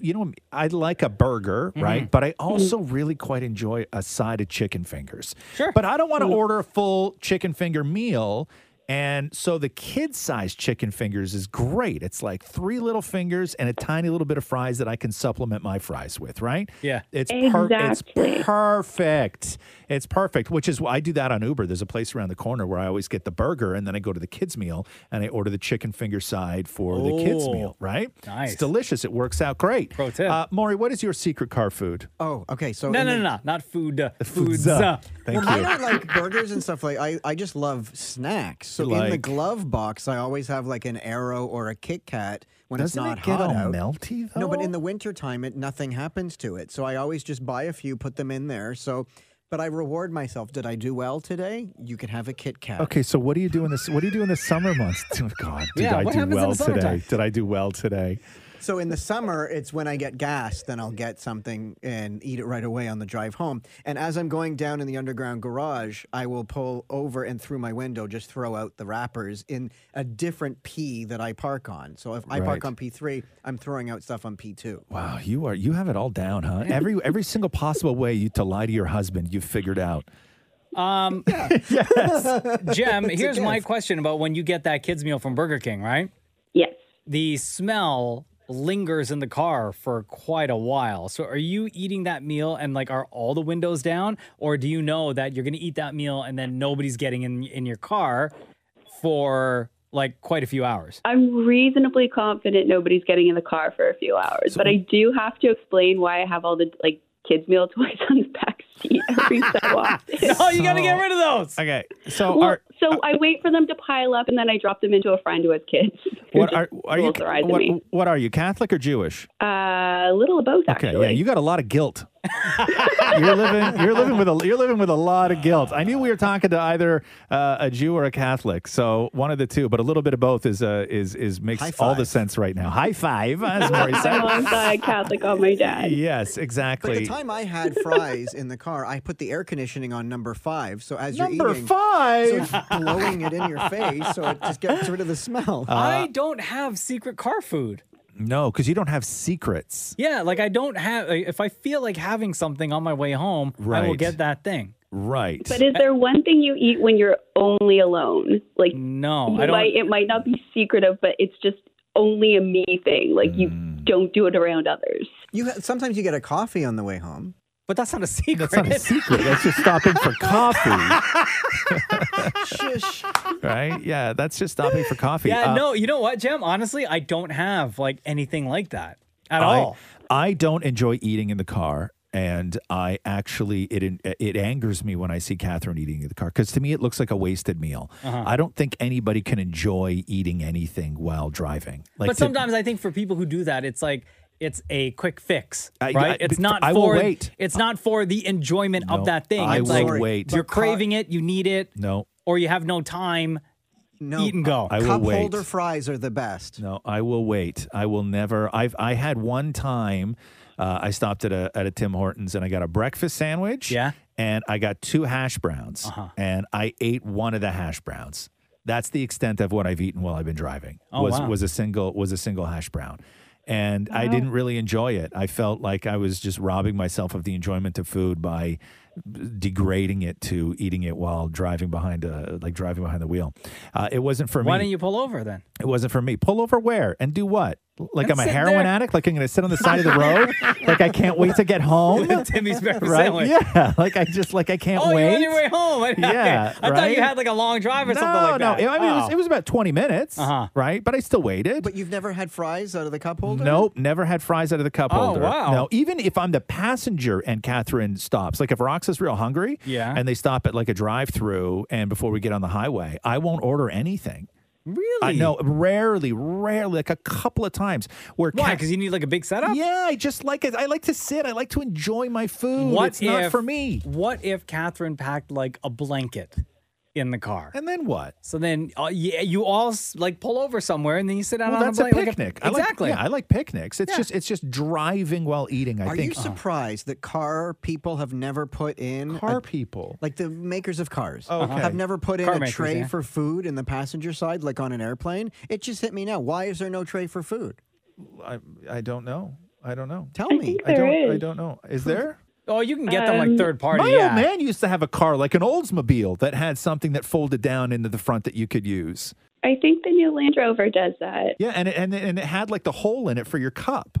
You know, I like a burger, right? Mhm. But I also really quite enjoy a side of chicken fingers. Sure. But I don't want to order a full chicken finger meal. And so the kid sized chicken fingers is great. It's like three little fingers and a tiny little bit of fries that I can supplement my fries with, right? Yeah. It's, per- it's perfect. It's perfect, which is why I do that on Uber. There's a place around the corner where I always get the burger and then I go to the kids' meal and I order the chicken finger side for the kids' Oh, meal, right? nice. It's delicious. It works out great. Pro tip. Uh, Maury, what is your secret car food? Oh, okay. So no, in no, the- no, no, not food. Uh, foods. Foods, uh, Uh, Thank well, you. I don't like burgers and stuff like I. I just love snacks. So You in the like- glove box, I always have like an arrow or a Kit Kat when it's Doesn't not it get hot all out. melty, No, but though? in the wintertime, it nothing happens to it. So I always just buy a few, put them in there. So, but I reward myself. Did I do well today? You can have a Kit Kat. Okay, so what do you do in this? What do you do in the summer months? Oh, God, did Yeah, I what do happens in well the summertime? today? Did I do well today? So in the summer, it's when I get gas, then I'll get something and eat it right away on the drive home. And as I'm going down in the underground garage, I will pull over and through my window just throw out the wrappers in a different P that I park on. So if I Right. park on P3, I'm throwing out stuff on P2. Wow, Oh, you are you have it all down, huh? Every every single possible way you to lie to your husband, you've figured out. um, Jem, It's a here's my gift. question about when you get that kids meal from Burger King, right? Yes. The smell lingers in the car for quite a while. So are you eating that meal and like are all the windows down or do you know that you're going to eat that meal and then nobody's getting in in your car for like quite a few hours? I'm reasonably confident nobody's getting in the car for a few hours, but I do have to explain why I have all the like kids meal toys on the back seat every so often. no, Oh, you got to get rid of those. Okay. Oh, So Well, are uh, so I wait for them to pile up and then I drop them into a friend who has kids. what are are you rolls their eyes at what, me. what are you Catholic or Jewish? Uh, a little of both, Okay, actually. yeah, you got a lot of guilt. You're living. You're living with a. You're living with a lot of guilt. I knew we were talking to either uh, a Jew or a Catholic, so one of the two. But a little bit of both is uh, is is makes High all the sense right now. High five, as Maury said. My mom's a Catholic on my dad. Yes, But exactly. the time I had fries in the car, I put the air conditioning on number five. So as Number you're eating, five? so it's blowing it in your face, so it just gets rid of the Oh. smell. I don't have secret car food. no, because you don't have secrets. Yeah, like I don't have. If I feel like having something on my way home, I will Right. get that thing. Right. But is there one thing you eat when you're only alone? Like no, you I don't- Might, it might not be secretive, but it's just only a me thing. Like you Mm. don't do it around others. You ha- sometimes you get a coffee on the way home. But that's not a secret. That's not a secret. That's just stopping for coffee, Shush. right? Yeah, that's just stopping for coffee. Yeah, Uh, no, you know what, Jem? Honestly, I don't have like anything like that at I, all. I don't enjoy eating in the car. And I actually, it it angers me when I see Catherine eating in the car because to me it looks like a wasted meal. Uh-huh. I don't think anybody can enjoy eating anything while driving. Like but to- sometimes I think for people who do that, it's like it's a quick fix, I- right? I- it's not. I for, will wait. It's not for the enjoyment No, of that thing. I it's will like wait. You're But car- craving it. You need it, no, or you have no time. No, eat and go. I will Cup wait. holder fries are the best. No, I will wait. I will never. I've I had one time. Uh, I stopped at a at a Tim Hortons and I got a breakfast sandwich. Yeah, and I got two hash browns, and I ate one of the hash browns. That's the extent of what I've eaten while I've been driving. Oh, was wow. was a single was a single hash brown, and I Wow. didn't really enjoy it. I felt like I was just robbing myself of the enjoyment of food by degrading it to eating it while driving behind a like driving behind the wheel. Uh, it wasn't for me. Why don't you pull over then? It wasn't for me. Pull over where and do what? Like And I'm a sit heroin there. addict? Like I'm going to sit on the side of the road? like I can't wait to get home? Timmy's breakfast Oh, right? sandwich. Yeah. Like I just like I can't Oh, wait. you're on your way home. I, Yeah, I thought right? you had like a long drive or no, something like that. no. I mean, it, was, Oh. it was about 20 minutes, Uh-huh. right? But I still waited. But you've never had fries out of the cup holder. Nope, never had fries out of the cup Oh, holder. wow. No, even if I'm the passenger and Catherine stops, like if Rox is real hungry, Yeah. and they stop at like a drive-through, and before we get on the highway, I won't order anything. Really? I know, rarely, rarely, like a couple of times. Where Why? Because you need like a big setup. Yeah, I just like it. I like to sit. I like to enjoy my food. What's it's not for me. What if Catherine packed like a blanket in the car? And then what? So then uh, yeah, you all s- like pull over somewhere and then you sit down Well, on that's a a blanket. like picnic. I like- exactly. yeah, I like picnics. It's just it's just driving while eating. I Are think. Uh-huh. you surprised that car people have never put in Car people, like the makers of cars, Oh, okay. have never put in Car a makers, tray yeah. for food in the passenger side, like on an airplane? It just hit me now. Why is there no tray for food? I I don't know. I don't know. Tell I me. I don't. I don't know. Is there? Oh, you can get them like Um, third party. My yeah. old man used to have a car like an Oldsmobile that had something that folded down into the front that you could use. I think the new Land Rover does that. Yeah, and it, and it- and it had like the hole in it for your cup.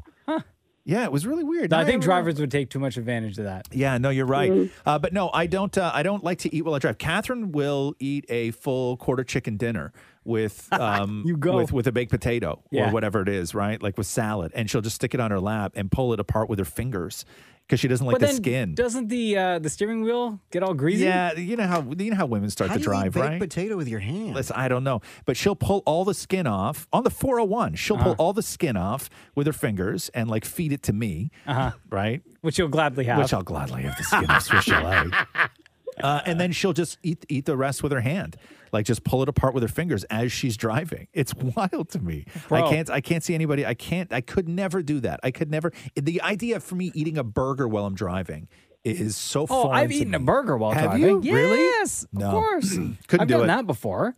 Yeah, it was really weird. No, I Now think remember. drivers would take too much advantage of that. Yeah, no, you're right. Mhm. Uh, but no, I don't. Uh, I don't like to eat while I drive. Catherine will eat a full quarter chicken dinner with um, You go. with with a baked potato Yeah. or whatever it is, right? Like with salad, and she'll just stick it on her lap and pull it apart with her fingers because she doesn't like but the then skin. doesn't the uh, the steering wheel get all greasy? Yeah, you know how you know how women start How to do you eat drive, baked right? Potato with your hand. Listen, I don't know, but she'll pull all the skin off on the 401. She'll Uh-huh. pull all the skin off with her fingers and like feed it to me, uh-huh. right? Which you'll gladly have. Which I'll gladly have the skin off Swiss Uh, and then she'll just eat eat the rest with her hand, like just pull it apart with her fingers as she's driving. It's wild to me. Bro. I can't I can't see anybody. I can't I could never do that. I could never. The idea for me eating a burger while I'm driving is so. Oh, foreign I've to eaten me. a burger while Have driving. You? Really? Yes, of No. course. Couldn't I've do done it. that before.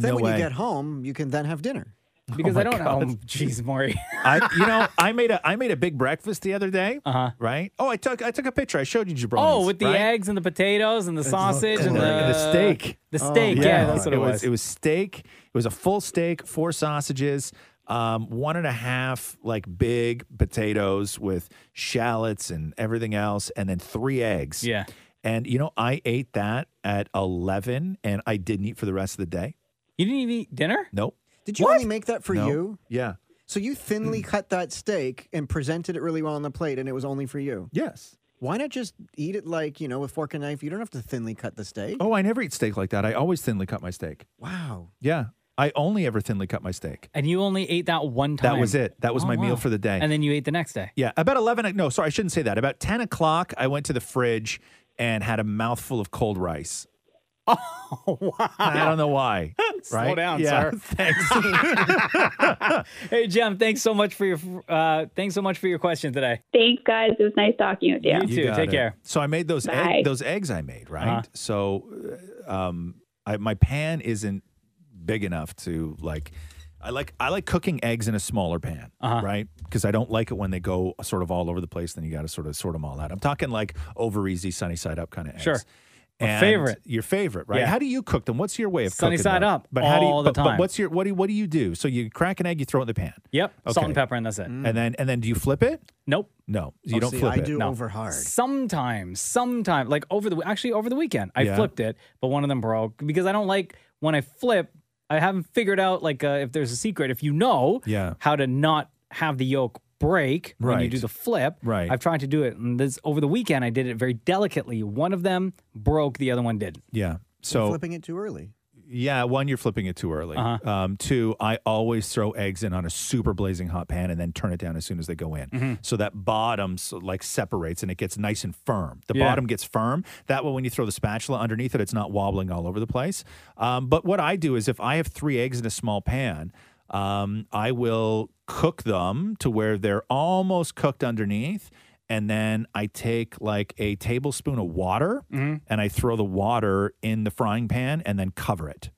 There's then no when way. you get home, you can then have dinner. Because Oh my I don't God. know. Jeez, Maury. I, you know, I made a I made a big breakfast the other day. Uh-huh. Right? Oh, I took I took a picture. I showed you Jabroni. Oh, with the eggs and the potatoes and the sausage and, the, the steak. Oh, The steak, yeah, that's what it, It was steak. It was a full steak, four sausages, um, one and a half like big potatoes with shallots and everything else, and then three eggs. Yeah. And you know, I ate that at eleven, and I didn't eat for the rest of the day. You didn't even eat dinner? Nope. Did you only make that for No. you? Yeah. So you thinly cut that steak and presented it really well on the plate, and it was only for you. Yes. Why not just eat it like you know with fork and knife? You don't have to thinly cut the steak. Oh, I never eat steak like that. I always thinly cut my steak. Wow. Yeah. I only ever thinly cut my steak. And you only ate that one time. That was it. That was Oh, my meal wow. for the day. And then you ate the next day. Yeah, about 11. o- No, sorry, I shouldn't say that. About 10 o'clock, I went to the fridge and had a mouthful of cold rice. Oh, wow. I don't know why. Slow right? down, yeah. sir. Thanks. hey, Jem, thanks so much for your uh, thanks so much for your question today. Thanks, guys. It was nice talking with you. You too. got Take it. care. Uh-huh. So I made those Bye. egg, those eggs I made right. So uh, um, I, my pan isn't big enough to like. I like I like cooking eggs in a smaller pan, Uh-huh. right? Because I don't like it when they go sort of all over the place. Then you got to sort of sort them all out. I'm talking like over easy, sunny side up kind of eggs. Sure. My And favorite. your favorite, right? Yeah. How do you cook them? What's your way of Sunny cooking side them? up how do you, all the but- But time. what's your what do you, what do you do? So you crack an egg, you throw it in the pan. Yep. Salt Okay. and pepper, and that's it. And then and then do you flip it? Nope. No, Oh, Oh, you don't flip it. No. Sometimes, sometimes, like over the actually over the weekend, I Yeah. flipped it, but one of them broke because I don't like when I flip. I haven't figured out like uh, if there's a secret. If you know Yeah. how to not have the yolk break when you Right. do the flip, Right. I've tried to do it, and this over the weekend I did it very delicately. One of them broke, the other one didn't. Yeah. So flipping it too early. Yeah, one, you're flipping it too early. Uh-huh. Um, two, I always throw eggs in on a super blazing hot pan and then turn it down as soon as they go in, Mhm. so that bottom so, like separates and it gets nice and firm. The Yeah. bottom gets firm. That way, when you throw the spatula underneath it, it's not wobbling all over the place. Um, but what I do is, if I have three eggs in a small pan, um, I will cook them to where they're almost cooked underneath. And then I take like a tablespoon of water Mhm. and I throw the water in the frying pan and then cover it.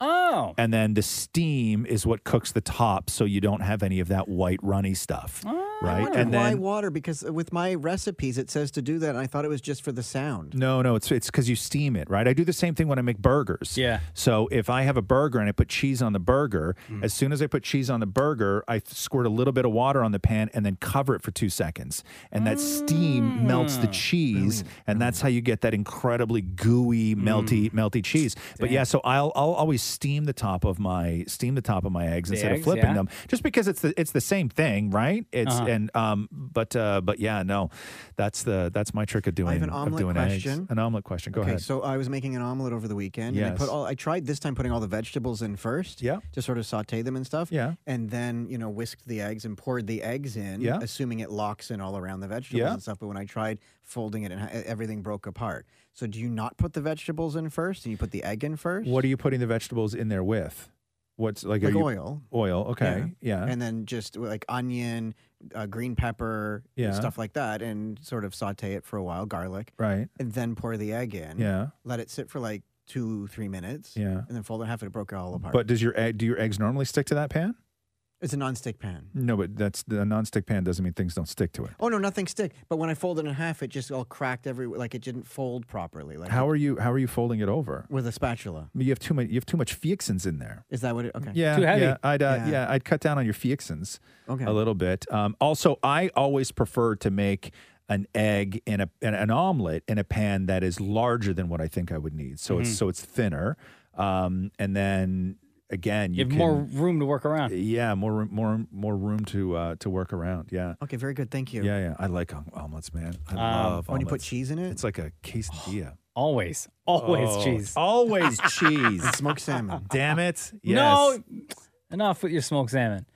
Oh, And then the steam is what cooks the top so you don't have any of that white runny stuff. Ah, I right? wonder And why then water? Because with my recipes, it says to do that, and I thought it was just for the sound. no, no, it's it's cuz you steam it, right? I do the same thing when I make burgers. Yeah. So if I have a burger and I put cheese on the burger, Mm-hmm. as soon as I put cheese on the burger, I squirt a little bit of water on the pan and then cover it for 2 seconds. And that Mm. steam melts the cheese and that's how you get that incredibly gooey, Mm. melty melty cheese. But yeah, so I'll I'll always steam the top of my steam the top of my eggs The instead eggs, of flipping yeah. them just because it's the it's the same thing, right? It's Uh-huh. and um but uh but yeah, no. That's the that's my trick of doing I have an of omelet doing question. eggs. An omelet question. Go okay, ahead. so I was making an omelet over the weekend, and I Yes. put all I tried this time putting all the vegetables in first, Yeah. to sort of saute them and stuff, Yeah. and then you know whisked the eggs and poured the eggs in, Yeah. assuming it locks in all around the vegetables Yeah. and stuff. But when I tried folding it, and ha- everything broke apart. So do you not put the vegetables in first, and you put the egg in first? What are you putting the vegetables in there with? What's like, Like are you- oil. Oil, okay. Yeah. And then just like onion, uh, green pepper, Yeah. stuff like that, and sort of saute it for a while, garlic. Right. And then pour the egg in. Yeah. Let it sit for like two, three minutes. Yeah. And then fold it in half and it broke all apart. But does your egg do your eggs normally stick to that pan? it's a nonstick pan. No, but that's the nonstick pan doesn't mean things don't stick to it. Oh no, nothing stick. But when I fold it in half, it just all cracked every like it didn't fold properly. Like How are you how are you folding it over? with a spatula. You have too much you have too much fixins in there. Is that what it okay. Yeah, Yeah, I'd, uh, yeah. I'd cut down on your fixins Okay. a little bit. Um, also, I always prefer to make an egg in a in an omelet in a pan that is larger than what I think I would need. So Mhm. it's so it's thinner, um, and then again, You you have can, more room to work around. Yeah, more room, more more room to uh, to work around. Yeah. Okay, very good. Thank you. Yeah, yeah. I like om- omelets, man. I Um, love Oh, and you put omelets. cheese in it? It's like a quesadilla. Always, always Oh, cheese. Always cheese. smoked salmon. Damn it. Yes. No, enough with your smoked salmon.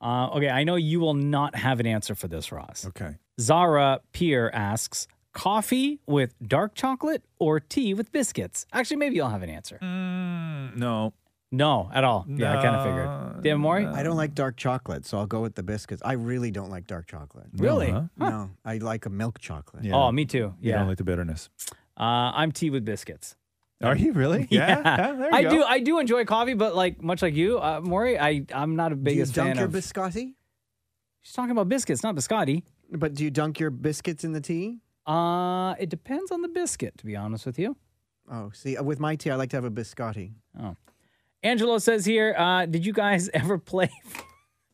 Uh, okay, I know you will not have an answer for this, Ross. Okay. Zara Pierre asks coffee with dark chocolate or tea with biscuits? Actually, maybe you'll have an answer. Mm, no. No, at Oh, all. Yeah, I kind of figured. Dan Mori? I don't like dark chocolate, so I'll go with the biscuits. I really don't like dark chocolate. Really? No, No, huh? I like a milk chocolate. Oh, me too. You Yeah. don't like the bitterness. uh, I'm tea with biscuits. Are you really? Yeah, there you I go. do. I do enjoy coffee, but like much like you, uh, Maury, I I'm not a Do you biggest dunk fan your of. biscotti? She's talking about biscuits, not biscotti. But do you dunk your biscuits in the tea? Uh, it depends on the biscuit, to be honest with you. Oh, see, uh, with my tea, I like to have a biscotti. Oh. Angelo says here, uh, did you guys ever play?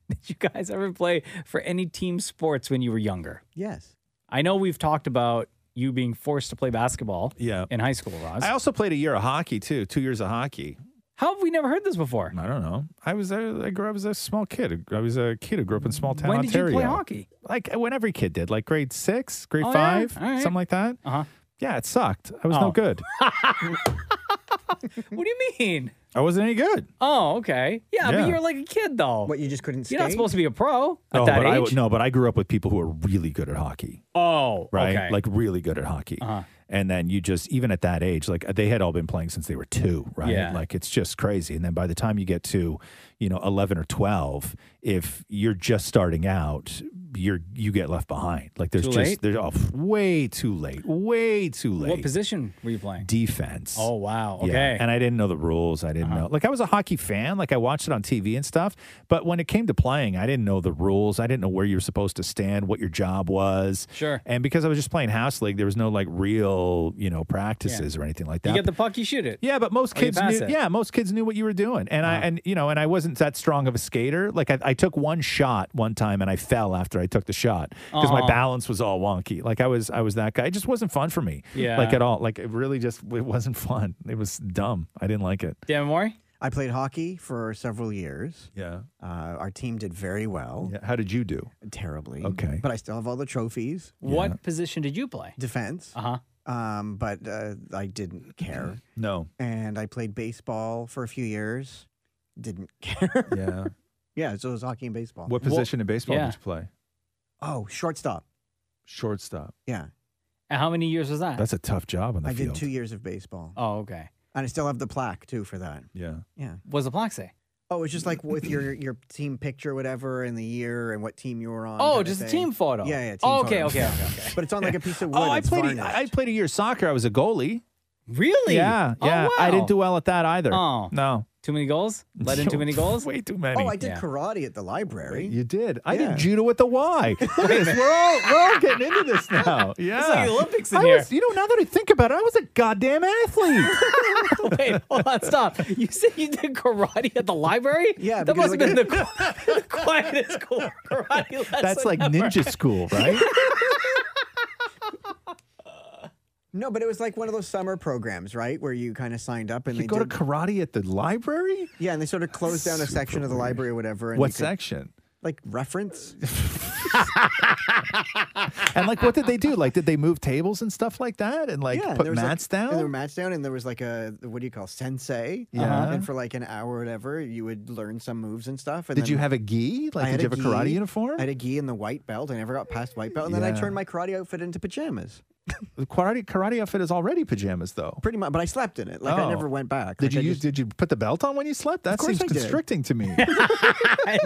did you guys ever play for any team sports when you were younger? Yes. I know we've talked about you being forced to play basketball. Yeah. In high school, Roz. I also played a year of hockey too. Two years of hockey. How have we never heard this before? I don't know. I was a, I grew up as a small kid. I was a kid who grew up in small town When did you Ontario. play hockey? Like when every kid did, like grade six, grade Oh, yeah? five, All right. something like that. Uh huh. Yeah, it sucked. I was Oh. no good. What do you mean? I wasn't any good. Oh, okay. Yeah, Yeah. but you're like a kid though. What you just couldn't. You're not skate? supposed to be a pro at no, that but I, age. no, but I grew up with people who are really good at hockey. Oh, right? okay. Like really good at hockey. Uh-huh. And then you just even at that age, like they had all been playing since they were two, right? Yeah. Like it's just crazy. And then by the time you get to, you know, eleven or twelve, if you're just starting out, you're you get left behind. Like there's Too just late? there's oh, way too late, way too late. What position were you playing? Defense. Oh wow. Yeah, Okay. Uh-huh. And I didn't know the rules. I didn't know. Like I was a hockey fan. Like I watched it on TV and stuff. But when it came to playing, I didn't know the rules. I didn't know where you were supposed to stand, what your job was. Sure. And because I was just playing house league, there was no like real, you know, practices or anything like that. you get the puck, you shoot it. Yeah, but most Or you kids pass knew, it. yeah, most kids knew what you were doing, and Uh-huh. I and you know, and I wasn't that strong of a skater. Like I, I took one shot one time, and I fell after I took the shot because my Aw. balance was all wonky. Like I was, I was that guy. It just wasn't fun for me, Yeah. like at all. Like it really just it wasn't fun. It was dumb. I didn't like it. Dan Mori? I played hockey for several years. Yeah. Uh, our team did very well. How did you do? Terribly. Okay. But I still have all the trophies. What position did you play? Defense. Uh huh. Um, but uh, I didn't care. No. And I played baseball for a few years. Didn't care. Yeah. yeah. So it was hockey and baseball. What position in baseball did you play? Oh, shortstop. Shortstop. Yeah. And how many years was that? That's a tough job on the I field. did two years of baseball. Oh, okay. And I still have the plaque too for that. yeah. Yeah. Was the plaque say? Oh, it's just like with your your team picture, whatever, and the year and what team you were on. Oh, kinda just a thing. team photo. Yeah, yeah. Team Oh, okay, photo. okay, okay, okay. But it's on like a piece of wood. Oh, I it's played. varnish. I played a year of soccer. I was a goalie. Really? Yeah. Oh, Yeah. I wow. didn't do well at that either. Oh. No. Too many goals? Let in too many goals? Way too many. Oh, I did karate at the library. You did. I Yeah. did judo with the Y. Look at this. We're all we're all getting into this now. Yeah. like the Olympics in I here. Was, you know, now that I think about it, I was a goddamn athlete. Wait, hold on, stop. You said you did karate at the library? Yeah, that because must have like been the, qu- the quietest qu- karate lesson. That's like ever. ninja school, right? No, but it was like one of those summer programs, right, where you kind of signed up and You they go did, to karate at the library? Yeah, and they sort of closed down a Super section of the weird. library or whatever. And you What could- section? Like reference. And like, what did they do? Like, did they move tables and stuff like that? And like, yeah, and put there was, mats like, and down? There were mats down, and there was like a what do you call sensei? uh, Yeah. and for like an hour or whatever, you would learn some moves and stuff. And Did then you have a gi? Like, I did had you have a karati gi. uniform? I had a gi and the white belt. I never got past white belt, and then I Yeah. turned my karate outfit into pajamas. The karate karate outfit is already pajamas though. Pretty much, but I slept in it. Like I Oh. never went back. Did Like, I you use, just- did you put the belt on when you slept? That course seems I did. constricting to me,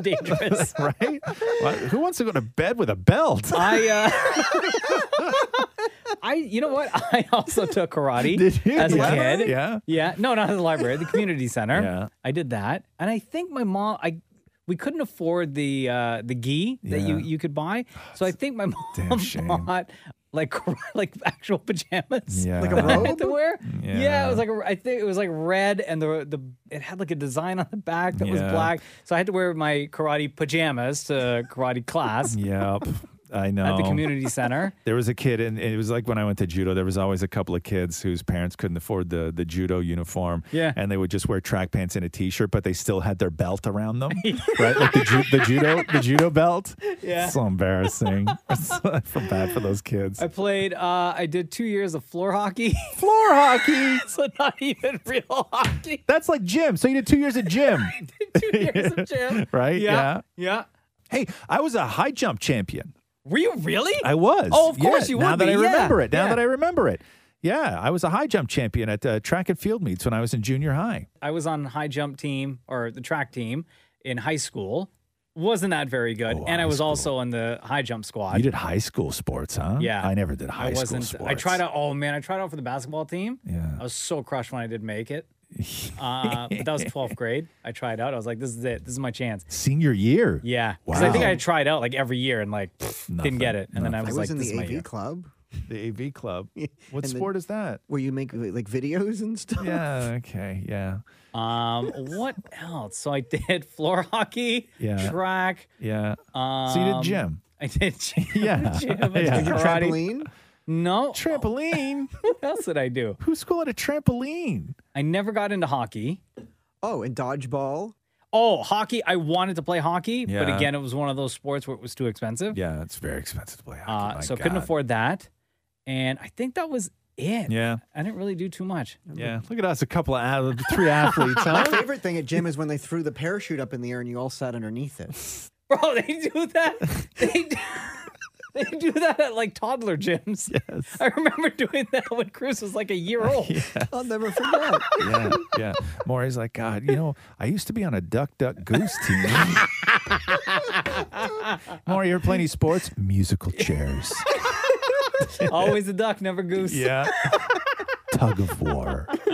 dangerous. right? Why- Who wants to go to bed with a belt? I, uh, I, you know what? I also took karate Did you? as a Yeah. kid. Yeah. yeah. No, not at the library, the community center. Yeah, I did that, and I think my mom, I, we couldn't afford the uh, the gi that you Yeah. you could buy, so I think my mom shame. bought like kara- like actual pajamas, Yeah. like Like a I had to wear. Yeah. Yeah. it was like a, I think it was like red, and the the it had like a design on the back that was Yeah. black, so I had to wear my karate pajamas to karate class. Yep, I know. At the community center. There was a kid, and and it was like when I went to judo. There was always a couple of kids whose parents couldn't afford the the judo uniform. Yeah. and they would just wear track pants and a t shirt, but they still had their belt around them, right? Like the, ju- the judo the judo belt. Yeah. so embarrassing. I feel bad for those kids. I played. Uh, I did two years of floor hockey. Floor hockey. so not even real hockey. That's like gym. So you did two years of gym. Two years of gym. right? Yeah. Yeah. Hey, I was a high jump champion. Were you really? I was. Oh, of course Yeah, you would. Now that be. I Yeah. remember it. Now Yeah. that I remember it. Yeah, I was a high jump champion at uh, track and field meets when I was in junior high. I was on high jump team or the track team in high school. Wasn't that very good? and I was also on the high jump squad. Oh, You did high school sports, huh? Yeah. I never did high I school wasn't. sports. I tried out. Oh man, I tried out for the basketball team. Yeah. I was so crushed when I didn't make it. Uh, but that was 12th grade. I tried out. I was like, this is it. This is my chance. Senior year. Yeah, because I think Wow. I tried out like every year and like pff, didn't get it, and then I was, like, in "This is the my AV year." club. The AV club. What And the- sport is that? Where you make like videos and stuff. Yeah, okay, yeah. Um, what else? So I did floor hockey, Yeah. track. Yeah. Um, So you did gym. I did gym. Yeah. gym. I Yeah. did Did you karate. trampoline? No. Trampoline. what else did I do? Who's school at a trampoline? I never got into hockey. Oh, and dodgeball. Oh, hockey. I wanted to play hockey, but Yeah. again, it was one of those sports where it was too expensive. Yeah, it's very expensive to play hockey. Uh, my so couldn't God. afford that. And I think that was it. Yeah. I didn't really do too much. Yeah. Look at us, a couple of ad- Uh, three athletes, My huh? favorite thing at gym is when they threw the parachute up in the air and you all sat underneath it. Bro, they do that. They do, they do that at like toddler gyms. Yes. I remember doing that when Chris was like a year old. I'll never forget. yeah, yeah. Maury's like, God, you know, I used to be on a duck, duck, goose team. Maury, you ever play any sports? Musical chairs. Always a duck, never goose. Yeah. Tug of war.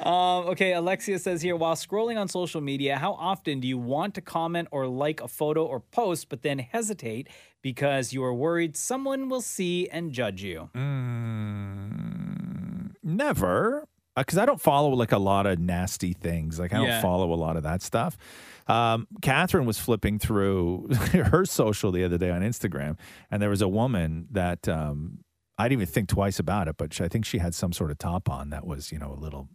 um, okay, Alexia says here while scrolling on social media, how often do you want to comment or like a photo or post, but then hesitate because you are worried someone will see and judge you? Never. Because I don't follow like a lot of nasty things. Like I don't Yeah. follow a lot of that stuff. Um, Catherine was flipping through her social the other day on Instagram, and there was a woman that um, I didn't even think twice about it, but she, I think she had some sort of top on that was you know a little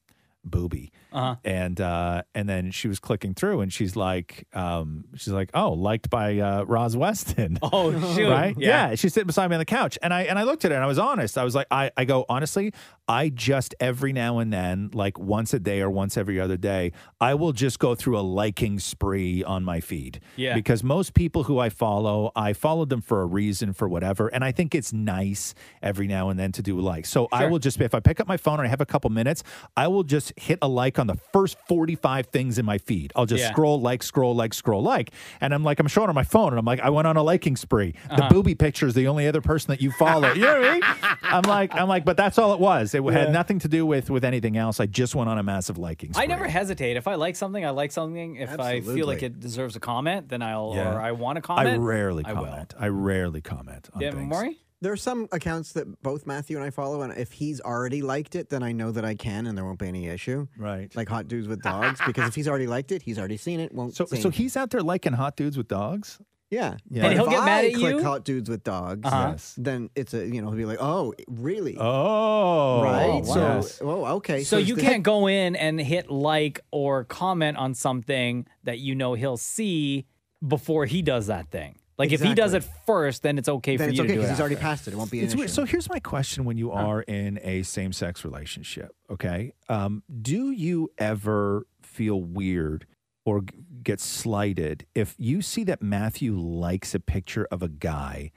booby, Uh-huh. and uh, and then she was clicking through, and she's like, um, she's like, oh, liked by uh, Roz Weston. Oh, shoot. right? Yeah. Yeah. she's sitting beside me on the couch, and I and I looked at her, and I was honest. I was like, I, I go honestly, I just every now and then, like once a day or once every other day, I will just go through a liking spree on my feed. Yeah. because most people who I follow, I followed them for a reason, for whatever, and I think it's nice every now and then to do like. So I Sure. will just if I pick up my phone and I have a couple minutes, I will just hit a like on the first forty five things in my feed. I'll just Yeah. scroll like, scroll like, scroll like, and I'm like, I'm showing her my phone, and I'm like, I went on a liking spree. Uh-huh. The booby picture is the only other person that you follow. you know what I mean? I'm like, I'm like, but that's all it was. It Yeah. had nothing to do with with anything else. I just went on a massive liking. Spree. I never hesitate. If I like something, I like something. If I feel like Absolutely. it deserves a comment, then I'll Yeah. or I want to comment. I rarely I will. comment. I rarely comment. On things. There are some accounts that both Matthew and I follow, and if he's already liked it, then I know that I can, and there won't be any issue. Right. Like hot dudes with dogs, because if he's already liked it, he's already seen it. Won't. So, see. so he's out there liking hot dudes with dogs. Yeah. Yeah. But And he'll if get mad I at click you? Hot dudes with dogs. Uh-huh. Then it's a you know he'll be like, oh really? Oh. Right. Oh, so wow. oh okay. So, you it's the- can't go in and hit like or comment on something that you know he'll see before he does that thing. Like if he does it first, then it's okay Then for it's you okay to do it. because he's already after. passed it. It won't be an It's weird. issue. So here's my question: When you are in a same-sex relationship, okay, um, do you ever feel weird or g- get slighted if you see that Matthew likes a picture of a guy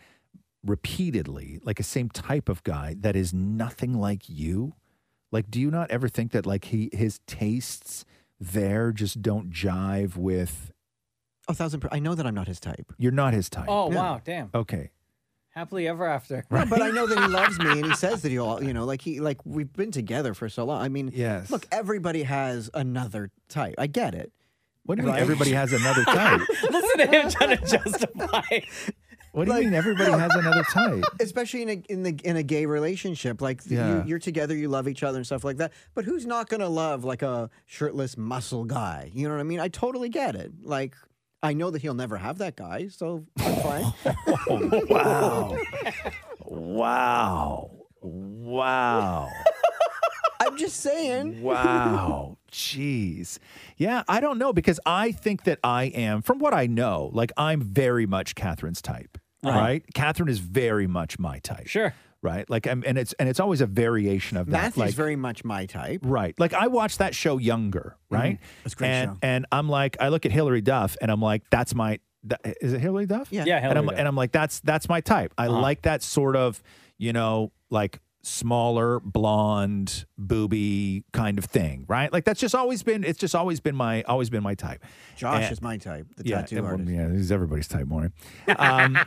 repeatedly, like a same type of guy that is nothing like you? Like, do you not ever think that like he his tastes there just don't jive with? A thousand. Per- I know that I'm not his type. You're not his type. Oh wow, damn. Okay. Happily ever after. No, but I know that he loves me, and he says that he'll, you know, like he, like we've been together for so long. I mean, Yes. Look, everybody has another type. I get it. What do you mean everybody has another type? Listen to him trying to justify. What do you mean everybody has another type? Especially in a in the in a gay relationship, like Yeah. you, you're together, you love each other and stuff like that. But who's not gonna love like a shirtless muscle guy? You know what I mean? I totally get it. Like I know that he'll never have that guy, so I'm fine. wow. Wow. Wow. I'm just saying. Wow. Jeez. Yeah, I don't know because I think that I am, from what I know, like I'm very much Catherine's type. Uh-huh. Right? Catherine is very much my type. Sure. Right? Like I'm, and it's and it's always a variation of that. Matthew's like, very much my type. Mm-hmm. Right. Like I watched that show younger, right? That's a great and, show. and I'm like, I look at Hillary Duff and I'm like, that's my that, is it Hillary Duff? Yeah. Yeah, and I'm Hillary Duff. and I'm like, that's that's my type. I Uh-huh. like that sort of, you know, like smaller, blonde, booby kind of thing, right? Like that's just always been it's just always been my always been my type. Josh And- is my type, the yeah, tattoo everyone- artist. Yeah, he's everybody's type, Maureen. Um,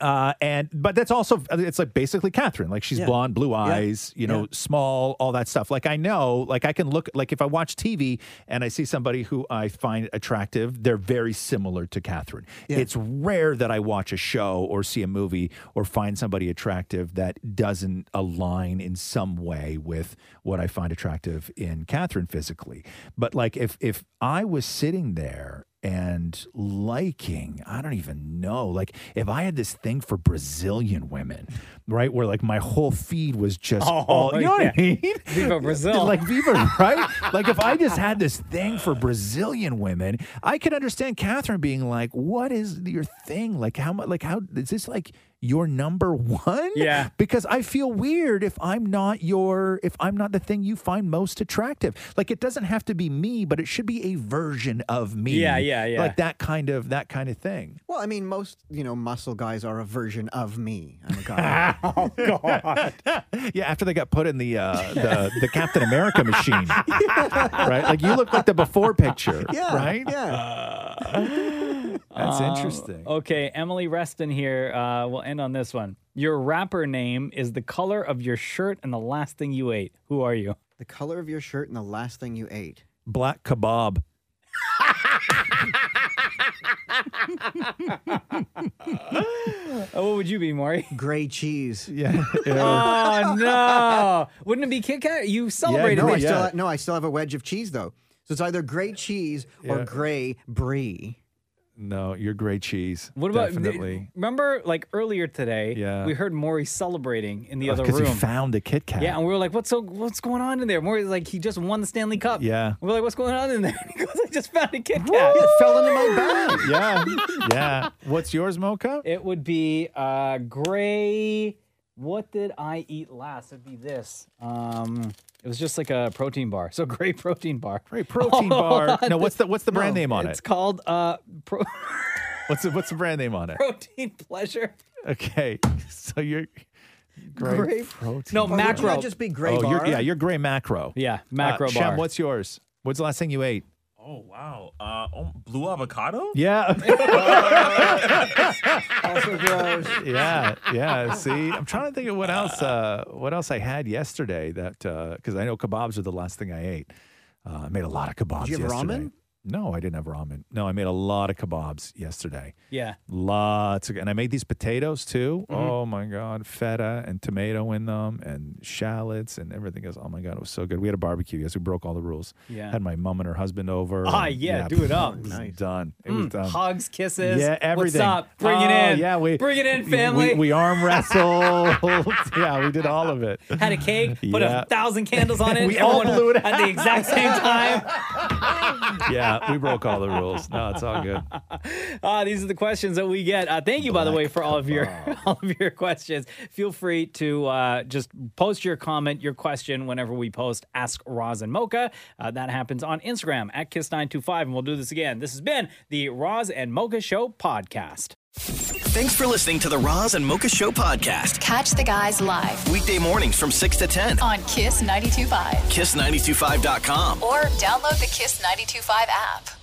uh, and but that's also it's like basically Catherine. Like she's Yeah. blonde, blue Yeah. eyes, you know, Yeah. small, all that stuff. Like I know, like I can look like if I watch TV and I see somebody who I find attractive, they're very similar to Catherine. It's rare that I watch a show or see a movie or find somebody attractive that doesn't align in some way with what I find attractive in Catherine physically. But like if if I was sitting there and liking. I don't even know. Like if I had this thing for Brazilian women, right? Where like my whole feed was just Oh, all you know what I yeah. mean? Viva Brazil. like Viva, right? like if I just had this thing for Brazilian women, I could understand Catherine being like, what is your thing? Like how much like how is this like your number one? Yeah. Because I feel weird if I'm not your if I'm not the thing you find most attractive. Like it doesn't have to be me, but it should be a version of me. Yeah, yeah, yeah. Like that kind of that kind of thing. Well, I mean, most you know muscle guys are a version of me. I'm a guy. oh God. yeah, after they got put in the uh the, the Captain America machine. Right? Like you look like the before picture. Yeah, Right? Yeah. That's Um, interesting. Okay, Emily Reston here. Uh, we'll end on this one. Your rapper name is the color of your shirt and the last thing you ate. Who are you? The color of your shirt and the last thing you ate. Black kebab. Oh, what would you be, Maury? Gray cheese. Yeah. oh no! Wouldn't it be Kit Kat? You celebrated no, I it. still ha- no, I still have a wedge of cheese though. So it's either gray cheese or Yeah. gray brie. No, you're gray cheese. What about definitely? remember like earlier today? Yeah. we heard Maury celebrating in the Oh, other 'cause room. he found a Kit Kat. yeah, and we were like, "What's so? What's going on in there?" Maury's like, "He just won the Stanley Cup." Yeah. we're like, "What's going on in there?" He goes, "I just found a Kit Kat. It fell into my bag. yeah. Yeah. What's yours, Mocha? It would be uh, gray. What did I eat last? It'd be this. Um, it was just like a protein bar. So gray protein bar. Great protein bar. No, what's the- what's the brand name on It's it? called uh, pro- What's the, what's the brand name on it? protein pleasure. Okay. So you're gray, Gray- protein. No, Or wouldn't macro. that just be gray oh, you're- bar? yeah, you're gray macro. Yeah, macro uh, Shem, bar. what's yours? What's the last thing you ate? Oh wow. Uh, oh, blue avocado. Yeah. also gross. yeah, yeah. See, I'm trying to think of what else. Uh, what else I had yesterday that because I know kebabs are the last thing I ate. Uh, I made a lot of kebabs. Did you have yesterday. ramen? No, I didn't have ramen. No, I made a lot of kebabs yesterday. Yeah. Lots of, and I made these potatoes too. Mm-hmm. Oh my god, feta and tomato in them, and shallots and everything else. Oh my god, it was so good. We had a barbecue. Yes, we broke all the rules. Yeah. had my mom and her husband over. Ah, and yeah, do it up. It was done. It was Mm, done. Hugs, kisses. um, Yeah, everything. What's up? Bring it Oh, in. Yeah, we bring it in, we- family. We, arm wrestled. yeah, we did all of it. Had a cake, put Yeah. a thousand candles on it. We all everyone blew it at the exact same time. Yeah, we broke all the rules. No, it's all good. Uh, these are the questions that we get. Uh, thank you, by the way, for all of your all of your questions. Feel free to uh, just post your comment, your question, whenever we post Ask Roz and Mocha. Uh, that happens on Instagram at Kiss925, and we'll do this again. This has been the Roz and Mocha Show podcast. Thanks for listening to the Roz and Mocha Show podcast. Catch the guys live Weekday mornings from 6 to 10. on Kiss 92.5 Kiss925.com. or download the Kiss 92.5 app.